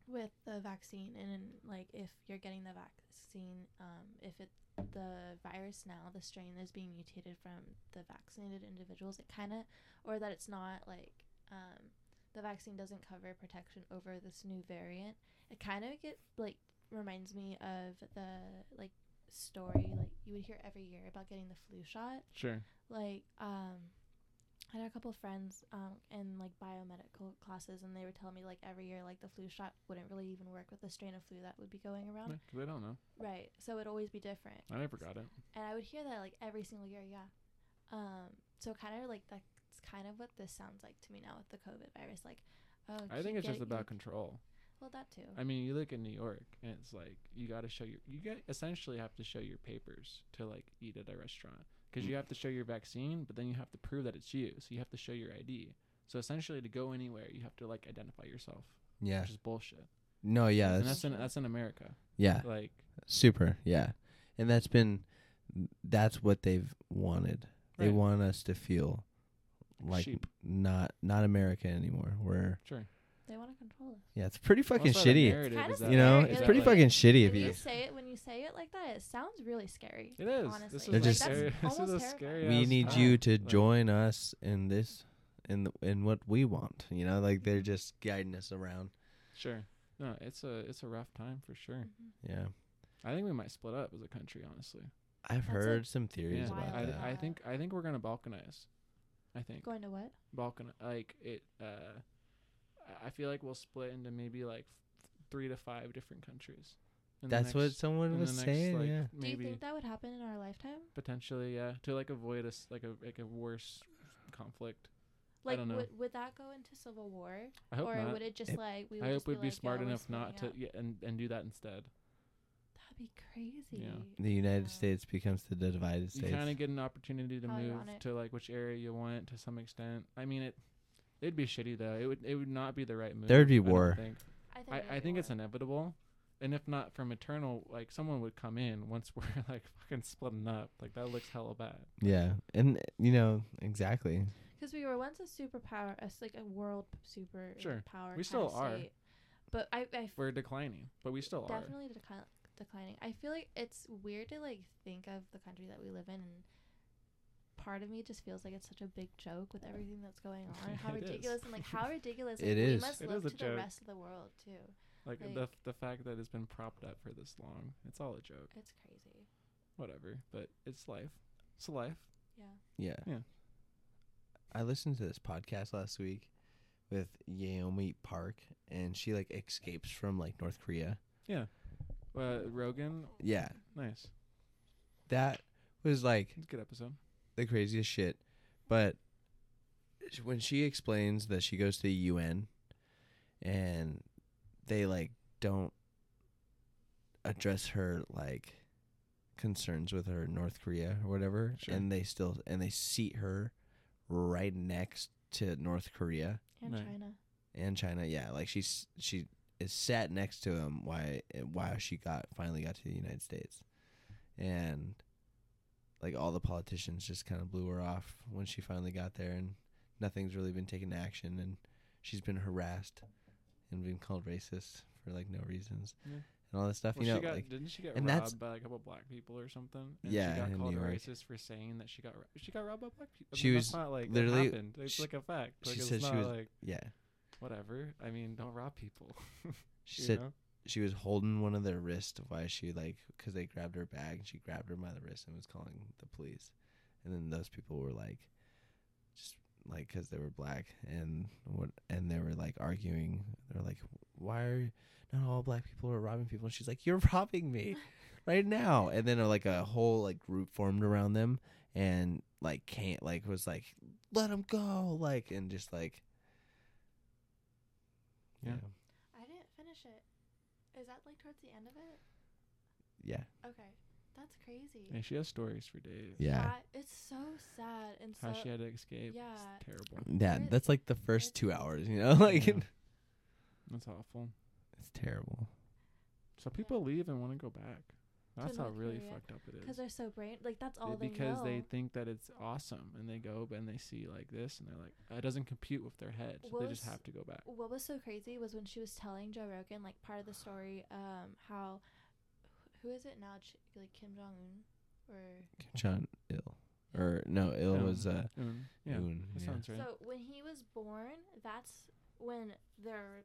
Speaker 3: with the vaccine and in, like if you're getting the vaccine, um, if it the virus now the strain that's being mutated from the vaccinated individuals, it kind of or that it's not like um the vaccine doesn't cover protection over this new variant. It kind of get like reminds me of the like story like you would hear every year about getting the flu shot
Speaker 1: Sure.
Speaker 3: like um I had a couple friends um, in like biomedical classes, and they were telling me like every year, like the flu shot wouldn't really even work with the strain of flu that would be going around.
Speaker 1: Yeah, 'cause I don't know.
Speaker 3: Right, so it'd always be different,
Speaker 1: I never got it.
Speaker 3: and I would hear that like every single year. Yeah, um, so kind of like that's kind of what this sounds like to me now with the COVID virus. Like, oh,
Speaker 1: I think
Speaker 3: keep
Speaker 1: it's just
Speaker 3: getting-
Speaker 1: about control.
Speaker 3: well that too.
Speaker 1: I mean, you look in New York, and it's like you got to show your you get essentially have to show your papers to like eat at a restaurant because you
Speaker 2: Mm.
Speaker 1: have to show your vaccine, but then you have to prove that it's you, so you have to show your ID. So essentially, to go anywhere, you have to like identify yourself,
Speaker 2: Yeah.
Speaker 1: which is bullshit.
Speaker 2: No, yeah,
Speaker 1: and
Speaker 2: that's,
Speaker 1: that's in that's in America.
Speaker 2: [LAUGHS] yeah,
Speaker 1: Like
Speaker 2: super, yeah. And that's been that's what they've wanted. They
Speaker 1: Right.
Speaker 2: want us to feel like
Speaker 1: Sheep.
Speaker 2: not not America anymore. We're
Speaker 1: sure,
Speaker 3: they want to control us.
Speaker 2: yeah, it's pretty fucking
Speaker 1: That's why the
Speaker 2: shitty.
Speaker 1: narrative
Speaker 3: Kinda
Speaker 1: is that-
Speaker 2: You know,
Speaker 3: scary,
Speaker 2: it's
Speaker 1: is
Speaker 2: pretty
Speaker 1: that, like-
Speaker 2: fucking shitty if
Speaker 3: When you
Speaker 2: you
Speaker 3: say it, when you say it like that, it sounds really scary.
Speaker 1: It is.
Speaker 3: honestly.
Speaker 1: This
Speaker 2: They're
Speaker 1: is
Speaker 2: just-
Speaker 1: like, scary- [LAUGHS]
Speaker 3: that's
Speaker 1: this is a
Speaker 3: almost
Speaker 1: scary.
Speaker 3: terrifying.
Speaker 2: we
Speaker 1: ass
Speaker 2: need
Speaker 1: time.
Speaker 2: you to
Speaker 1: Like,
Speaker 2: join us in this in the, in what we want you know like they're just guiding us around
Speaker 1: Sure. No, it's a it's a rough time for sure.
Speaker 3: Mhm.
Speaker 2: yeah
Speaker 1: I think we might split up as a country, honestly.
Speaker 2: I've
Speaker 3: That's, like,
Speaker 2: heard some theories
Speaker 1: Yeah,
Speaker 3: wild
Speaker 2: about
Speaker 1: I,
Speaker 2: that.
Speaker 1: I
Speaker 3: that.
Speaker 1: think I think we're gonna balkanize. I think
Speaker 3: Going to what?
Speaker 1: balkan like it. Uh, I- I feel like we'll split into maybe like f- three to five different countries. in the
Speaker 2: That's what
Speaker 1: next- in
Speaker 2: someone
Speaker 1: the
Speaker 2: was
Speaker 1: next,
Speaker 2: saying.
Speaker 1: like,
Speaker 2: yeah.
Speaker 1: Maybe
Speaker 3: Do you think that would happen in our lifetime?
Speaker 1: potentially, yeah, to like avoid us like a like a worse conflict. I
Speaker 3: Like,
Speaker 1: don't know.
Speaker 3: Would, would that go into civil war,
Speaker 1: I hope
Speaker 3: or
Speaker 1: not.
Speaker 3: would it just
Speaker 2: It-
Speaker 3: like we? Would
Speaker 1: I hope
Speaker 3: just
Speaker 1: we'd be
Speaker 3: like, "Yo,
Speaker 1: smart
Speaker 3: we're
Speaker 1: enough not to
Speaker 3: splitting up."
Speaker 1: yeah, and and do that instead.
Speaker 3: That'd be crazy.
Speaker 2: The United
Speaker 3: Yeah.
Speaker 2: States becomes the divided
Speaker 1: You kind of
Speaker 2: states.
Speaker 1: get an opportunity to
Speaker 3: How
Speaker 1: move
Speaker 3: ironic.
Speaker 1: to like which area you want to some extent. I mean it. It'd be shitty though. It would it would not be the right move.
Speaker 2: There'd be
Speaker 1: I don't
Speaker 2: war.
Speaker 1: think.
Speaker 3: I think,
Speaker 1: I,
Speaker 3: it'd
Speaker 1: I
Speaker 3: be
Speaker 1: think
Speaker 3: war.
Speaker 1: it's inevitable. And if not from eternal, like someone would come in once [LAUGHS] we're like fucking splitting up. Like that looks hella bad.
Speaker 2: Yeah, and you know exactly.
Speaker 3: Because we were once a superpower, as like a world super
Speaker 1: Sure.
Speaker 3: power.
Speaker 1: We
Speaker 3: kind
Speaker 1: still
Speaker 3: of
Speaker 1: are.
Speaker 3: state. But I, I
Speaker 1: We're declining, but we still are.
Speaker 3: definitely decli- declining. I feel like it's weird to like think of the country that we live in, and part of me just feels like it's such a big joke with everything that's going
Speaker 1: [LAUGHS]
Speaker 3: on, and how
Speaker 1: It is.
Speaker 3: ridiculous and
Speaker 1: [LAUGHS]
Speaker 3: like how ridiculous
Speaker 2: It
Speaker 3: like,
Speaker 2: is.
Speaker 3: We must
Speaker 1: It
Speaker 3: look
Speaker 1: is a
Speaker 3: to
Speaker 1: joke.
Speaker 3: the rest of the world too.
Speaker 1: Like, the
Speaker 3: like-
Speaker 1: f- the fact that it's been propped up for this long, it's all a joke.
Speaker 3: It's crazy.
Speaker 1: Whatever, but it's life. It's life.
Speaker 3: Yeah.
Speaker 2: Yeah.
Speaker 1: Yeah.
Speaker 2: I listened to this podcast last week with Naomi Park, and she like escapes from like North Korea.
Speaker 1: Uh, Rogan,
Speaker 2: Yeah,
Speaker 1: nice.
Speaker 2: that was like
Speaker 1: It's a good episode.
Speaker 2: the craziest shit. But sh- when she explains that she goes to the UN and they like don't address her like concerns with her North Korea or whatever,
Speaker 1: Sure.
Speaker 2: and they still and they seat her right next to North Korea
Speaker 3: And
Speaker 1: Right.
Speaker 3: China.
Speaker 2: and China. Yeah, like she's she is sat next to him. Why why she got finally got to the United States, and like all the politicians just kind of blew her off when she finally got there, and nothing's really been taken action, and she's been harassed and been called racist for like no reasons
Speaker 1: Yeah.
Speaker 2: and all this stuff.
Speaker 1: Well,
Speaker 2: you know,
Speaker 1: she got,
Speaker 2: like
Speaker 1: didn't she get
Speaker 2: and
Speaker 1: robbed
Speaker 2: that's-
Speaker 1: by a couple black people or something? And
Speaker 2: Yeah,
Speaker 1: she got
Speaker 2: in
Speaker 1: called
Speaker 2: New
Speaker 1: a
Speaker 2: York.
Speaker 1: racist for saying that she got ro- she got robbed by black people.
Speaker 2: She
Speaker 1: that's
Speaker 2: was
Speaker 1: not like that
Speaker 2: literally-
Speaker 1: happened. It's
Speaker 2: she-
Speaker 1: like a fact. Like,
Speaker 2: she
Speaker 1: it's
Speaker 2: said she
Speaker 1: not
Speaker 2: was-
Speaker 1: like
Speaker 2: yeah.
Speaker 1: whatever. I mean, don't rob people.
Speaker 2: She
Speaker 1: you
Speaker 2: said
Speaker 1: know?
Speaker 2: she was holding one of their wrists while she like because they grabbed her bag and she grabbed her by the wrist and was calling the police and then those people were like just like because they were black and what and they were like arguing they were like why are not all black people are robbing people and she's like you're [LAUGHS] robbing me right now and then uh, like a whole like group formed around them and like can't like was like let them go like and just like
Speaker 1: Yeah.
Speaker 3: I didn't finish it. Is that like towards the end of it?
Speaker 2: yeah
Speaker 3: Okay. That's crazy.
Speaker 1: And she has stories for days.
Speaker 2: yeah
Speaker 3: That- it's so sad and
Speaker 1: How
Speaker 3: so
Speaker 1: she had to escape. It's
Speaker 3: yeah.
Speaker 2: [LAUGHS]
Speaker 1: terrible.
Speaker 2: Yeah,
Speaker 3: Really?
Speaker 2: that's like the first two hours, you know? [LAUGHS] Like
Speaker 1: Yeah. That's awful.
Speaker 2: it's terrible.
Speaker 1: So people leave and want to go back. That's how
Speaker 3: North
Speaker 1: really
Speaker 3: Korea.
Speaker 1: fucked up it
Speaker 3: because
Speaker 1: is.
Speaker 3: they're so brain like that's all
Speaker 1: They-
Speaker 3: they
Speaker 1: because
Speaker 3: know.
Speaker 1: they think that it's awesome and they go b- and they see like this and they're like, it doesn't compute with their head. So they just
Speaker 3: Was-
Speaker 1: have to go back.
Speaker 3: what was so crazy was when she was telling Joe Rogan like part of the story um how wh- who is it now Ch- like Kim Jong Un or
Speaker 2: Kim Jong ill. Or no, ill
Speaker 1: Um,
Speaker 2: was uh
Speaker 1: Mm, yeah,
Speaker 2: Moon,
Speaker 1: that
Speaker 2: yeah.
Speaker 1: sounds right.
Speaker 3: so when he was born that's when their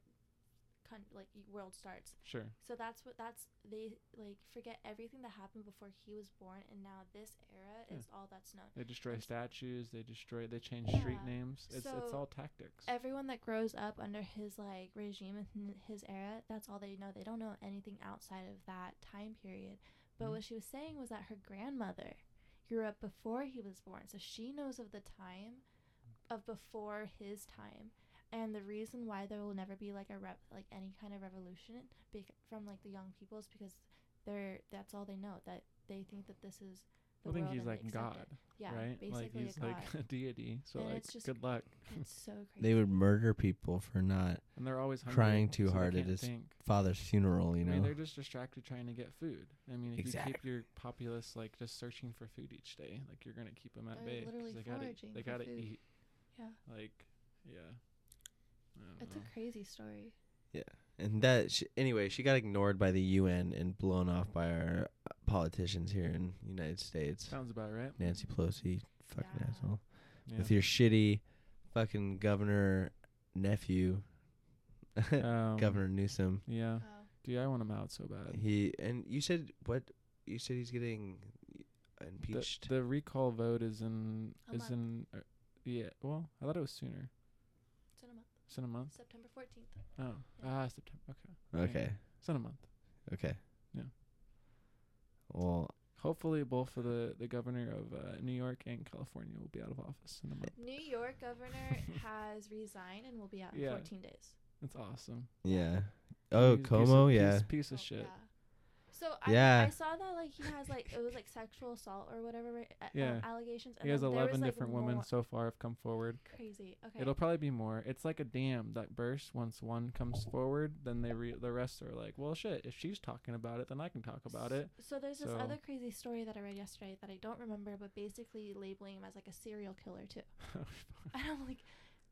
Speaker 3: con- like world starts
Speaker 1: sure.
Speaker 3: so that's what that's they like forget everything that happened before he was born and now this era
Speaker 1: Yeah.
Speaker 3: is all that's known
Speaker 1: They destroy
Speaker 3: It's-
Speaker 1: statues. They destroy. They change street
Speaker 3: Yeah.
Speaker 1: names. It's it's
Speaker 3: So
Speaker 1: all tactics.
Speaker 3: everyone that grows up under his like regime and n- his era that's all they know they don't know anything outside of that time period but
Speaker 1: Mhm.
Speaker 3: what she was saying was that her grandmother grew up before he was born so she knows of the time of before his time and the reason why there will never be like a rep like any kind of revolution bec- from like the young people is because they're that's all they know that they think that this is the
Speaker 1: I think
Speaker 3: world
Speaker 1: he's
Speaker 3: and they
Speaker 1: like
Speaker 3: accept
Speaker 1: God,
Speaker 3: it. yeah
Speaker 1: right? Like
Speaker 3: basically
Speaker 1: he's
Speaker 3: a god
Speaker 1: like [LAUGHS] a deity. So
Speaker 3: And
Speaker 1: like,
Speaker 3: it's just-
Speaker 1: good luck.
Speaker 3: it's so crazy
Speaker 2: they would murder people for not
Speaker 1: And they're always hungry,
Speaker 2: Trying too
Speaker 1: so they
Speaker 2: hard, it
Speaker 1: can't
Speaker 2: is-
Speaker 1: think.
Speaker 2: father's funeral, you
Speaker 1: I mean,
Speaker 2: know.
Speaker 1: they're just distracted trying to get food. I mean, if you keep
Speaker 2: Exactly.
Speaker 1: your populace like just searching for food each day, like you're gonna keep them at
Speaker 3: They're
Speaker 1: bay. 'cause
Speaker 3: literally
Speaker 1: they gotta, e,
Speaker 3: foraging
Speaker 1: they
Speaker 3: for
Speaker 1: gotta
Speaker 3: food.
Speaker 1: eat.
Speaker 3: yeah
Speaker 1: Like, yeah. I don't
Speaker 3: it's
Speaker 1: know.
Speaker 3: a crazy story
Speaker 2: And that she, anyway, she got ignored by the UN and blown off by our uh, politicians here in the United States.
Speaker 1: Sounds about right.
Speaker 2: Nancy Pelosi, fucking
Speaker 3: Yeah.
Speaker 1: Oh.
Speaker 2: asshole.
Speaker 1: Yeah.
Speaker 2: With your shitty fucking governor nephew, [LAUGHS]
Speaker 1: Um,
Speaker 2: Governor Newsom.
Speaker 1: Yeah.
Speaker 3: oh
Speaker 1: Dude, I want him out so bad.
Speaker 2: He and you said what? You said he's getting
Speaker 1: The,
Speaker 2: impeached.
Speaker 1: the recall vote is in
Speaker 3: A
Speaker 1: is
Speaker 3: month.
Speaker 1: in uh, yeah. Well, I thought it was sooner.
Speaker 3: It's in a month.
Speaker 1: It's in a month.
Speaker 3: September 14th.
Speaker 1: Oh, ah, September. Okay,
Speaker 2: okay,
Speaker 1: it's in a month.
Speaker 2: okay.
Speaker 1: Yeah.
Speaker 2: Well,
Speaker 1: Hopefully, both of the the governor of uh, New York and California will be out of office in a month.
Speaker 3: New York
Speaker 1: [LAUGHS]
Speaker 3: governor has resigned and will be out in
Speaker 1: Yeah.
Speaker 3: 14 days.
Speaker 1: That's awesome.
Speaker 2: yeah.
Speaker 1: He's
Speaker 2: Oh,
Speaker 1: a piece of-
Speaker 2: Como,
Speaker 1: piece-
Speaker 2: yeah.
Speaker 1: piece,
Speaker 3: Oh,
Speaker 1: of shit.
Speaker 3: Yeah. So I,
Speaker 2: Yeah.
Speaker 3: I saw that like he has like it was like sexual assault or whatever right, a-
Speaker 1: Yeah.
Speaker 3: um, allegations.
Speaker 1: He has
Speaker 3: then there was,
Speaker 1: eleven
Speaker 3: like,
Speaker 1: different
Speaker 3: more-
Speaker 1: women so far have come forward.
Speaker 3: Crazy. Okay.
Speaker 1: It'll probably be more. It's like a dam that bursts once one comes forward, then they re- the rest are like, well, shit. If she's talking about it, then I can talk about
Speaker 3: [LAUGHS]
Speaker 1: it. [LAUGHS]
Speaker 3: So there's this
Speaker 1: So-
Speaker 3: other crazy story that I read yesterday that I don't remember, but basically labeling him as like a serial killer too. [LAUGHS] And I'm like,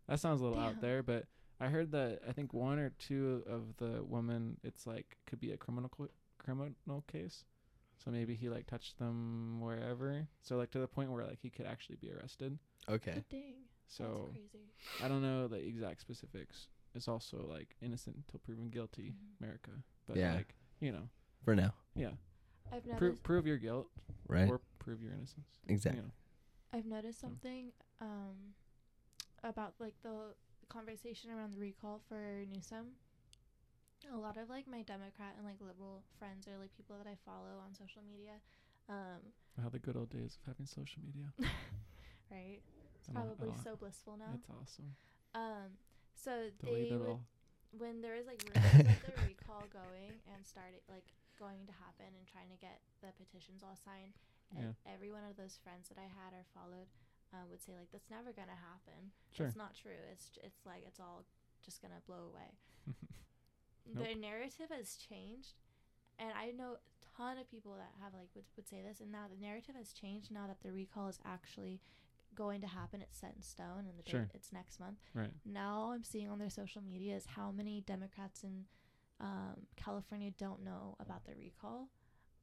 Speaker 1: That sounds a little out
Speaker 3: Damn.
Speaker 1: there, but I heard that I think one or two of the women, it's like could be a criminal co- criminal case. So maybe he like touched them wherever. So like to the point where like he could actually be arrested.
Speaker 2: Okay.
Speaker 3: dang.
Speaker 1: So
Speaker 3: That's crazy.
Speaker 1: I don't know the exact specifics. It's also like innocent until proven guilty,
Speaker 3: Mm-hmm.
Speaker 1: America. But
Speaker 2: Yeah.
Speaker 1: like you know,
Speaker 2: For now,
Speaker 1: yeah,
Speaker 3: I've noticed.
Speaker 1: Pro- prove your guilt
Speaker 2: right?
Speaker 1: or prove your innocence.
Speaker 2: Exactly.
Speaker 1: You know.
Speaker 3: I've noticed
Speaker 1: So.
Speaker 3: something um, about like the conversation around the recall for Newsom. A lot of like my Democrat and like liberal friends or like people that I follow on social media, um,
Speaker 1: How the good old days of having social media.
Speaker 3: right? It's
Speaker 1: I don't- I
Speaker 3: probably
Speaker 1: don't-
Speaker 3: so blissful now.
Speaker 1: It's awesome.
Speaker 3: Um, so
Speaker 1: Delete
Speaker 3: they
Speaker 1: it
Speaker 3: would
Speaker 1: all.
Speaker 3: when there
Speaker 1: [LAUGHS]
Speaker 3: was like rumors of the recall going and started like going to happen and trying to get the petitions all signed, and every one of those friends that I had or followed uh, would say like that's never gonna happen.
Speaker 1: Sure.
Speaker 3: It's not true. It's j- it's like it's all just gonna blow
Speaker 1: [LAUGHS]
Speaker 3: away. Their narrative has changed, and I know a ton of people that have like would, would say this, and now the narrative has changed. Now that the recall is actually going to happen, it's set in stone, and the date
Speaker 1: Sure.
Speaker 3: it's next month.
Speaker 1: Right.
Speaker 3: Now all I'm seeing on their social media is how many Democrats in um, California don't know about the recall,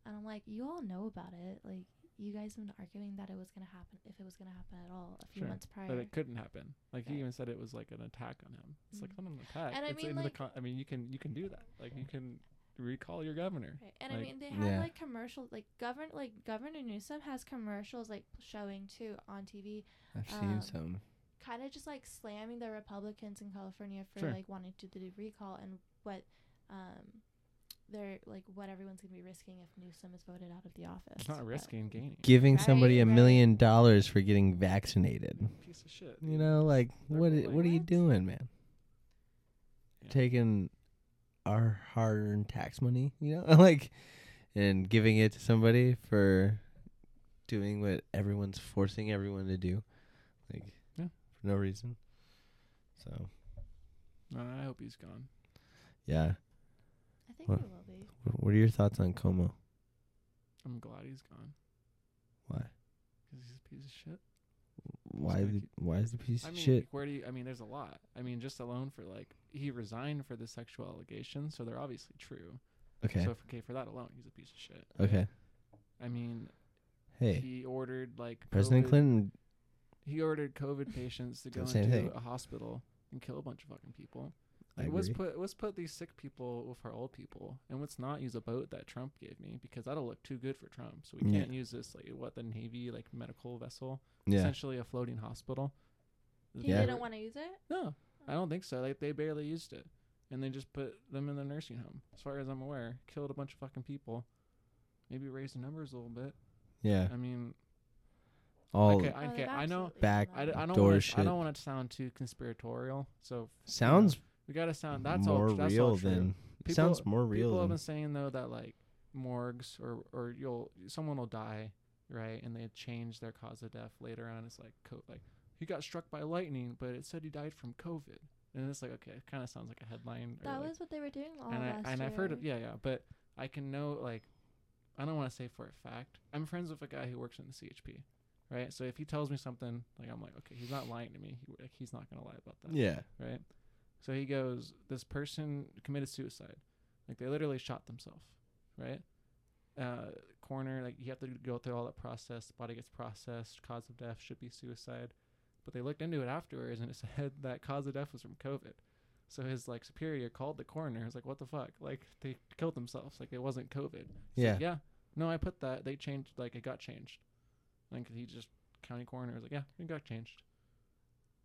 Speaker 3: and I'm like, you all know about it, like. You guys have been arguing that it was gonna happen if it was gonna happen at all a few
Speaker 1: Sure.
Speaker 3: months prior.
Speaker 1: that it couldn't happen. Like he
Speaker 3: Right.
Speaker 1: even said it was like an attack on him. It's like
Speaker 3: Mhm.
Speaker 1: not an attack.
Speaker 3: And I
Speaker 1: it's
Speaker 3: mean,
Speaker 1: in the
Speaker 3: like-
Speaker 1: con- I mean, you can you can do that. Like you can recall your governor.
Speaker 3: Right. And I
Speaker 1: Like-
Speaker 3: mean, they have
Speaker 2: Yeah.
Speaker 3: like commercial, like govern, like Governor Newsom has commercials like showing too on TV,
Speaker 2: I've seen
Speaker 3: Um,
Speaker 2: some.
Speaker 3: kind of just like slamming the Republicans in California for
Speaker 1: Sure.
Speaker 3: like wanting to do the recall and what, um, they're like what everyone's gonna be risking if Newsom is voted out of the office.
Speaker 1: It's not
Speaker 3: but-
Speaker 1: risking gaining.
Speaker 2: Giving
Speaker 3: Right,
Speaker 2: somebody a
Speaker 3: right.
Speaker 2: million dollars for getting vaccinated.
Speaker 1: Piece of shit.
Speaker 2: You know, like
Speaker 1: They're
Speaker 2: what? i-
Speaker 1: like,
Speaker 2: What are you
Speaker 3: "What?"
Speaker 2: doing, man?
Speaker 1: Yeah.
Speaker 2: Taking our hard-earned tax money, you know, [LAUGHS] like, and giving it to somebody for doing what everyone's forcing everyone to do, like,
Speaker 1: Yeah.
Speaker 2: for no reason. So
Speaker 1: No, I hope he's gone.
Speaker 2: yeah,
Speaker 3: I think
Speaker 2: What?
Speaker 3: it will be.
Speaker 2: Wh- what are your thoughts on Como?
Speaker 1: I'm glad he's gone
Speaker 2: Why?
Speaker 1: because he's a piece of shit.
Speaker 2: Why?
Speaker 1: gonna
Speaker 2: The,
Speaker 1: keep-
Speaker 2: why is the piece
Speaker 1: I
Speaker 2: of
Speaker 1: mean,
Speaker 2: shit?
Speaker 1: like, where do you? I mean, there's a lot. I mean, just alone for like he resigned for the sexual allegations, so they're obviously true.
Speaker 2: Okay.
Speaker 1: So if, okay, for that alone, he's a piece of shit.
Speaker 2: okay.
Speaker 1: I mean,
Speaker 2: Hey,
Speaker 1: he ordered like
Speaker 2: President
Speaker 1: COVID
Speaker 2: Clinton.
Speaker 1: he ordered COVID patients to
Speaker 2: Did
Speaker 1: go
Speaker 2: the same
Speaker 1: into
Speaker 2: thing.
Speaker 1: a hospital and kill a bunch of fucking people.
Speaker 2: I
Speaker 1: Like, let's
Speaker 2: agree.
Speaker 1: put let's put these sick people with our old people, and let's not use a boat that Trump gave me because that'll look too good for Trump. So we
Speaker 2: Yeah.
Speaker 1: can't use this like what the Navy like medical vessel,
Speaker 2: Yeah.
Speaker 1: essentially a floating hospital.
Speaker 3: He
Speaker 2: Yeah.
Speaker 3: didn't want to use it.
Speaker 1: No, I don't think so. Like they barely used it, and they just put them in the nursing home. As far as I'm aware, killed a bunch of fucking people. Maybe raised the numbers a little bit.
Speaker 2: Yeah.
Speaker 1: I mean,
Speaker 2: All
Speaker 1: okay,
Speaker 3: Oh,
Speaker 1: okay,
Speaker 3: they've
Speaker 1: I know.
Speaker 3: absolutely
Speaker 2: Back-
Speaker 3: done
Speaker 1: I, d-
Speaker 3: that.
Speaker 1: I don't
Speaker 2: Door
Speaker 1: wanna, I
Speaker 2: shit.
Speaker 1: don't want to sound too conspiracial. So
Speaker 2: sounds
Speaker 1: we gotta sound that's
Speaker 2: more
Speaker 1: all that's
Speaker 2: real
Speaker 1: all true.
Speaker 2: than
Speaker 1: People-
Speaker 2: sounds more real
Speaker 1: People have
Speaker 2: than
Speaker 1: been saying though that like morgues or or you'll someone will die right and they change their cause of death later on. It's like co- like he got struck by lightning, but it said he died from COVID, and it's like okay, it kind of sounds like a headline. or,
Speaker 3: That
Speaker 1: like-
Speaker 3: was what they were doing all
Speaker 1: and I
Speaker 3: last
Speaker 1: and
Speaker 3: year.
Speaker 1: I've heard of yeah yeah, but I can know like I don't want to say for a fact. I'm friends with a guy who works in the CHP, right? So if he tells me something, like I'm like okay, he's not lying to me. He, like, he's not gonna lie about that
Speaker 2: yeah
Speaker 1: right? So he goes, this person committed suicide, like they literally shot themselves, right? Uh, coroner, like you have to go through all that process. Body gets processed. Cause of [LAUGHS] death should be suicide, but they looked into it afterwards, and it said that cause of death was from COVID. So his like superior called the coroner. He's like, "What the fuck? Like they killed themselves. Like it wasn't COVID." He's
Speaker 2: Yeah.
Speaker 1: Like, yeah. No, I put that. They changed. Like it got changed. Like he just county coroner was like, "Yeah, it got changed."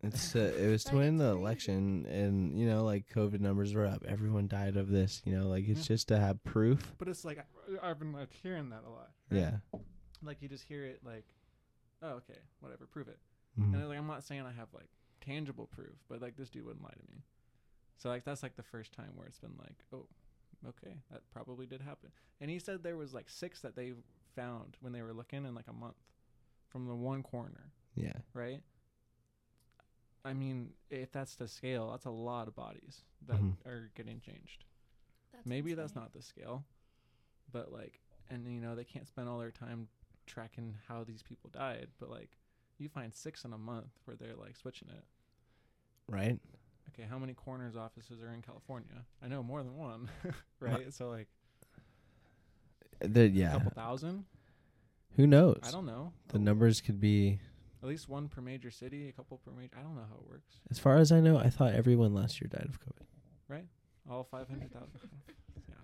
Speaker 2: It's uh, it was to
Speaker 3: Like,
Speaker 2: win
Speaker 3: it's
Speaker 2: the
Speaker 3: crazy.
Speaker 2: election, and you know, like COVID numbers were up. Everyone died of this. You know, like it's
Speaker 1: Yeah.
Speaker 2: just to have proof.
Speaker 1: But it's like I, I've been like hearing that a lot. right?
Speaker 2: Yeah. Mm-hmm.
Speaker 1: Like you just hear it like, "Oh, okay, whatever, prove it."
Speaker 2: Mhm.
Speaker 1: And like I'm not saying I have like tangible proof, but like this dude wouldn't lie to me. So like that's like the first time where it's been like, oh, okay, that probably did happen. And he said there was like six that they found when they were looking in like a month from the one corner,
Speaker 2: Yeah.
Speaker 1: right? I mean, if that's the scale, that's a lot of bodies that
Speaker 2: Mhm.
Speaker 1: are getting changed. Maybe that's not the scale, but like, and you know, they can't spend all their time tracking how these people died, but like, you find six in a month where they're like switching it.
Speaker 2: Right.
Speaker 1: Okay, how many coroner's offices are in California? I know more than one, [LAUGHS] right? So like
Speaker 2: The,
Speaker 1: a
Speaker 2: yeah.
Speaker 1: couple thousand.
Speaker 2: Who knows?
Speaker 1: I don't know.
Speaker 2: the numbers could be.
Speaker 1: At least one per major city, a couple per major. I don't know how it works.
Speaker 2: As far as I know, I thought everyone last year died of COVID.
Speaker 1: All five hundred thousand. [LAUGHS] yeah,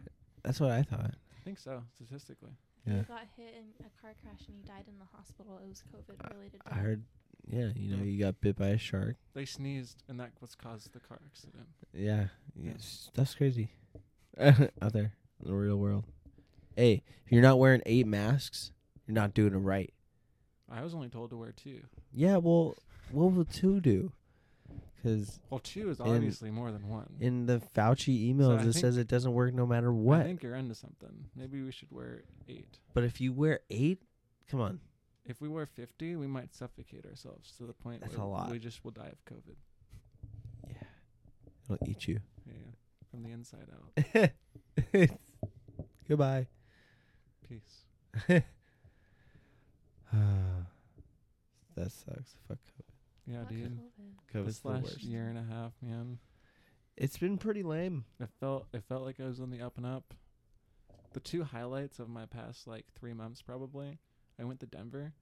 Speaker 2: That's what I thought.
Speaker 1: I think so statistically.
Speaker 2: Yeah.
Speaker 3: He got hit in a car crash and he died in the hospital. It was COVID related.
Speaker 2: I heard. Yeah. You know, you got bit by a shark.
Speaker 1: They sneezed, and that was caused the car accident.
Speaker 2: Yeah.
Speaker 1: Yeah.
Speaker 2: Yes. That's crazy. [LAUGHS] Out there in the real world. Hey, if you're not wearing eight masks, you're not doing it right.
Speaker 1: I was only told to wear two.
Speaker 2: Yeah, well, what will two do? Because
Speaker 1: Well, two is
Speaker 2: And-
Speaker 1: obviously more than one.
Speaker 2: in the Fauci emails,
Speaker 1: I
Speaker 2: it
Speaker 1: think-
Speaker 2: says it doesn't work no matter
Speaker 1: I
Speaker 2: what.
Speaker 1: think you're into something. Maybe we should wear eight.
Speaker 2: but if you wear eight, come on.
Speaker 1: If we wear fifty, we might suffocate ourselves to the point
Speaker 2: That's
Speaker 1: where
Speaker 2: a lot.
Speaker 1: we just will die of COVID.
Speaker 2: It'll eat you. [LAUGHS]
Speaker 1: Yeah, from the inside out.
Speaker 2: Goodbye. [SIGHS]
Speaker 1: Peace.
Speaker 2: that sucks. Fuck
Speaker 1: Yeah, dude.
Speaker 2: COVID.
Speaker 1: This last year and a half, man,
Speaker 2: It's been pretty lame.
Speaker 1: it felt it felt like I was on the up and up. The two highlights of my past like three months probably, I went to Denver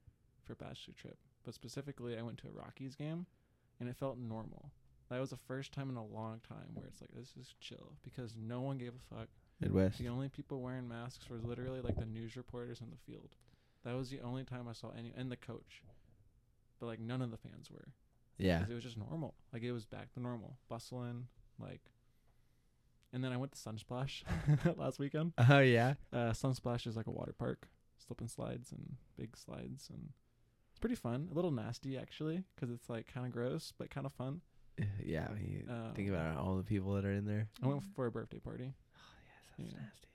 Speaker 1: for a bachelor trip, but specifically I went to a Rockies game, and it felt normal. That was the first time in a long time where it's like this is chill because no one gave a fuck.
Speaker 2: Midwest.
Speaker 1: The only people wearing masks were literally like the news reporters in the field. That was the only time I saw any and the coach, but like none of the fans were.
Speaker 2: Yeah.
Speaker 1: 'Cause it was just normal. Like it was back to normal, bustling. Like, and then I went to Sunsplash [LAUGHS] last weekend.
Speaker 2: [LAUGHS] Oh yeah. [SIGHS]
Speaker 1: Uh, Sunsplash is like a water park, slip and slides and big slides, and it's pretty fun. A little nasty actually, 'cause it's like kind of gross but kind of fun.
Speaker 2: Yeah. You
Speaker 1: Um,
Speaker 2: think about all the people that are in there.
Speaker 1: I went for a birthday party.
Speaker 2: Oh, That's
Speaker 1: Yeah.
Speaker 2: nasty.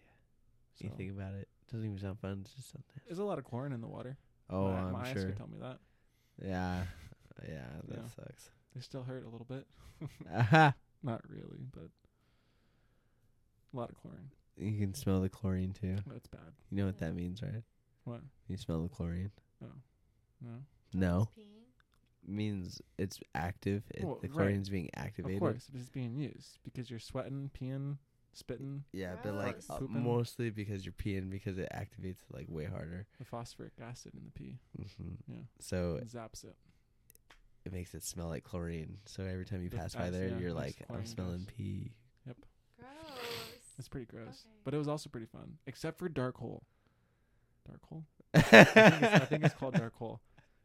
Speaker 1: So.
Speaker 2: You think about it. Doesn't even sound fun. It's just something.
Speaker 1: There's a lot of chlorine in the water.
Speaker 2: Oh,
Speaker 1: my,
Speaker 2: I'm
Speaker 1: my eyes
Speaker 2: sure.
Speaker 1: could tell me that.
Speaker 2: Yeah. [LAUGHS] Yeah. That
Speaker 1: Yeah.
Speaker 2: sucks.
Speaker 1: They still hurt a little bit. [LAUGHS]
Speaker 2: Aha.
Speaker 1: Not really, but a lot of chlorine.
Speaker 2: You can smell the chlorine too.
Speaker 1: That's bad.
Speaker 2: You know what that means, right?
Speaker 1: What? Oh,
Speaker 2: You smell the chlorine.
Speaker 1: No.
Speaker 2: No, means it's active. It,
Speaker 1: Well,
Speaker 2: the
Speaker 1: right.
Speaker 2: chlorine's being activated.
Speaker 1: Of course, it's being used because you're sweating, peeing, spitting.
Speaker 2: Yeah, but like
Speaker 3: Gross.
Speaker 2: uh,
Speaker 1: Pooping.
Speaker 2: mostly because you're peeing because it activates it like way harder.
Speaker 1: the phosphoric acid in the pee.
Speaker 2: hmm
Speaker 1: Yeah.
Speaker 2: So
Speaker 1: It zaps it.
Speaker 2: it makes it smell like chlorine. So every time you
Speaker 1: The
Speaker 2: pass by
Speaker 1: acid,
Speaker 2: there,
Speaker 1: yeah,
Speaker 2: you're
Speaker 1: makes
Speaker 2: like, I'm
Speaker 1: chlorine
Speaker 2: smelling
Speaker 1: gas.
Speaker 2: pee.
Speaker 3: Gross.
Speaker 1: It's pretty gross,
Speaker 3: Okay.
Speaker 1: but it was also pretty fun, except for Dark Hole. Dark
Speaker 2: [LAUGHS]
Speaker 1: Hole? I think it's, I think it's called Dark Hole.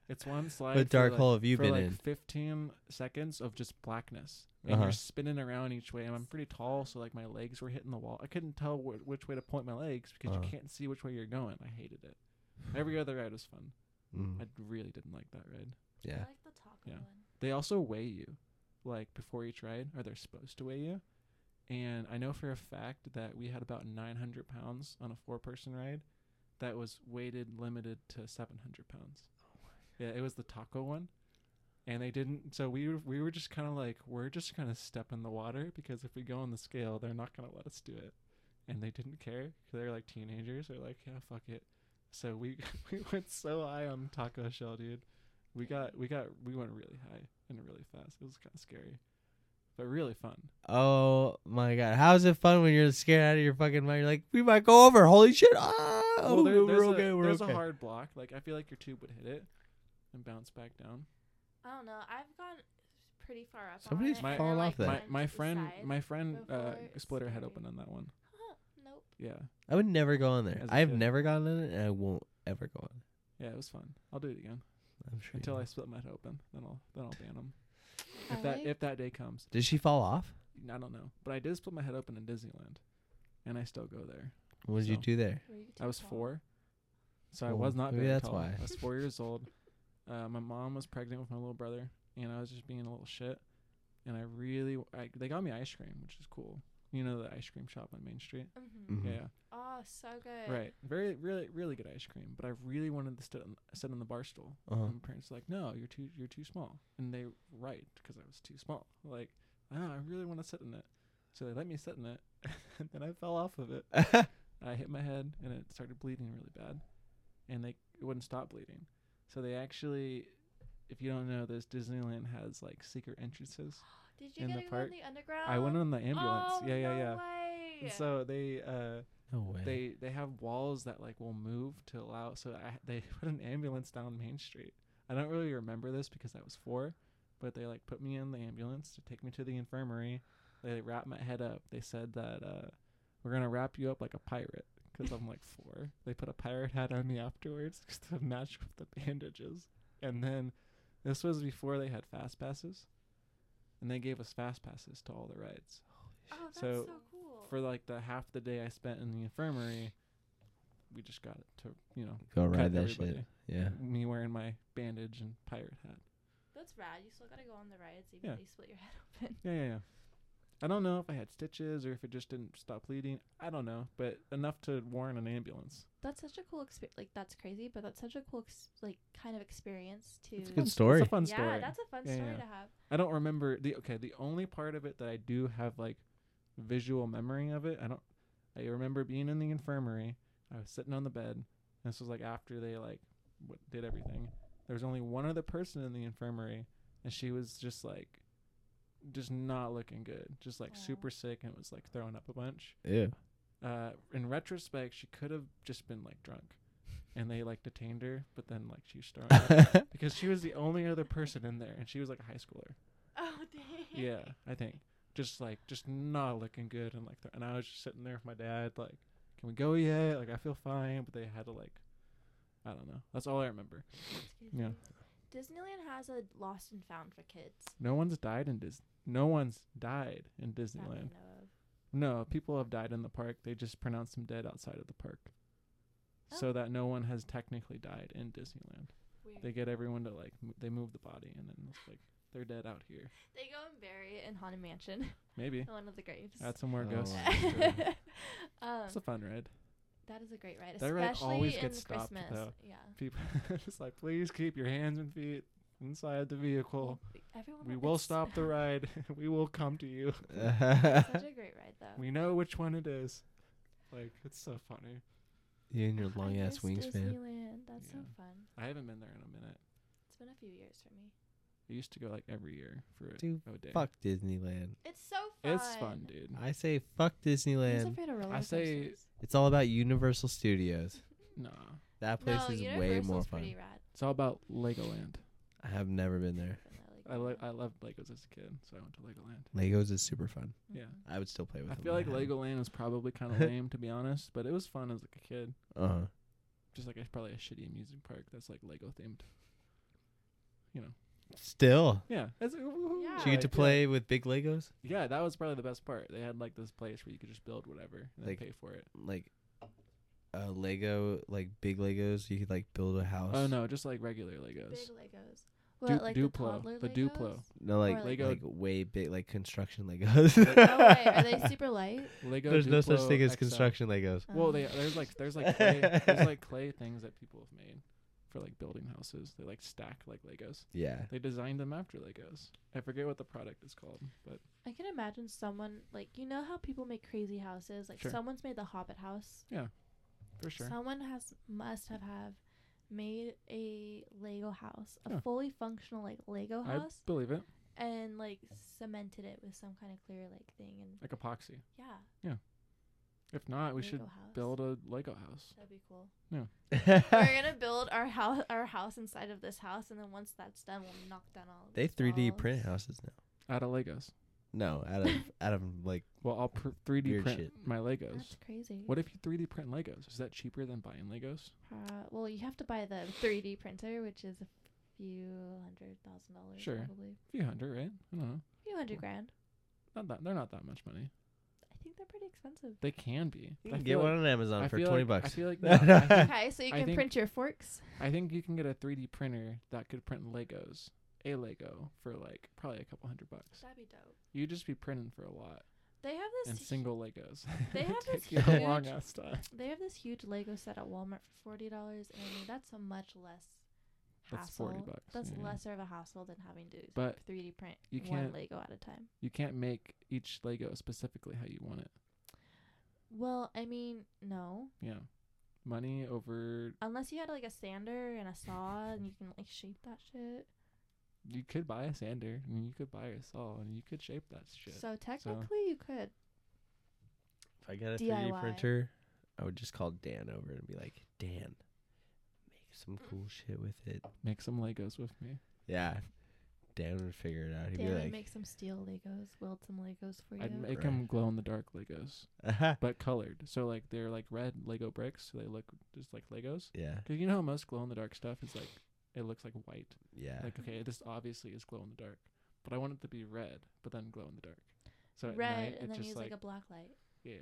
Speaker 1: It's one slide.
Speaker 2: What
Speaker 1: for,
Speaker 2: dark
Speaker 1: like-
Speaker 2: hole have you
Speaker 1: for
Speaker 2: been
Speaker 1: like
Speaker 2: in?
Speaker 1: 15 seconds of just blackness, and
Speaker 2: Uh-huh.
Speaker 1: you're spinning around each way. And I'm pretty tall, so like my legs were hitting the wall. I couldn't tell wh- which way to point my legs because
Speaker 2: Uh-huh.
Speaker 1: you can't see which way you're going. I hated
Speaker 2: [SIGHS]
Speaker 1: it. Every other ride was fun.
Speaker 2: Mm,
Speaker 1: I really didn't like that ride.
Speaker 2: yeah.
Speaker 3: I like the taco
Speaker 1: Yeah.
Speaker 3: one.
Speaker 1: They also weigh you, like before each ride, or they're supposed to weigh you. And I know for a fact that we had about 900 pounds on a four-person ride, that was weighted limited to 700 pounds. Yeah, it was the taco one, and they didn't. So we were- we were just kind of like, we're just gonna step in the water because if we go on the scale, they're not gonna let us do it. And they didn't care. they they're like teenagers. They're like, yeah, fuck it. So we [LAUGHS] we went so high on taco shell, dude. We got we got we went really high and really fast. It was kind of scary, but really fun.
Speaker 2: Oh my god, how is it fun when you're scared out of your fucking mind? You're like, we might go over. Holy shit! Ah,
Speaker 1: Well, there-
Speaker 2: ooh,
Speaker 1: there's
Speaker 2: [LAUGHS] we're
Speaker 1: a,
Speaker 2: okay. We're
Speaker 1: there's
Speaker 2: okay.
Speaker 1: a hard block. Like I feel like your tube would hit it and bounce back down.
Speaker 3: I don't know. I've gone pretty far up.
Speaker 2: Somebody's
Speaker 3: on it,
Speaker 1: My-
Speaker 3: or,
Speaker 2: fallen
Speaker 3: like,
Speaker 2: off that.
Speaker 1: My
Speaker 3: bent
Speaker 1: my
Speaker 3: to the
Speaker 1: friend
Speaker 3: side.
Speaker 1: my friend uh,
Speaker 3: before
Speaker 1: split her head
Speaker 3: skating.
Speaker 1: open on that one.
Speaker 3: Huh, nope.
Speaker 1: Yeah,
Speaker 2: I would never go on there.
Speaker 1: As a
Speaker 2: I've
Speaker 1: kid.
Speaker 2: never gotten in it, and I won't ever go on. it.
Speaker 1: yeah, it was fun. I'll do it again
Speaker 2: I'm sure. you
Speaker 1: until
Speaker 2: will.
Speaker 1: I split my head open. Then I'll then I'll ban them
Speaker 3: I
Speaker 1: if that
Speaker 3: like-
Speaker 1: if that day comes.
Speaker 2: Did she fall off?
Speaker 1: I don't know, but I did split my head open in Disneyland, and I still go there.
Speaker 2: What did you
Speaker 1: So.
Speaker 2: do there?
Speaker 3: were you too
Speaker 1: I was
Speaker 3: tall?
Speaker 1: four, so I
Speaker 2: Well,
Speaker 1: was not
Speaker 2: maybe
Speaker 1: very
Speaker 2: that's
Speaker 1: tall.
Speaker 2: why.
Speaker 1: I was four
Speaker 2: [LAUGHS]
Speaker 1: years old. Uh, my mom was pregnant with my little brother, and I was just being a little shit. And I really, w- I, they got me ice cream, which is cool. You know the ice cream shop on Main Street.
Speaker 3: Mhm.
Speaker 2: Mhm.
Speaker 1: Yeah,
Speaker 3: Oh, so good.
Speaker 1: right. Very, really, really good ice cream. But I really wanted to sit on, sit on the bar stool.
Speaker 2: Uh-huh.
Speaker 1: And my parents were like, "No, you're too, you're too small," and they were right because I was too small. Like, oh, I really want to sit in it, so they let me sit in it, [LAUGHS] and then I fell off of it. I hit my head and it started bleeding really bad, and they it wouldn't stop bleeding. So they actually, if you don't know this, Disneyland has like secret entrances.
Speaker 3: Did you
Speaker 1: In
Speaker 3: get
Speaker 1: the
Speaker 3: to go
Speaker 1: park.
Speaker 3: on the underground?
Speaker 1: I went on the ambulance.
Speaker 3: Oh,
Speaker 1: yeah, yeah,
Speaker 3: no
Speaker 1: yeah.
Speaker 3: Way.
Speaker 1: And so they uh
Speaker 2: [LAUGHS] no way.
Speaker 1: they they have walls that like will move to allow. So I, they [LAUGHS] put an ambulance down Main Street. I don't really remember this because I was four, but they like put me in the ambulance to take me to the infirmary. They wrapped my head up. They said that uh, we're gonna wrap you up like a pirate because I'm like four. They put a pirate hat on me afterwards [LAUGHS] just to match with the bandages. And then this was before they had fast passes, and they gave us fast passes to all the rides
Speaker 3: oh, that's so,
Speaker 1: so
Speaker 3: cool.
Speaker 1: for like the half the day I spent in the infirmary, we just got to you know
Speaker 2: go
Speaker 1: cut
Speaker 2: ride that
Speaker 1: everybody.
Speaker 2: shit. Yeah.
Speaker 1: Me wearing my bandage and pirate hat.
Speaker 3: that's rad. You still gotta go on the rides even
Speaker 1: Yeah.
Speaker 3: if you split your head [LAUGHS] open.
Speaker 1: Yeah, yeah, yeah. I don't know if I had stitches or if it just didn't stop bleeding. I don't know, but enough to warrant an ambulance.
Speaker 3: That's such a cool experience. Like that's crazy, but that's such a cool, ex- like kind of experience to.
Speaker 2: It's a
Speaker 1: Fun-
Speaker 2: good story.
Speaker 1: It's a fun
Speaker 3: yeah,
Speaker 1: story.
Speaker 3: that's a fun
Speaker 1: Yeah,
Speaker 3: story
Speaker 1: yeah.
Speaker 3: to have.
Speaker 1: I don't remember the okay. The only part of it that I do have like visual memory of it. I don't. I remember being in the infirmary. I was sitting on the bed. And this was like after they like what, did everything. There was only one other person in the infirmary, and she was just like, just not looking good. Just like
Speaker 3: Aw.
Speaker 1: super sick and was like throwing up a bunch [LAUGHS]
Speaker 2: Yeah.
Speaker 1: uh, in retrospect, she could have just been like drunk, and they like detained her. But then like she was throwing
Speaker 2: [LAUGHS]
Speaker 1: up because she was the only other person in there, and she was like a high schooler.
Speaker 3: Oh [LAUGHS] dang.
Speaker 1: Yeah, I think just like just not looking good, and like th- and I was just sitting there with my dad, like, can we go yet? Like I feel fine, but they had to like, I don't know. That's all I remember.
Speaker 3: Excuse
Speaker 1: Yeah.
Speaker 3: me. Disneyland has a lost and found for kids.
Speaker 1: No one's died in Dis. No one's died in
Speaker 3: that I
Speaker 1: Disneyland.
Speaker 3: know of.
Speaker 1: No, people have died in the park. They just pronounced them dead outside of the park. So
Speaker 3: Oh.
Speaker 1: that no one has technically died in Disneyland.
Speaker 3: Weird.
Speaker 1: They get everyone to like m- they move the body and then it's like they're dead out here.
Speaker 3: They go and bury it in Haunted Mansion, [LAUGHS]
Speaker 1: Maybe
Speaker 3: in one of the graves. [LAUGHS]
Speaker 1: add some more
Speaker 2: Oh,
Speaker 1: ghosts.
Speaker 2: wow.
Speaker 3: um,
Speaker 1: [LAUGHS] It's a fun ride.
Speaker 3: that is a great ride,
Speaker 1: That
Speaker 3: especially
Speaker 1: ride always
Speaker 3: in
Speaker 1: gets stopped,
Speaker 3: Christmas.
Speaker 1: though.
Speaker 3: Yeah.
Speaker 1: People [LAUGHS] just like please keep your hands and feet inside the vehicle.
Speaker 3: Everyone
Speaker 1: We
Speaker 3: that
Speaker 1: will
Speaker 3: [LAUGHS] gets-
Speaker 1: stop
Speaker 2: [LAUGHS]
Speaker 1: the ride. [LAUGHS] we will come to you.
Speaker 3: Such a great ride though.
Speaker 1: We know which one it is. Like it's so funny.
Speaker 2: [LAUGHS] you and your
Speaker 3: I
Speaker 2: long ass
Speaker 3: miss
Speaker 2: wingspan.
Speaker 3: Disneyland. That's so
Speaker 1: Yeah.
Speaker 3: fun.
Speaker 1: I haven't been there in a minute.
Speaker 3: It's been a few years for me.
Speaker 1: I used to go like every year for a,
Speaker 2: Dude,
Speaker 1: a day.
Speaker 2: Fuck Disneyland.
Speaker 3: It's so fun.
Speaker 1: It's fun, dude.
Speaker 2: I say fuck
Speaker 3: Who's
Speaker 2: Disneyland.
Speaker 3: afraid of roller
Speaker 1: I say-
Speaker 3: coasters?
Speaker 2: It's all about Universal Studios.
Speaker 1: Nah.
Speaker 2: That place
Speaker 3: no,
Speaker 2: is way
Speaker 3: Universal's
Speaker 2: more fun.
Speaker 3: pretty rad.
Speaker 1: It's all about Legoland.
Speaker 2: I have never been there.
Speaker 1: I like I loved Legos as a kid, so I went to Legoland.
Speaker 2: Legos is super fun.
Speaker 3: Mm-hmm.
Speaker 1: Yeah.
Speaker 2: I would still play with
Speaker 1: I
Speaker 2: them
Speaker 1: feel
Speaker 2: if
Speaker 1: like
Speaker 2: had them.
Speaker 1: Legoland was probably kind
Speaker 2: [LAUGHS]
Speaker 1: of lame to be honest, but it was fun as like a kid.
Speaker 2: Uh-huh.
Speaker 1: Just like it's probably a shitty amusement park that's like Lego themed.
Speaker 2: Still.
Speaker 1: Yeah, that's
Speaker 3: Yeah.
Speaker 2: So you get to
Speaker 1: like,
Speaker 2: play with big Legos?
Speaker 1: Yeah. Yeah, that was probably the best part. They had like this place where you could just build whatever and then
Speaker 2: Like-
Speaker 1: pay for it.
Speaker 2: Like a Lego, like big Legos, you could like build a house.
Speaker 1: Oh no, just like regular
Speaker 3: Big
Speaker 1: Legos.
Speaker 3: Legos. What, like the
Speaker 1: Duplo.
Speaker 3: toddler
Speaker 1: The [LAUGHS]
Speaker 3: Legos?
Speaker 1: Duplo.
Speaker 2: No, like
Speaker 3: Or,
Speaker 2: like,
Speaker 3: like-
Speaker 1: Lego-
Speaker 2: way big, like construction Legos.
Speaker 3: No way. Oh,
Speaker 2: [LAUGHS]
Speaker 3: Are they super light?
Speaker 1: Lego.
Speaker 2: There's no such
Speaker 1: Duplo
Speaker 2: thing as
Speaker 1: XL.
Speaker 2: construction Legos.
Speaker 1: Well,
Speaker 3: Um,
Speaker 1: they, there's like there's like clay, there's like clay things that people have made for like building houses. They like stack like Legos.
Speaker 2: Yeah.
Speaker 1: They designed them after Legos. I forget what the product is called, but
Speaker 3: I can imagine someone like you know how people make crazy houses. Like
Speaker 1: Sure.
Speaker 3: someone's made the Hobbit house.
Speaker 1: for sure.
Speaker 3: Someone has must have have made a Lego house, a
Speaker 1: Yeah.
Speaker 3: fully functional like Lego
Speaker 1: I
Speaker 3: house,
Speaker 1: believe it.
Speaker 3: and like cemented it with some kind of clear like thing. And
Speaker 1: Like epoxy.
Speaker 3: yeah,
Speaker 1: Yeah. If not, we should
Speaker 3: Lego house.
Speaker 1: build a Lego house.
Speaker 3: That'd be
Speaker 1: [LAUGHS]
Speaker 3: cool.
Speaker 2: [LAUGHS]
Speaker 3: We're
Speaker 2: they
Speaker 3: gonna build our house, our house inside of this house, and then once that's done, we'll knock down all. Of these
Speaker 2: 3D
Speaker 3: walls.
Speaker 2: print houses now.
Speaker 1: Out of Legos.
Speaker 2: No, out
Speaker 3: [LAUGHS]
Speaker 2: of out of like
Speaker 1: Well, I'll pr- 3D
Speaker 2: Weird
Speaker 1: print
Speaker 2: shit.
Speaker 1: my Legos.
Speaker 3: That's crazy.
Speaker 1: What if you 3D print Legos? Is that cheaper than buying Legos?
Speaker 3: Uh, well, you have to buy the 3D printer, which is a few hundred thousand dollars,
Speaker 1: Sure.
Speaker 3: probably
Speaker 1: A few hundred, right? I don't know.
Speaker 3: a few hundred grand.
Speaker 1: Not that they're not that much money.
Speaker 3: I think they're pretty expensive.
Speaker 1: They can be.
Speaker 2: you
Speaker 1: I
Speaker 2: can
Speaker 1: feel
Speaker 2: get one
Speaker 1: like-
Speaker 2: on Amazon
Speaker 1: I
Speaker 2: for
Speaker 1: feel
Speaker 2: twenty
Speaker 1: like-
Speaker 2: bucks.
Speaker 1: I
Speaker 2: [LAUGHS]
Speaker 1: feel like no, I, think,
Speaker 3: Okay, so you
Speaker 1: I
Speaker 3: can
Speaker 1: think-
Speaker 3: print your forks.
Speaker 1: I think you can get a 3D printer that could print Legos, a Lego for like probably a couple hundred bucks.
Speaker 3: That'd be dope.
Speaker 1: You'd just be printing for a lot
Speaker 3: They have this.
Speaker 1: and
Speaker 3: hu-
Speaker 1: single Legos. [LAUGHS]
Speaker 3: They
Speaker 1: It'd
Speaker 3: have this
Speaker 1: take you a long
Speaker 3: huge-
Speaker 1: ass time.
Speaker 3: They have this huge Lego set at Walmart for forty dollars, and that's a much less
Speaker 1: That's
Speaker 3: hassle.
Speaker 1: 40 bucks,
Speaker 3: That's
Speaker 1: yeah.
Speaker 3: lesser of a hassle than having to
Speaker 1: But
Speaker 3: 3D print
Speaker 1: you
Speaker 3: one
Speaker 1: can't-
Speaker 3: Lego at a time.
Speaker 1: You can't make each Lego specifically how you want it.
Speaker 3: Well, I mean, no.
Speaker 1: Yeah, money over.
Speaker 3: Unless you had like a sander and a saw and you can like shape that shit.
Speaker 1: You could buy a sander and you could buy a saw and you could shape that shit.
Speaker 3: So technically you could.
Speaker 2: If I got a 3D
Speaker 3: DIY.
Speaker 2: printer, I would just call Dan over and be like, Dan, make some cool shit with it.
Speaker 1: Make some Legos with me.
Speaker 2: Yeah. Dan would figure it out. He'd
Speaker 3: Dan
Speaker 2: be
Speaker 3: would
Speaker 2: like,
Speaker 3: make some steel Legos, weld some Legos for
Speaker 1: I'd
Speaker 3: you.
Speaker 1: make
Speaker 2: Right.
Speaker 1: them glow in the dark Legos,
Speaker 2: "Aha."
Speaker 1: but colored. So like they're like red Lego bricks, so they look just like Legos.
Speaker 2: [LAUGHS] yeah,
Speaker 1: Cause you know how most glow in the dark stuff is like it looks like white.
Speaker 2: yeah.
Speaker 1: Like okay, this obviously is glow in the dark, but I want it to be red, but then glow in the dark. So at
Speaker 3: Red
Speaker 1: night
Speaker 3: and
Speaker 1: it
Speaker 3: then
Speaker 1: just
Speaker 3: use
Speaker 1: like,
Speaker 3: like, a black light.
Speaker 1: [LAUGHS] yeah.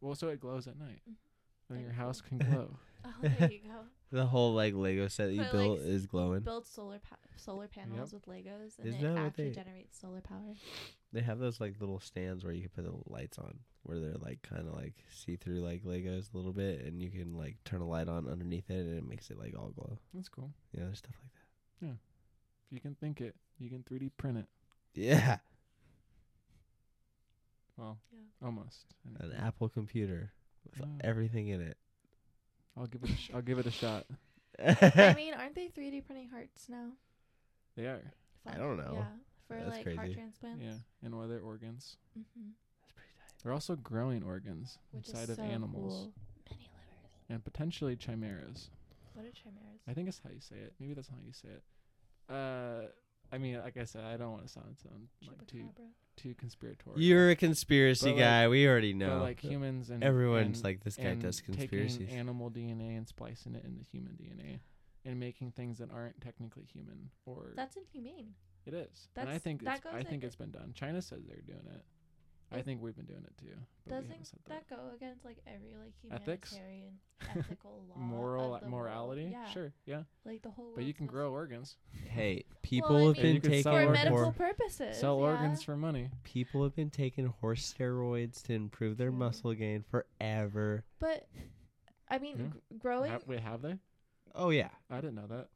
Speaker 1: Well, so it glows at night.
Speaker 3: Mhm.
Speaker 1: Then
Speaker 3: That'd
Speaker 1: your
Speaker 3: be
Speaker 1: house
Speaker 3: cool.
Speaker 1: can
Speaker 3: [LAUGHS]
Speaker 1: glow.
Speaker 3: Oh, there you
Speaker 1: [LAUGHS]
Speaker 3: go.
Speaker 2: the whole like Lego set that you
Speaker 3: Put, like,
Speaker 2: built
Speaker 3: s-
Speaker 2: is glowing.
Speaker 3: Build solar pa- solar panels with Legos and
Speaker 2: Isn't
Speaker 3: it
Speaker 2: that what
Speaker 3: actually
Speaker 2: they-
Speaker 3: generates
Speaker 2: [LAUGHS]
Speaker 3: solar power.
Speaker 2: They have those like little stands where you can put the lights on, where they're like kind of like see through like Legos a little bit, and you can like turn a light on underneath it, and it makes it like all glow.
Speaker 1: That's cool.
Speaker 2: You know, there's stuff like that.
Speaker 1: If you can think it, you can 3D print it.
Speaker 2: [LAUGHS] Yeah,
Speaker 1: Well,
Speaker 3: Yeah.
Speaker 1: almost.
Speaker 2: an Apple computer with
Speaker 3: Mm.
Speaker 1: Oh.
Speaker 2: everything in it. [LAUGHS]
Speaker 1: I'll give it. A sh- I'll give it a shot.
Speaker 3: I mean, aren't they 3D printing hearts now?
Speaker 1: They are.
Speaker 2: I
Speaker 3: Fuck,
Speaker 2: don't know.
Speaker 3: Yeah, for
Speaker 2: That's
Speaker 3: like heart
Speaker 2: crazy.
Speaker 3: transplants.
Speaker 1: Yeah, and what are their organs?
Speaker 3: Mm-hmm.
Speaker 2: That's pretty tight.
Speaker 1: They're also growing organs
Speaker 3: Which
Speaker 1: inside
Speaker 3: is
Speaker 1: of
Speaker 3: so
Speaker 1: animals
Speaker 3: cool. Many livers.
Speaker 1: and potentially chimeras.
Speaker 3: What are chimeras?
Speaker 1: I think that's how you say it. Maybe that's not how you say it. Uh, I mean, like I said, I don't want to sound sound like too
Speaker 3: Chupacabra.
Speaker 1: too conspiratorial.
Speaker 2: You're a conspiracy
Speaker 1: But, like-
Speaker 2: guy. we already
Speaker 1: but
Speaker 2: know.
Speaker 1: like humans and
Speaker 2: Everyone's
Speaker 1: and-
Speaker 2: like this guy
Speaker 1: and
Speaker 2: does conspiracies.
Speaker 1: Taking animal DNA and splicing it into human DNA and making things that aren't technically human or
Speaker 3: That's inhumane.
Speaker 1: it is. and I
Speaker 3: that's-
Speaker 1: think
Speaker 3: that
Speaker 1: it's, I
Speaker 3: goes
Speaker 1: think
Speaker 3: ag-
Speaker 1: it's been done. China says they're doing it. I
Speaker 3: It-
Speaker 1: think we've been doing it too. But we haven't
Speaker 3: Doesn't
Speaker 1: said that.
Speaker 3: that go against like every like
Speaker 1: Ethics? [LAUGHS]
Speaker 3: humanitarian ethical law?
Speaker 1: Moral
Speaker 3: of the world?
Speaker 1: morality?
Speaker 3: Yeah.
Speaker 1: Sure, yeah.
Speaker 3: Like the whole.
Speaker 1: But you
Speaker 3: world's
Speaker 1: can
Speaker 3: supposed-
Speaker 1: grow organs.
Speaker 2: Hey, people have
Speaker 3: I mean-
Speaker 2: been
Speaker 1: You could
Speaker 2: taking
Speaker 1: sell
Speaker 3: for
Speaker 1: organs.
Speaker 3: medical
Speaker 2: horse,
Speaker 3: purposes.
Speaker 1: Sell
Speaker 3: yeah.
Speaker 1: organs for money.
Speaker 2: people have been taking horse steroids to improve their
Speaker 3: True.
Speaker 2: muscle gain forever.
Speaker 3: But I mean,
Speaker 1: Yeah.
Speaker 3: gr- growing.
Speaker 1: Ha- wait, have they?
Speaker 2: Oh yeah,
Speaker 1: I didn't know that.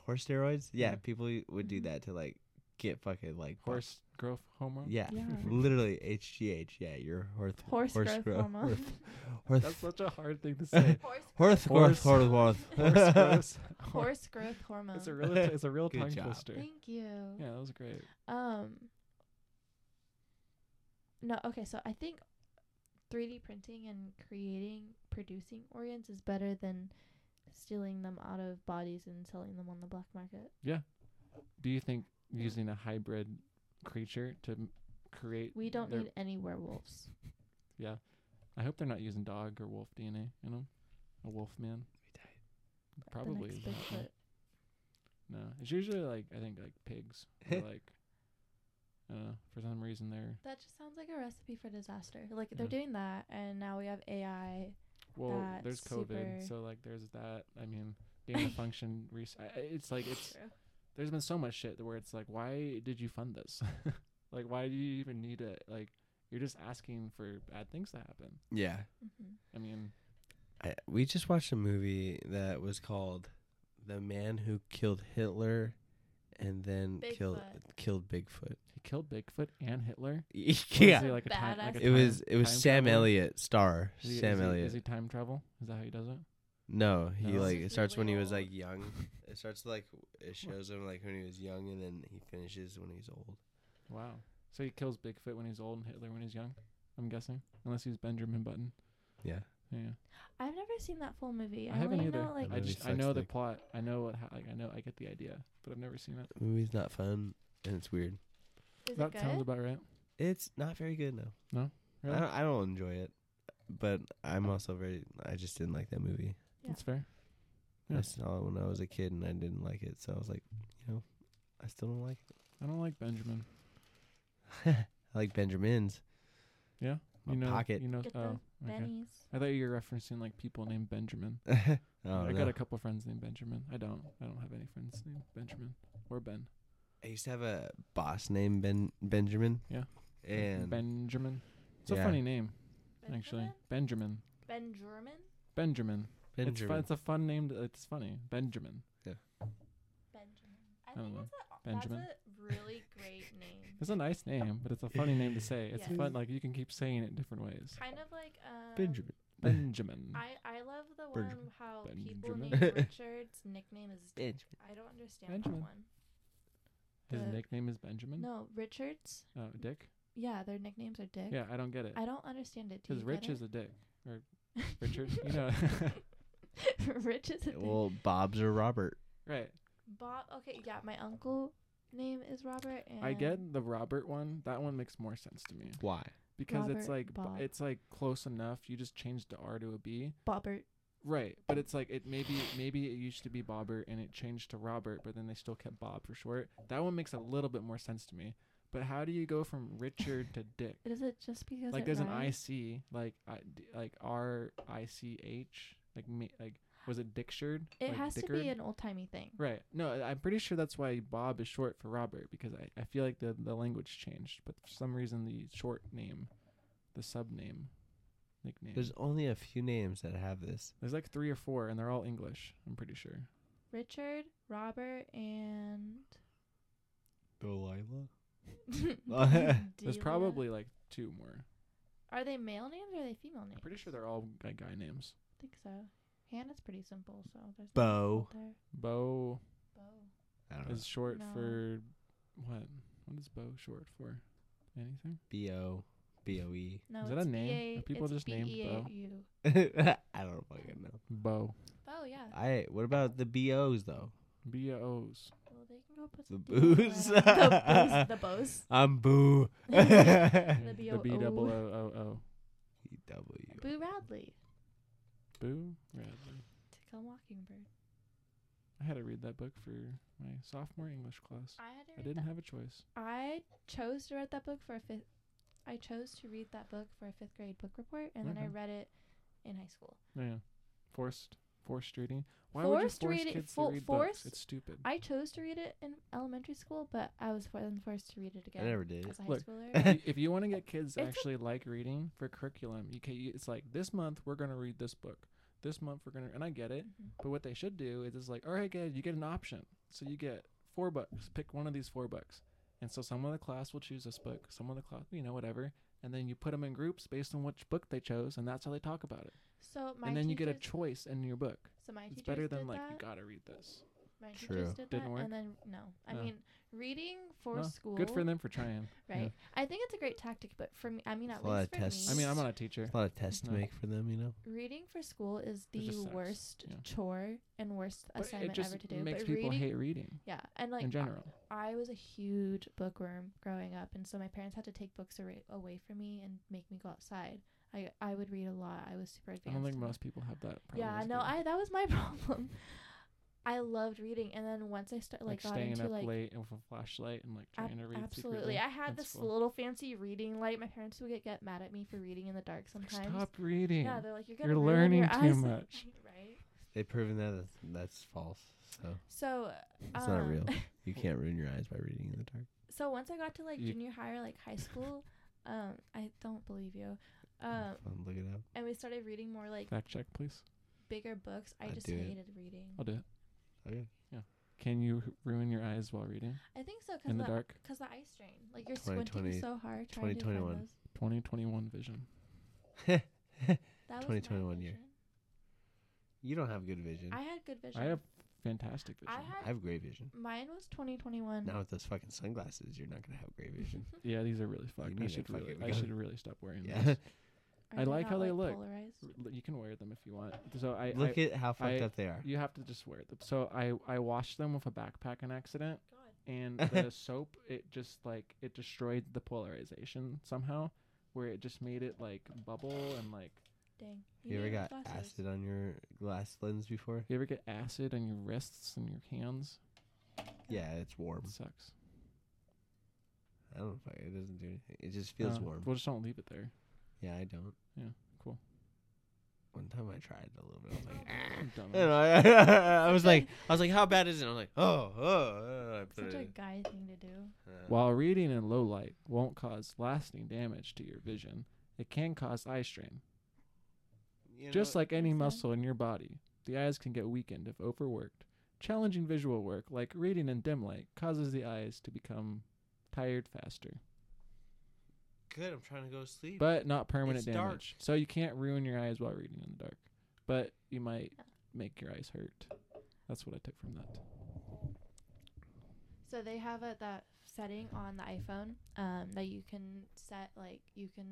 Speaker 2: horse steroids. Yeah,
Speaker 1: Yeah.
Speaker 2: people would do
Speaker 3: Mhm.
Speaker 2: that to like get fucking like buff.
Speaker 1: Horse growth hormone.
Speaker 2: Yeah,
Speaker 3: Yeah.
Speaker 2: [LAUGHS] literally HGH. Yeah, your horse
Speaker 3: Horse growth
Speaker 2: grow-
Speaker 3: hormone. [LAUGHS]
Speaker 2: Horse
Speaker 1: That's such a hard thing to [LAUGHS] say.
Speaker 3: Horse,
Speaker 2: [LAUGHS] horse
Speaker 1: Horse-
Speaker 2: growth hormone.
Speaker 1: [LAUGHS] Horse growth.
Speaker 3: horse growth hormone.
Speaker 1: It's a [LAUGHS] real. It's a real
Speaker 2: Good
Speaker 1: tongue
Speaker 2: job.
Speaker 1: twister.
Speaker 3: Thank you.
Speaker 1: Yeah, that was great.
Speaker 3: Um. No, okay, so I think 3D printing and creating, producing organs is better than stealing them out of bodies and selling them on the black market.
Speaker 1: Do you think using a hybrid creature to m- create?
Speaker 3: We don't
Speaker 1: their-
Speaker 3: need any werewolves.
Speaker 1: Yeah, I hope they're not using dog or wolf DNA in them. A wolf man, probably.
Speaker 3: the
Speaker 1: [LAUGHS]
Speaker 3: next
Speaker 1: is not one.
Speaker 3: Bigfoot.
Speaker 1: No, it's usually like I think like pigs. [LAUGHS] Or like, I don't know. For some reason, they're
Speaker 3: That just sounds like a recipe for disaster. Like
Speaker 1: Yeah.
Speaker 3: they're doing that, and now we have AI.
Speaker 1: well.
Speaker 3: That's
Speaker 1: there's COVID,
Speaker 3: super-
Speaker 1: so like there's that. I mean, gain
Speaker 3: [LAUGHS]
Speaker 1: of function. Res- I- I- it's like it's there's been so much shit where it's like, why did you fund this? [LAUGHS] like, why do you even need it? Like, you're just asking for bad things to happen.
Speaker 2: [LAUGHS] Yeah,
Speaker 3: hmm
Speaker 1: I mean,
Speaker 2: I, we just watched a movie that was called "The Man Who Killed Hitler," and then killed
Speaker 3: Bigfoot.
Speaker 2: killed Bigfoot. [LAUGHS]
Speaker 1: he killed Bigfoot and Hitler. What
Speaker 2: yeah,
Speaker 1: Is he, like a time,
Speaker 3: Badass.
Speaker 1: like a
Speaker 2: it was
Speaker 1: time-
Speaker 2: it was
Speaker 1: time
Speaker 2: Sam
Speaker 1: traveler?
Speaker 2: Elliott, star
Speaker 1: Is he-
Speaker 2: Sam
Speaker 1: is he-
Speaker 2: Elliott.
Speaker 1: Is he time travel? Is that how he does it?
Speaker 2: No, he
Speaker 1: No?
Speaker 2: like
Speaker 3: This
Speaker 1: [LAUGHS]
Speaker 2: it
Speaker 3: is
Speaker 2: starts when he was
Speaker 3: really
Speaker 2: like young. It starts like it shows him like when he was young, and then he finishes when he's old.
Speaker 1: Wow. So he kills Bigfoot when he's old and Hitler when he's young. I'm guessing, unless he's Benjamin Button.
Speaker 2: Yeah.
Speaker 1: Yeah.
Speaker 3: I've never seen that full movie. I,
Speaker 1: I haven't
Speaker 3: only
Speaker 1: either.
Speaker 3: know like
Speaker 1: I
Speaker 2: movie
Speaker 1: just I
Speaker 2: sucks
Speaker 1: know the
Speaker 2: dick.
Speaker 1: plot. I know what ha- like I know I get the idea, but I've never seen it.
Speaker 2: The movie's not fun and it's weird.
Speaker 3: is
Speaker 1: that
Speaker 3: it
Speaker 1: sounds
Speaker 3: good?
Speaker 1: about right.
Speaker 2: It's not very good, no.
Speaker 1: No? Really?
Speaker 2: I, don't, I don't enjoy it. But I'm also very. I just didn't like that movie.
Speaker 3: Yeah.
Speaker 1: That's fair.
Speaker 2: I
Speaker 1: Yeah.
Speaker 2: saw it when I was a kid and I didn't like it, so I was like, you know, I still don't like it.
Speaker 1: I don't like Benjamin.
Speaker 2: I like Benjamin's.
Speaker 1: Yeah?
Speaker 2: My
Speaker 1: you know
Speaker 2: pocket.
Speaker 1: you know
Speaker 3: Get the
Speaker 1: oh, okay.
Speaker 3: Benny's.
Speaker 1: I thought you were referencing like people named Benjamin.
Speaker 2: oh,
Speaker 1: I
Speaker 2: no.
Speaker 1: got a couple friends named Benjamin. I don't. I don't have any friends named Benjamin or Ben.
Speaker 2: I used to have a boss named Ben Benjamin.
Speaker 1: Yeah.
Speaker 2: And
Speaker 1: Benjamin. It's a
Speaker 2: Yeah.
Speaker 1: funny name, actually. Benjamin.
Speaker 3: Ben German.
Speaker 1: Benjamin. It's, fun,
Speaker 2: Benjamin.
Speaker 1: it's a fun name. To, it's funny. Benjamin.
Speaker 3: Benjamin. I
Speaker 1: don't
Speaker 3: think
Speaker 1: know.
Speaker 3: that's a
Speaker 1: Benjamin?
Speaker 3: that's a really great
Speaker 1: [LAUGHS]
Speaker 3: name.
Speaker 1: It's a nice name, but it's a funny name to say. It's
Speaker 3: [LAUGHS] Yes.
Speaker 1: fun. Like you can keep saying it different
Speaker 2: [LAUGHS]
Speaker 1: ways.
Speaker 3: kind of like um,
Speaker 2: Benjamin.
Speaker 1: Benjamin.
Speaker 3: I I love the
Speaker 2: Benjamin.
Speaker 3: one how people
Speaker 1: Benjamin.
Speaker 3: named
Speaker 1: [LAUGHS]
Speaker 3: Richard's nickname is.
Speaker 2: Benjamin.
Speaker 3: I don't understand
Speaker 1: Benjamin.
Speaker 3: that one.
Speaker 1: His
Speaker 3: the-
Speaker 1: nickname is Benjamin.
Speaker 3: No, Richards.
Speaker 1: Oh, Dick.
Speaker 3: Yeah, their nicknames are Dick.
Speaker 1: Yeah, I don't get it.
Speaker 3: I don't understand it. Do
Speaker 1: Because
Speaker 3: you
Speaker 1: Rich
Speaker 3: get
Speaker 1: is
Speaker 3: it?
Speaker 1: a dick. Or Richard.
Speaker 3: [LAUGHS]
Speaker 1: you know. [LAUGHS]
Speaker 3: Rich is a dick.
Speaker 2: Well, Bob's or Robert.
Speaker 1: right.
Speaker 3: Bob. Okay, yeah, my uncle name is Robert. And
Speaker 1: I get the Robert one. That one makes more sense to me
Speaker 2: Why?
Speaker 1: because it's
Speaker 3: Robert,
Speaker 1: like b-
Speaker 3: Bob.
Speaker 1: it's like close enough. You just changed the R to a B.
Speaker 3: Bobbert.
Speaker 1: Right, but it's like it maybe maybe it used to be Bobbert and it changed to Robert, but then they still kept Bob for short. That one makes a little bit more sense to me. But how do you go from Richard
Speaker 3: [LAUGHS]
Speaker 1: to Dick?
Speaker 3: Is it just because
Speaker 1: like
Speaker 3: it
Speaker 1: there's
Speaker 3: rhymes?
Speaker 1: an IC, like I, d- like R I C H, like me, like was it Dickshard?
Speaker 3: It
Speaker 1: Like
Speaker 3: has to be
Speaker 1: Dickard?
Speaker 3: an old timey thing.
Speaker 1: Right. No, I- I'm pretty sure that's why Bob is short for Robert because I, I feel like the the language changed, but for some reason the short name, the sub name, nickname.
Speaker 2: There's only a few names that have this.
Speaker 1: there's like three or four, and they're all English. I'm pretty sure.
Speaker 3: Richard, Robert, and [LAUGHS]
Speaker 2: Delilah.
Speaker 1: [LAUGHS] There's
Speaker 3: Delia.
Speaker 1: probably like two more.
Speaker 3: Are they male names or are they female names?
Speaker 1: I'm pretty sure they're all guy, guy names.
Speaker 3: I think so. Hannah's pretty simple, so there's no
Speaker 2: Bo.
Speaker 3: out there.
Speaker 1: Bo
Speaker 3: Bo.
Speaker 2: I don't know.
Speaker 1: is short
Speaker 3: No.
Speaker 1: for what? What is Bo short for? Anything?
Speaker 2: B O B
Speaker 1: [LAUGHS]
Speaker 2: O E.
Speaker 3: No,
Speaker 1: Is that a
Speaker 3: it's
Speaker 1: name?
Speaker 3: B-A-
Speaker 1: Are people
Speaker 3: it's E
Speaker 1: just named Bo?
Speaker 3: B-E-A-U.
Speaker 2: I don't fucking know.
Speaker 1: Bo.
Speaker 3: Bo, yeah.
Speaker 2: I. What about the B O's though?
Speaker 1: B O S.
Speaker 3: Well, they can go put
Speaker 2: The boos.
Speaker 3: some
Speaker 2: [LAUGHS]
Speaker 3: the boos.
Speaker 2: I'm Boo. [LAUGHS]
Speaker 3: The
Speaker 2: W.
Speaker 3: boos.
Speaker 1: The B double O O O.
Speaker 2: E
Speaker 3: Boo Radley.
Speaker 1: Boo Radley.
Speaker 3: To kill a mockingbird.
Speaker 1: I had to read that book for my sophomore English class.
Speaker 3: I had to
Speaker 1: I
Speaker 3: read
Speaker 1: didn't
Speaker 3: that.
Speaker 1: have a choice.
Speaker 3: I chose to read that book for a fifth. I chose to read that book for a fifth grade book report, and then I
Speaker 1: Okay.
Speaker 3: read it in high school.
Speaker 1: Yeah. Forced. Forced reading. Why
Speaker 3: Forced
Speaker 1: would you force
Speaker 3: reading-
Speaker 1: kids
Speaker 3: fo-
Speaker 1: to read
Speaker 3: forced-
Speaker 1: books? It's stupid.
Speaker 3: I chose to read it in elementary school, but I was for- then forced to read it
Speaker 2: I
Speaker 3: again
Speaker 2: never did.
Speaker 3: as a high
Speaker 1: Look, [LAUGHS]
Speaker 3: schooler. Mm-hmm. [LAUGHS]
Speaker 1: you- if you want to get kids to
Speaker 3: It's a-
Speaker 1: actually like reading for curriculum, you can. You, it's like this month we're gonna read this book. This month we're gonna, and I get it.
Speaker 3: Mhm.
Speaker 1: But what they should do is it's like, all right, guys, you get an option. So you get four bucks. Pick one of these four bucks. And so some of the class will choose this book. Some of the class, you know, whatever. And then you put them in groups based on which book they chose, and that's how they talk about it.
Speaker 3: so my
Speaker 1: and then you get a
Speaker 3: teachers-
Speaker 1: choice in your book.
Speaker 3: so my
Speaker 1: It's
Speaker 3: teachers
Speaker 1: better than
Speaker 3: did
Speaker 1: like you
Speaker 3: that.
Speaker 1: gotta read this.
Speaker 3: my
Speaker 2: True.
Speaker 3: teachers did
Speaker 1: Didn't
Speaker 3: that,
Speaker 1: work?
Speaker 3: and then no. I
Speaker 1: No.
Speaker 3: mean, reading for
Speaker 1: Well,
Speaker 3: school.
Speaker 1: Good for them for trying.
Speaker 3: Right. I think it's a great tactic, but for me, I mean,
Speaker 2: It's
Speaker 3: at
Speaker 2: a lot
Speaker 3: least
Speaker 2: of
Speaker 3: for
Speaker 2: tests.
Speaker 1: I
Speaker 3: me,
Speaker 1: mean, I'm not a teacher.
Speaker 2: It's a lot of tests to
Speaker 1: No.
Speaker 2: make for them, you know.
Speaker 3: reading for school is
Speaker 1: It
Speaker 3: the
Speaker 1: just sucks,
Speaker 3: worst
Speaker 1: yeah.
Speaker 3: chore and worst
Speaker 1: But it
Speaker 3: assignment
Speaker 1: just
Speaker 3: ever to do.
Speaker 1: makes
Speaker 3: but
Speaker 1: people
Speaker 3: reading,
Speaker 1: hate reading
Speaker 3: yeah, and like
Speaker 1: in
Speaker 3: I-
Speaker 1: general.
Speaker 3: I was a huge bookworm growing up, and so my parents had to take books away, away from me and make me go outside. I I would read a lot. I was super advanced.
Speaker 1: I don't think
Speaker 3: in that.
Speaker 1: most people have that. problem
Speaker 3: Yeah,
Speaker 1: as
Speaker 3: no,
Speaker 1: good.
Speaker 3: I that was my [LAUGHS] problem. I loved reading, and then once I started
Speaker 1: like,
Speaker 3: like, got
Speaker 1: staying
Speaker 3: into
Speaker 1: up
Speaker 3: like
Speaker 1: late and with a flashlight and like
Speaker 3: ab-
Speaker 1: trying to read
Speaker 3: absolutely, I had
Speaker 1: That's
Speaker 3: this
Speaker 1: cool.
Speaker 3: little fancy reading light. My parents would get, get mad at me for reading in the dark
Speaker 1: secretly. Like,
Speaker 3: sometimes.
Speaker 1: Stop reading.
Speaker 3: Yeah, they're like you're
Speaker 1: You're
Speaker 3: gonna ruin your
Speaker 1: learning too
Speaker 3: eyes." [LAUGHS]
Speaker 1: much.
Speaker 3: right?
Speaker 2: They've proven that that's, that's false. So
Speaker 3: So
Speaker 2: It's not
Speaker 3: um, [LAUGHS]
Speaker 2: real. you can't ruin your eyes by reading in the dark.
Speaker 3: So once I got to like
Speaker 1: You-
Speaker 3: junior high or like
Speaker 1: [LAUGHS]
Speaker 3: high school, um, I don't believe you. Um,
Speaker 2: Fun, look it up.
Speaker 3: and we started reading more like
Speaker 1: Fact check, please.
Speaker 3: bigger books. I
Speaker 2: I
Speaker 3: just
Speaker 2: do it.
Speaker 3: hated reading.
Speaker 1: I'll do it.
Speaker 2: Okay.
Speaker 1: Can you h- ruin your eyes while reading
Speaker 3: I think so because
Speaker 1: in the
Speaker 3: the
Speaker 1: dark?
Speaker 3: because the eye strain. Like you're squinting
Speaker 2: 2020
Speaker 3: so hard trying to find
Speaker 2: 2021.
Speaker 3: those.
Speaker 1: 2021 vision.
Speaker 3: That was my
Speaker 2: 2021 year.
Speaker 3: vision.
Speaker 2: You don't have good vision.
Speaker 3: I had good vision.
Speaker 1: I have fantastic vision.
Speaker 3: I had
Speaker 2: I have great vision.
Speaker 3: mine was 2021.
Speaker 2: Now with those fucking sunglasses, you're not gonna have great vision.
Speaker 1: yeah, these are really fucked. I
Speaker 2: need to
Speaker 1: should really,
Speaker 2: fucking
Speaker 1: I
Speaker 2: go.
Speaker 1: should really stop wearing
Speaker 2: Yeah.
Speaker 1: these.
Speaker 3: Are
Speaker 1: I like how
Speaker 3: not,
Speaker 1: they look.
Speaker 3: Polarized?
Speaker 1: R- You can wear them if you want. So I
Speaker 2: Look
Speaker 1: I,
Speaker 2: at how fucked
Speaker 1: I-
Speaker 2: up they are.
Speaker 1: you have to just wear them. So I I washed them with a backpack on accident,
Speaker 2: [LAUGHS]
Speaker 3: God.
Speaker 1: and the soap it just like it destroyed the polarization somehow, where it just made it like bubble and like.
Speaker 3: Dang.
Speaker 2: You ever
Speaker 3: need
Speaker 2: got
Speaker 3: glasses.
Speaker 2: acid on your glass lens before?
Speaker 1: You ever get acid on your wrists and your hands?
Speaker 2: Yeah, it's warm.
Speaker 1: It sucks.
Speaker 2: I don't know if I, it doesn't do anything. It just feels
Speaker 1: Uh,
Speaker 2: warm.
Speaker 1: We'll just don't leave it there.
Speaker 2: Yeah, I don't.
Speaker 1: Cool.
Speaker 2: One time I tried a little bit. I was like,
Speaker 1: [LAUGHS] You
Speaker 2: "Ah."
Speaker 1: dumbass.
Speaker 2: [LAUGHS] You know, I, was like, I was like, how bad is it? I was like, oh, oh. oh," I put
Speaker 3: Such
Speaker 2: it
Speaker 3: a
Speaker 2: in.
Speaker 3: guy thing to do.
Speaker 2: Uh,
Speaker 1: While reading in low light won't cause lasting damage to your vision, it can cause eye strain.
Speaker 2: you
Speaker 1: Just
Speaker 2: know, uh,
Speaker 1: like any
Speaker 3: Makes sense.
Speaker 1: muscle in your body, the eyes can get weakened if overworked. Challenging visual work, like reading in dim light, causes the eyes to become tired faster,
Speaker 2: good. I'm trying to go to sleep.
Speaker 1: but not permanent
Speaker 2: It's dark.
Speaker 1: damage. So you can't ruin your eyes while reading in the dark, but you might make your eyes hurt. That's what I took from that.
Speaker 3: So they have a that setting on the iPhone um, that you can set like you can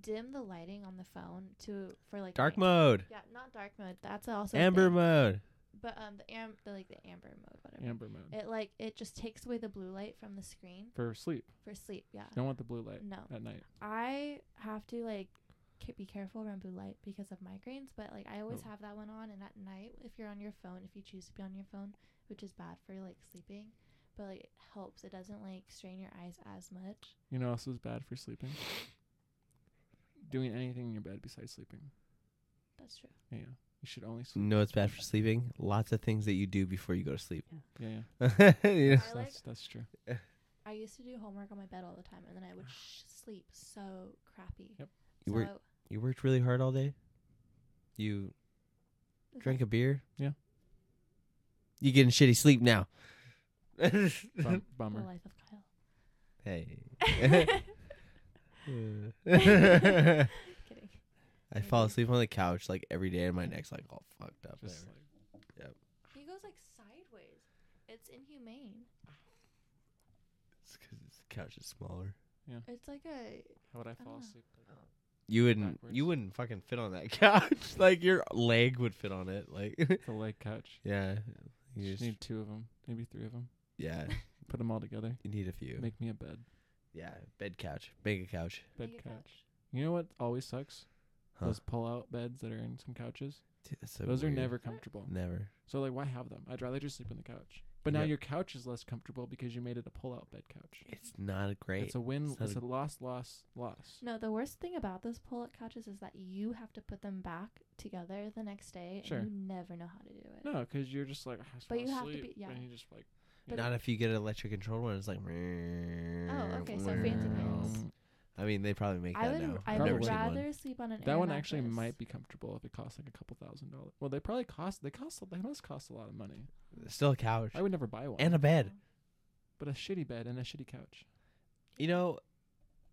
Speaker 3: dim the lighting on the phone to for like
Speaker 2: dark
Speaker 3: night-
Speaker 2: mode,
Speaker 3: Yeah, not dark mode. That's also a
Speaker 2: amber
Speaker 3: thing.
Speaker 2: mode.
Speaker 3: But um, the am the like the amber mode, whatever.
Speaker 1: Amber mode
Speaker 3: It like it just takes away the blue light from the screen
Speaker 1: for sleep.
Speaker 3: for sleep. Yeah.
Speaker 1: You don't want the blue light
Speaker 3: No,
Speaker 1: at night.
Speaker 3: I have to like ca- be careful around blue light because of migraines. But like I always
Speaker 1: Oh.
Speaker 3: have that one on, and at night, if you're on your phone, if you choose to be on your phone, which is bad for like sleeping, but like it helps. It doesn't like strain your eyes as much.
Speaker 1: You know, what else is bad for sleeping. Doing anything in your bed besides sleeping.
Speaker 3: That's true.
Speaker 1: Yeah, you should only sleep.
Speaker 2: No, it's bad for sleeping. Lots of things that you do before you go to sleep. [LAUGHS]
Speaker 1: Yeah, yeah.
Speaker 2: You know?
Speaker 3: I like
Speaker 1: That's that's true.
Speaker 3: I used to do homework on my bed all the time, and then I would sh- sleep so crappy.
Speaker 1: Yep.
Speaker 2: You
Speaker 3: so
Speaker 2: were- You worked really hard all day. You drank a beer.
Speaker 1: Yeah.
Speaker 2: You getting shitty sleep now. [LAUGHS]
Speaker 1: Bum-
Speaker 3: the
Speaker 1: bummer.
Speaker 3: life of Kyle. [LAUGHS]
Speaker 2: hey.
Speaker 3: Kidding.
Speaker 2: I fall asleep on the couch like every day, and my neck's like all fucked up.
Speaker 1: Just
Speaker 2: there.
Speaker 1: like,
Speaker 3: He goes like sideways. It's inhumane.
Speaker 2: It's 'cause it's- the couch is smaller.
Speaker 3: It's like a
Speaker 1: how would I
Speaker 3: don't
Speaker 1: fall
Speaker 3: know.
Speaker 1: asleep? like that?
Speaker 2: You wouldn't.
Speaker 1: Backwards.
Speaker 2: You wouldn't fucking fit on that [LAUGHS] couch. like your leg would fit on it. Like [LAUGHS]
Speaker 1: It's a leg couch.
Speaker 2: yeah.
Speaker 1: You
Speaker 2: You
Speaker 1: just
Speaker 2: just,
Speaker 1: need two of them, maybe three of them.
Speaker 2: yeah.
Speaker 1: Put them all together.
Speaker 2: You need a few.
Speaker 1: Make me a bed.
Speaker 2: yeah. Bed couch. Make a couch.
Speaker 1: Bed
Speaker 3: mega
Speaker 1: couch. You know what always sucks?
Speaker 2: Huh.
Speaker 1: Those pull-out beds that are in some couches.
Speaker 2: Dude, that's so
Speaker 1: Those
Speaker 2: weird.
Speaker 1: are never comfortable.
Speaker 2: Never.
Speaker 1: So like, why have them? I'd rather just sleep on the couch. But now
Speaker 2: Yeah.
Speaker 1: your couch is less comfortable because you made it a pull-out bed couch.
Speaker 2: It's not great.
Speaker 1: It's a win.
Speaker 2: It's not
Speaker 1: It's
Speaker 2: a-
Speaker 1: a loss, loss, loss.
Speaker 3: No, the worst thing about those pull-out couches is that you have to put them back together the next day,
Speaker 1: Sure.
Speaker 3: and you never know how to do it.
Speaker 1: No, because you're just like. "Ah, I just
Speaker 3: But
Speaker 1: wanna
Speaker 3: you have to
Speaker 1: sleep,
Speaker 3: be- yeah.
Speaker 1: And you just like.
Speaker 3: But-
Speaker 2: Not if you get an electric controlled one. It's like. Oh,
Speaker 3: Oh, okay, so fancy pants.
Speaker 2: I mean, they probably make
Speaker 3: I
Speaker 2: that
Speaker 3: would.
Speaker 2: now.
Speaker 3: I
Speaker 2: I've never
Speaker 3: would
Speaker 2: seen one.
Speaker 3: rather sleep on an.
Speaker 1: That
Speaker 3: air
Speaker 1: one actually
Speaker 3: mattress.
Speaker 1: might be comfortable if it costs like a couple thousand dollars. Well, they probably cost. They cost. They must cost a lot of money.
Speaker 2: Still a couch
Speaker 1: I would never buy one.
Speaker 2: and a bed.
Speaker 3: Oh,
Speaker 1: but a shitty bed and a shitty couch.
Speaker 2: You know,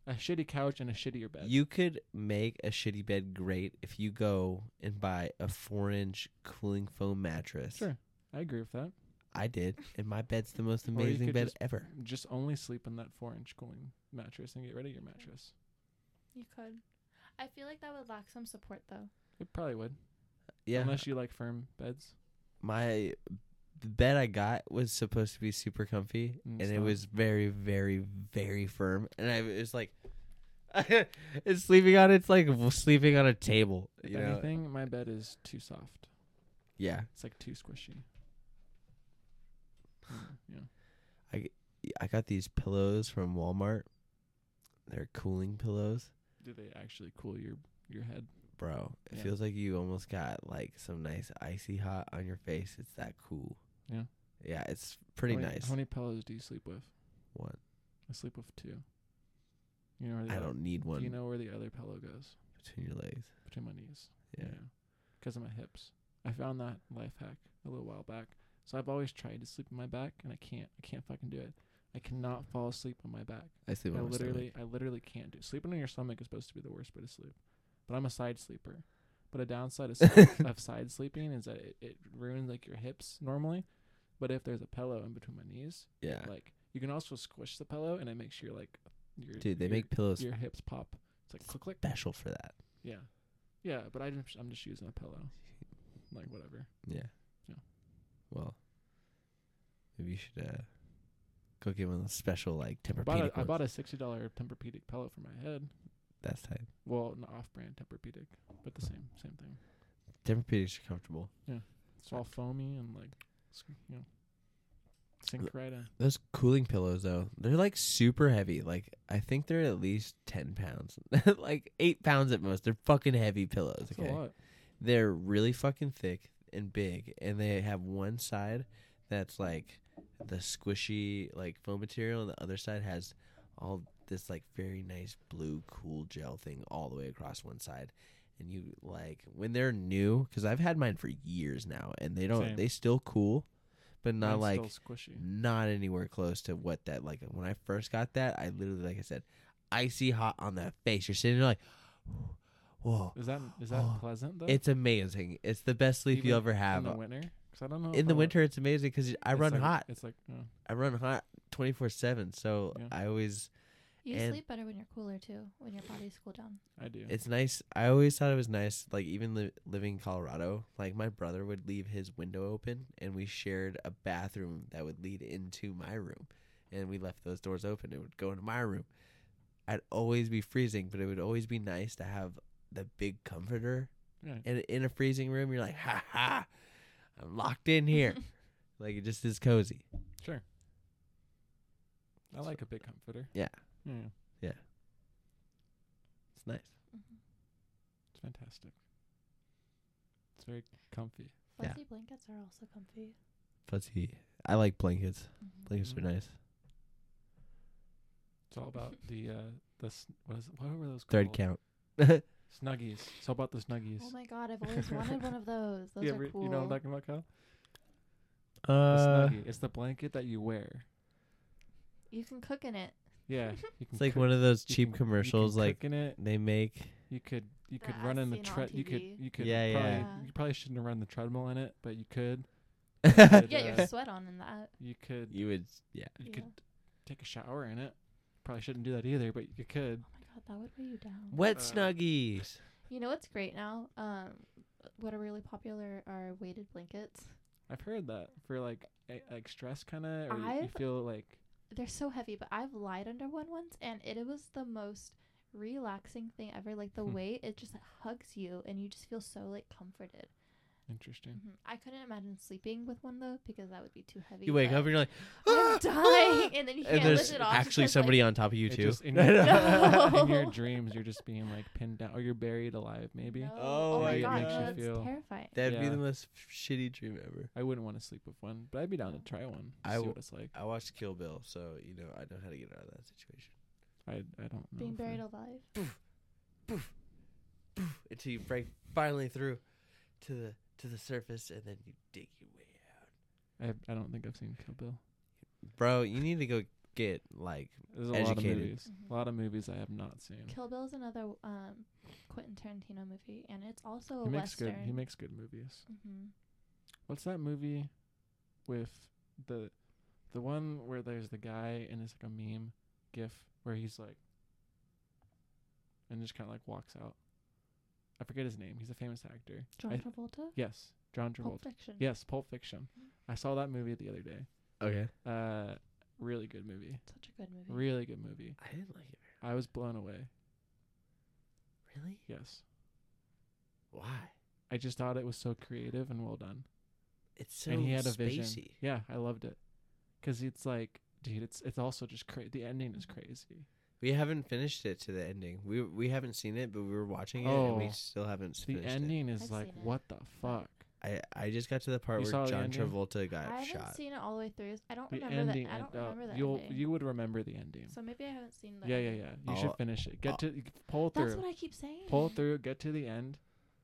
Speaker 1: A shitty couch and a shittier bed.
Speaker 2: you could make a shitty bed great if you go and buy a four-inch cooling foam mattress.
Speaker 1: Sure. I agree with that.
Speaker 2: I did, and my bed's the most
Speaker 1: Or you
Speaker 2: amazing
Speaker 1: could
Speaker 2: bed
Speaker 1: just-
Speaker 2: ever.
Speaker 1: Just only sleep in that four-inch cooling mattress and get rid of your mattress.
Speaker 3: You could. I feel like that would lack some support though.
Speaker 1: It probably would,
Speaker 2: Yeah,
Speaker 1: unless you like firm beds.
Speaker 2: my the bed I got was supposed to be super comfy,
Speaker 1: Mm,
Speaker 2: and
Speaker 1: it's
Speaker 2: it
Speaker 1: not.
Speaker 2: was very, very, very firm. And I it was like, [LAUGHS] it's sleeping on it's like w- sleeping on a table.
Speaker 1: If
Speaker 2: You know?
Speaker 1: anything, my bed is too soft.
Speaker 2: Yeah,
Speaker 1: It's like too squishy. Mm, yeah.
Speaker 2: I got these pillows from Walmart. They're cooling pillows,
Speaker 1: Do they actually cool your your head?
Speaker 2: bro. It
Speaker 1: Yeah.
Speaker 2: feels like you almost got like some nice icy hot on your face. It's that cool.
Speaker 1: Yeah.
Speaker 2: Yeah, it's pretty
Speaker 1: how many,
Speaker 2: nice.
Speaker 1: How many pillows do you sleep with?
Speaker 2: One.
Speaker 1: I sleep with two. You know where the
Speaker 2: I
Speaker 1: other-
Speaker 2: don't need one
Speaker 1: Do you know where the other pillow goes?
Speaker 2: between your legs.
Speaker 1: Between my knees.
Speaker 2: Yeah.
Speaker 1: Because of my hips. I found that life hack a little while back. So I've always tried to sleep on my back and I can't. I can't fucking do it. I cannot fall asleep on my back.
Speaker 2: I sleep on
Speaker 1: I
Speaker 2: my stomach.
Speaker 1: literally I literally can't do sleeping on your stomach is supposed to be the worst way to sleep. But I'm a side sleeper. But a downside of,
Speaker 2: [LAUGHS]
Speaker 1: s- of side sleeping is that it, it ruins like your hips normally. But if there's a pillow in between my knees,
Speaker 2: Yeah.
Speaker 1: like you can also squish the pillow and it makes your like your
Speaker 2: Dude, they
Speaker 1: your-
Speaker 2: make pillows
Speaker 1: your hips pop. It's It's like click click.
Speaker 2: special for that.
Speaker 1: Yeah, yeah. But I just, I'm just using a
Speaker 2: [LAUGHS]
Speaker 1: pillow. Like whatever.
Speaker 2: Yeah.
Speaker 1: Yeah.
Speaker 2: Well, maybe you should uh, go give him a special like
Speaker 1: I
Speaker 2: Tempur
Speaker 1: bought a,
Speaker 2: Pedic.
Speaker 1: I
Speaker 2: one.
Speaker 1: bought a sixty dollar Tempur-Pedic pillow for my head.
Speaker 2: That's tight.
Speaker 1: Well, an off-brand Tempur-Pedic, but the same same thing.
Speaker 2: Tempur Pedics are comfortable.
Speaker 1: It's all foamy and like, s- you know, sink right in.
Speaker 2: Those cooling pillows though, they're like super heavy. Like I think they're at least ten pounds, [LAUGHS] like eight pounds at most. They're fucking heavy pillows.
Speaker 1: It's
Speaker 2: okay.
Speaker 1: a lot.
Speaker 2: They're really fucking thick and big, and they have one side that's like the squishy like foam material, and the other side has all this like very nice blue cool gel thing all the way across one side. And you like when they're new, because I've had mine for years now, and they don't
Speaker 1: Same.
Speaker 2: they still cool, but
Speaker 1: Mine's
Speaker 2: not like
Speaker 1: still squishy.
Speaker 2: not anywhere close to what that like when I first got that, I literally like I said, icy hot on the face. You're sitting there like [SIGHS] whoa.
Speaker 1: Is that is that
Speaker 2: [GASPS] Oh,
Speaker 1: pleasant though?
Speaker 2: It's amazing. It's the best sleep
Speaker 1: Even
Speaker 2: you'll ever have.
Speaker 1: in the winter. 'Cause I don't know. if
Speaker 2: In the
Speaker 1: I would-
Speaker 2: winter, it's amazing because I
Speaker 1: it's
Speaker 2: run
Speaker 1: like-
Speaker 2: hot.
Speaker 1: It's like oh,
Speaker 2: I run hot twenty four seven. So
Speaker 1: Yeah.
Speaker 2: I always.
Speaker 3: You
Speaker 2: And-
Speaker 3: sleep better when you're cooler too, when your body's cooled down.
Speaker 1: I do.
Speaker 2: It's nice. I always thought it was nice. Like even li- living in Colorado, like my brother would leave his window open, and we shared a bathroom that would lead into my room, and we left those doors open. It would go into my room. I'd always be freezing, but it would always be nice to have the big comforter.
Speaker 1: Right.
Speaker 2: And in a freezing room, you're like, ha ha, I'm locked in here. like it just is cozy.
Speaker 1: Sure. I like a big comforter.
Speaker 2: Yeah.
Speaker 1: Yeah,
Speaker 2: It's nice.
Speaker 3: Mhm.
Speaker 1: it's fantastic. It's very comfy.
Speaker 2: Yeah.
Speaker 3: Fuzzy blankets are also comfy.
Speaker 2: Fuzzy. I like blankets.
Speaker 3: Mhm.
Speaker 2: Blankets
Speaker 1: Mhm.
Speaker 2: are nice.
Speaker 1: It's all about the uh [LAUGHS] the s- what is what were those
Speaker 2: Third
Speaker 1: called?
Speaker 2: count. [LAUGHS]
Speaker 1: Snuggies. It's all about the snuggies.
Speaker 3: Oh my god, I've always wanted one
Speaker 1: [LAUGHS]
Speaker 3: of those. Those
Speaker 1: you,
Speaker 3: are
Speaker 1: ever-
Speaker 3: cool.
Speaker 1: you know what I'm talking about, Kyle? The
Speaker 2: Uh,
Speaker 1: snuggie. It's the blanket that you wear.
Speaker 3: you can cook in it. [LAUGHS]
Speaker 1: Yeah. You can
Speaker 2: It's like
Speaker 1: cook-
Speaker 2: one of those
Speaker 1: you
Speaker 2: cheap
Speaker 1: can- you can
Speaker 2: commercials, like
Speaker 1: cook in it. [LAUGHS]
Speaker 2: they make.
Speaker 1: You could you could
Speaker 3: That
Speaker 1: run
Speaker 3: I've
Speaker 1: in the
Speaker 3: seen on
Speaker 1: tread. You could
Speaker 3: TV.
Speaker 1: you could
Speaker 2: Yeah,
Speaker 1: probably,
Speaker 3: yeah.
Speaker 1: You probably shouldn't have run the treadmill in it, but you
Speaker 2: [LAUGHS]
Speaker 1: could.
Speaker 3: You
Speaker 1: But,
Speaker 3: get
Speaker 1: uh,
Speaker 3: your sweat on in that.
Speaker 1: You could
Speaker 2: you would, yeah.
Speaker 1: you
Speaker 3: Yeah.
Speaker 1: could take a shower in it. Probably shouldn't do that either, but you could.
Speaker 3: Oh my god, that would weigh you down.
Speaker 2: Wet
Speaker 1: Uh,
Speaker 2: snuggies.
Speaker 3: You know what's great now? Um, what are really popular are weighted blankets.
Speaker 1: I've heard that for like a, like stress kind of, or you- you
Speaker 3: I've-
Speaker 1: feel like
Speaker 3: They're so heavy, but I've lied under one once, and it, it was the most relaxing thing ever. Like the
Speaker 1: Hmm.
Speaker 3: weight, it just hugs you, and you just feel so like comforted.
Speaker 1: interesting.
Speaker 3: Mhm. I couldn't imagine sleeping with one though because that would be too heavy.
Speaker 2: You wake
Speaker 3: but
Speaker 2: up and you're like,
Speaker 3: [GASPS] I'm
Speaker 1: [GASPS]
Speaker 2: ah,
Speaker 3: dying, and then you
Speaker 2: ah,"
Speaker 3: can't
Speaker 2: and there's
Speaker 3: lift it off.
Speaker 2: actually
Speaker 3: because, like,
Speaker 2: somebody on top of you
Speaker 1: It
Speaker 2: too.
Speaker 1: just-
Speaker 2: [LAUGHS]
Speaker 3: [LAUGHS]
Speaker 1: in, your, in your
Speaker 3: No.
Speaker 1: dreams, you're just being like pinned down, or you're buried alive. Maybe
Speaker 3: No.
Speaker 2: Oh
Speaker 3: Oh, my
Speaker 1: my
Speaker 3: god,
Speaker 1: God.
Speaker 3: no,
Speaker 1: Makes
Speaker 3: that's
Speaker 1: you feel-
Speaker 3: terrifying.
Speaker 2: That'd be
Speaker 1: Yeah.
Speaker 2: the most shitty dream ever.
Speaker 1: I wouldn't want to sleep with one, but I'd be down to try one.
Speaker 2: I
Speaker 1: I see
Speaker 2: w-
Speaker 1: what it's like.
Speaker 2: I watched Kill Bill, so you know I know how to get out of that situation.
Speaker 1: I I don't know.
Speaker 3: Being
Speaker 1: if I-
Speaker 3: buried alive.
Speaker 2: Until you break finally through to the to the surface, and then you dig your way out.
Speaker 1: I I don't think I've seen Kill Bill.
Speaker 2: Bro, you need to go get like
Speaker 1: There's a lot of
Speaker 2: Educated.
Speaker 1: movies.
Speaker 3: Mhm.
Speaker 1: A lot of movies I have not seen.
Speaker 3: Kill Bill is another um, Quentin Tarantino movie, and it's also a
Speaker 1: he makes
Speaker 3: western.
Speaker 1: good. He makes good movies.
Speaker 3: hmm
Speaker 1: What's that movie with the the one where there's the guy and it's like a meme gif where he's like and just kind of like walks out. I forget his name. He's a famous actor.
Speaker 3: John
Speaker 1: I-
Speaker 3: Travolta.
Speaker 1: Yes, John
Speaker 3: Pulp
Speaker 1: Travolta.
Speaker 3: Fiction. Mm-hmm.
Speaker 1: Yes, Pulp Fiction. I saw that movie the other day.
Speaker 2: okay.
Speaker 1: Uh, really good movie.
Speaker 3: Such a good movie.
Speaker 1: Really good movie.
Speaker 2: I didn't like it.
Speaker 1: I was blown away.
Speaker 2: Really?
Speaker 1: Yes,
Speaker 2: Why?
Speaker 1: I just thought it was so creative and well done.
Speaker 2: It's so
Speaker 1: and he had a
Speaker 2: spacey.
Speaker 1: vision. Yeah, I loved it. 'Cause it's like, dude, it's it's also just cra- the ending
Speaker 3: Mm-hmm.
Speaker 1: is crazy.
Speaker 2: We haven't finished it to the ending. We we haven't seen it, but we were watching it, and we
Speaker 1: Oh.
Speaker 2: still haven't
Speaker 1: The
Speaker 2: finished it.
Speaker 1: ending is
Speaker 3: I've
Speaker 1: like,
Speaker 3: seen it.
Speaker 1: what the fuck?
Speaker 2: I I just got to the part
Speaker 1: You saw
Speaker 2: where
Speaker 1: the
Speaker 2: John
Speaker 1: ending?
Speaker 2: Travolta
Speaker 3: I
Speaker 2: got
Speaker 3: haven't
Speaker 2: shot.
Speaker 3: seen it all the way through. I don't
Speaker 1: The
Speaker 3: remember
Speaker 1: ending.
Speaker 3: that. I don't
Speaker 1: and, uh,
Speaker 3: remember that.
Speaker 1: you'll
Speaker 3: ending.
Speaker 1: you would remember the ending.
Speaker 3: so maybe I haven't seen that.
Speaker 1: yeah, yeah, yeah. You
Speaker 2: I'll-
Speaker 1: should finish it. Get
Speaker 2: I'll-
Speaker 1: to pull
Speaker 3: That's
Speaker 1: through,
Speaker 3: what I keep saying.
Speaker 1: pull
Speaker 3: [LAUGHS]
Speaker 1: through, get to the end.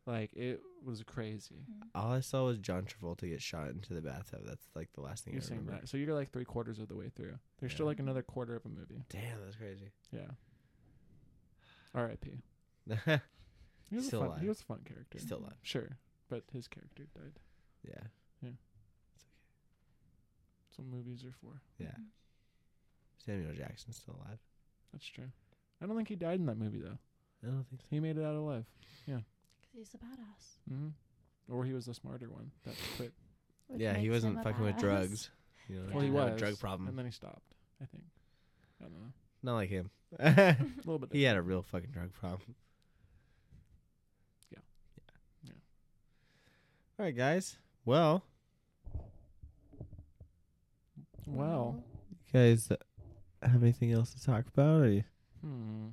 Speaker 1: Like it was crazy.
Speaker 3: Mhm.
Speaker 2: All I saw was John Travolta get shot into the bathtub. That's like the last thing
Speaker 1: You're
Speaker 2: I
Speaker 1: saying
Speaker 2: remember.
Speaker 1: that, so you're like three quarters of the way through. There's still
Speaker 2: Yeah.
Speaker 1: like another quarter of a movie.
Speaker 2: Damn, that's crazy.
Speaker 1: Yeah. R.I.P. He was
Speaker 2: Still
Speaker 1: a fun,
Speaker 2: alive.
Speaker 1: He was a fun character.
Speaker 2: Still alive.
Speaker 1: Sure, but his character died.
Speaker 2: Yeah,
Speaker 1: Some movies are for.
Speaker 2: yeah.
Speaker 3: Mhm.
Speaker 2: Samuel Jackson's still alive.
Speaker 1: That's true. I don't think he died in that movie though.
Speaker 2: I don't think so.
Speaker 1: He made it out alive.
Speaker 3: Because he's a badass.
Speaker 1: Mm-hmm. Or he was the smarter one that quit.
Speaker 3: which
Speaker 2: yeah,
Speaker 3: makes
Speaker 2: he
Speaker 3: him
Speaker 2: wasn't
Speaker 3: a
Speaker 2: fucking with
Speaker 3: badass.
Speaker 2: drugs. You know, like,
Speaker 1: Well, he
Speaker 2: didn't have
Speaker 1: was
Speaker 2: a drug problem.
Speaker 1: and then he stopped. I think. I don't know.
Speaker 2: Not like him.
Speaker 1: [LAUGHS] A little bit.
Speaker 2: he had a real fucking drug problem.
Speaker 1: Yeah.
Speaker 2: Yeah.
Speaker 1: Yeah.
Speaker 2: All right, guys. Well,
Speaker 1: different. Wow.
Speaker 2: you guys have anything else to talk about? Or you?
Speaker 1: Hmm.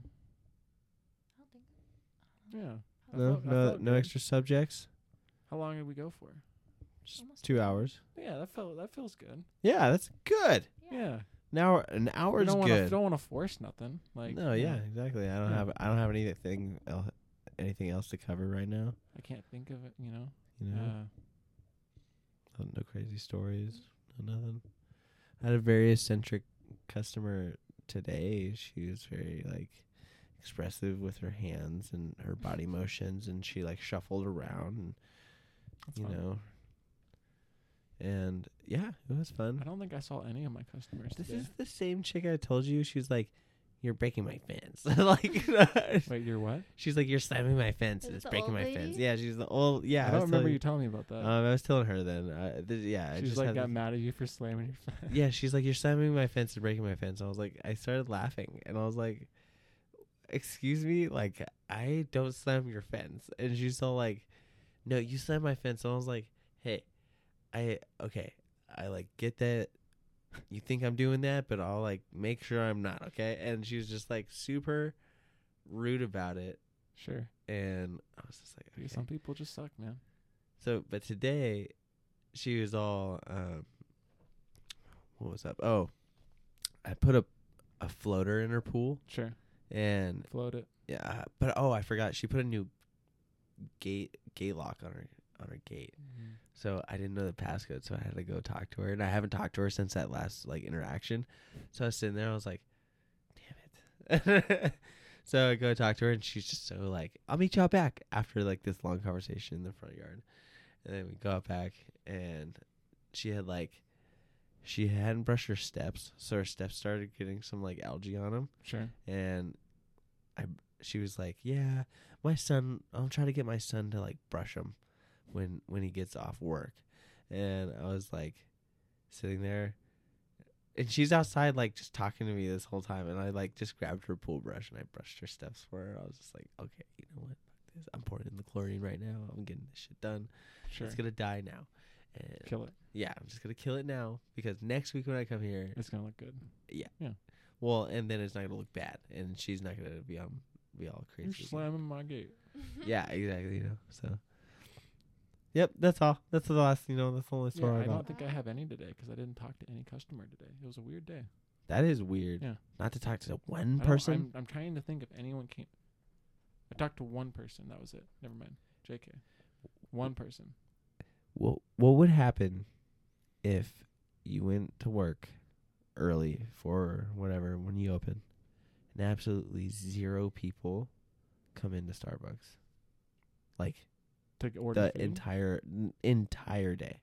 Speaker 3: I don't think.
Speaker 1: Yeah. I
Speaker 2: No,
Speaker 1: felt- I
Speaker 2: no,
Speaker 1: felt
Speaker 2: no
Speaker 1: good.
Speaker 2: extra subjects.
Speaker 1: How long did we go for?
Speaker 2: Just
Speaker 3: Almost
Speaker 2: two hours.
Speaker 1: Yeah, that felt that feels good.
Speaker 2: Yeah, that's good.
Speaker 1: Yeah.
Speaker 2: An hour. An
Speaker 1: We
Speaker 2: hour's
Speaker 1: don't wanna,
Speaker 2: good.
Speaker 1: Don't want to force nothing. Like.
Speaker 2: no, yeah, exactly. I don't
Speaker 1: Yeah.
Speaker 2: have. I don't have anything. el- Anything else to cover right now?
Speaker 1: I can't think of it. You know.
Speaker 2: You know.
Speaker 1: Uh,
Speaker 2: Oh, no crazy stories, no nothing. I had a very eccentric customer today. She was very like expressive with her hands and her
Speaker 1: [LAUGHS]
Speaker 2: body motions, and she like shuffled around, and
Speaker 1: that's
Speaker 2: you
Speaker 1: fun.
Speaker 2: know. And yeah, it was fun.
Speaker 1: I don't think I saw any of my customers.
Speaker 2: This
Speaker 1: today.
Speaker 2: is the same chick I told you. She's like, "You're breaking my fence." [LAUGHS] like, [LAUGHS]
Speaker 1: Wait, you're what?
Speaker 2: she's like, "You're slamming my fence.
Speaker 3: Is
Speaker 2: and
Speaker 3: it
Speaker 2: It's
Speaker 3: the
Speaker 2: breaking
Speaker 3: old
Speaker 2: my
Speaker 3: lady?
Speaker 2: fence." Yeah, she's the old. Yeah,
Speaker 1: I don't
Speaker 2: was
Speaker 1: remember
Speaker 2: telling-
Speaker 1: you telling me about that.
Speaker 2: Um, I was telling her then. I, th- yeah, I
Speaker 1: She's
Speaker 2: just
Speaker 1: like
Speaker 2: had
Speaker 1: got
Speaker 2: this-
Speaker 1: mad at you for slamming your fence.
Speaker 2: yeah, she's like, You're slamming my fence and breaking my fence. I was like, I started laughing and I was like, Excuse me, like, I don't slam your fence. And she's all like, No, you slam my fence. And I was like, Hey, I, okay, I like get that. You think I'm doing that, but I'll like make sure I'm not, okay? And she was just like super rude about it.
Speaker 1: [LAUGHS] Sure.
Speaker 2: And I was just like,
Speaker 1: Dude,
Speaker 2: okay.
Speaker 1: Some people just suck, man.
Speaker 2: So, but today, she was all, um, what was up? Oh, I put a a floater in her pool,
Speaker 1: Sure.
Speaker 2: and
Speaker 1: Float it.
Speaker 2: yeah, but oh, I forgot she put a new gate gate lock on her on her gate. So I didn't know the passcode, so I had to go talk to her, and I haven't talked to her since that last like interaction. So I was sitting there, I was like, "Damn it!" [LAUGHS] so I go talk to her, and she's just so like, "I'll meet y'all back after like this long conversation in the front yard," and then we got back, and she had like, she hadn't brushed her steps, so her steps started getting some like algae on them
Speaker 1: Sure.
Speaker 2: and I she was like, "Yeah, my son, I'll try to get my son to like brush him when when he gets off work." And I was like sitting there and she's outside like just talking to me this whole time and I like just grabbed her pool brush and I brushed her steps for her. I was just like, "Okay, you know what? Fuck this. I'm pouring in the chlorine right now. I'm getting this shit done.
Speaker 1: Sure.
Speaker 2: It's going to die now." And
Speaker 1: Kill it.
Speaker 2: yeah, I'm just going to kill it now because next week when I come here,
Speaker 1: It's gonna look good.
Speaker 2: well, and then it's not gonna look bad, and she's not gonna be um be all
Speaker 1: You're
Speaker 2: crazy. again.
Speaker 1: slamming my gate.
Speaker 3: [LAUGHS]
Speaker 2: Yeah, exactly. You know, so. Yep, that's all. That's the last. You know, that's the only
Speaker 1: Yeah,
Speaker 2: story
Speaker 1: I don't
Speaker 2: about.
Speaker 1: think I have any today because I didn't talk to any customer today. It was a weird day.
Speaker 2: That is weird.
Speaker 1: Yeah.
Speaker 2: Not to talk to the
Speaker 1: I
Speaker 2: one
Speaker 1: don't-
Speaker 2: person.
Speaker 1: I'm, I'm trying to think if anyone came. I talked to one person. That was it. Never mind. Jk. One person.
Speaker 2: What What would happen if you went to work early for whatever when you open, and absolutely zero people come into Starbucks, like
Speaker 1: to g- order
Speaker 2: the
Speaker 1: food.
Speaker 2: entire n- entire day,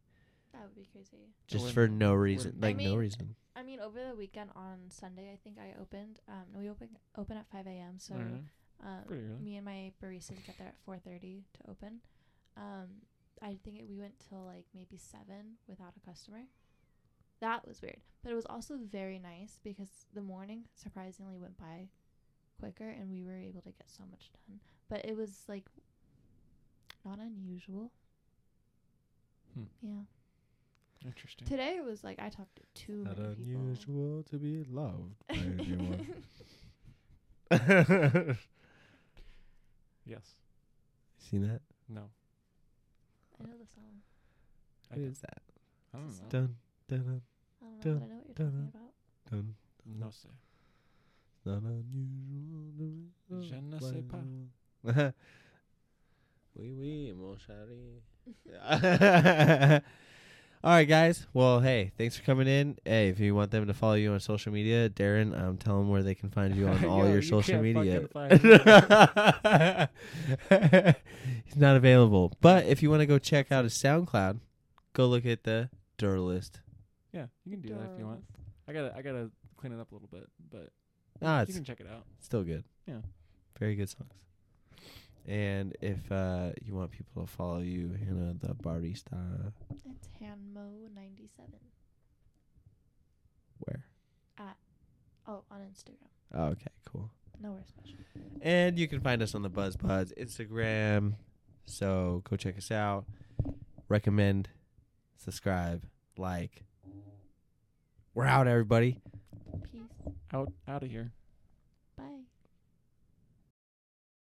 Speaker 3: That would be crazy.
Speaker 2: just
Speaker 1: wouldn't-
Speaker 2: for no
Speaker 1: wouldn't-
Speaker 2: reason,
Speaker 1: I
Speaker 2: like no
Speaker 3: mean,
Speaker 2: reason.
Speaker 3: I mean, over the weekend on Sunday, I think I opened. Um, we open open at five a.m. So
Speaker 1: Alright,
Speaker 3: um,
Speaker 1: pretty early.
Speaker 3: me and my baristas get there at four thirty to open. Um, I think it, we went till like maybe seven without a customer. That was weird, but it was also very nice because the morning surprisingly went by quicker, and we were able to get so much done. But it was like not unusual.
Speaker 1: Hmm.
Speaker 3: Yeah.
Speaker 1: Interesting.
Speaker 3: Today was like I talked to too
Speaker 2: Not
Speaker 3: many people.
Speaker 2: unusual to be loved by anyone.
Speaker 1: Yes.
Speaker 2: Seen that?
Speaker 1: No.
Speaker 3: I know the song.
Speaker 1: I
Speaker 2: What
Speaker 1: don't-
Speaker 2: is that?
Speaker 1: I don't know.
Speaker 2: Dun dun
Speaker 3: I don't know, but I know what you're talking
Speaker 2: Dun-dun.
Speaker 3: about.
Speaker 2: dun
Speaker 1: No sé.
Speaker 2: dun. Not unusual to be
Speaker 1: Je ne
Speaker 2: loved
Speaker 1: sais
Speaker 2: by
Speaker 1: pas.
Speaker 2: anyone. [LAUGHS] Oui oui, mon
Speaker 1: [LAUGHS]
Speaker 2: chéri. [LAUGHS] All right, guys. Well, hey, thanks for coming in. Hey, if you want them to follow you on social media, Darren, um, tell them where they can find
Speaker 1: [LAUGHS]
Speaker 2: you on all
Speaker 1: Yo,
Speaker 2: your
Speaker 1: you
Speaker 2: social
Speaker 1: can't
Speaker 2: media.
Speaker 1: fucking find me.
Speaker 2: [LAUGHS] He's not available. But if you want to go check out his SoundCloud, go look at the Dirt List.
Speaker 1: yeah, you can do that if you want. I gotta I gotta clean it up a little bit, but
Speaker 2: Ah,
Speaker 1: you
Speaker 2: it's
Speaker 1: can check it out.
Speaker 2: still good.
Speaker 1: Yeah.
Speaker 2: Very good songs. And if uh, you want people to follow you, Hannah the Barista,
Speaker 3: It's Hanmo97.
Speaker 2: where?
Speaker 3: Oh, on Instagram.
Speaker 2: Oh, okay, cool.
Speaker 3: Nowhere special.
Speaker 2: And you can find us on the Buzz Buds Instagram. So go check us out. Recommend, subscribe, like. We're out, everybody.
Speaker 3: Peace.
Speaker 1: Out out of here.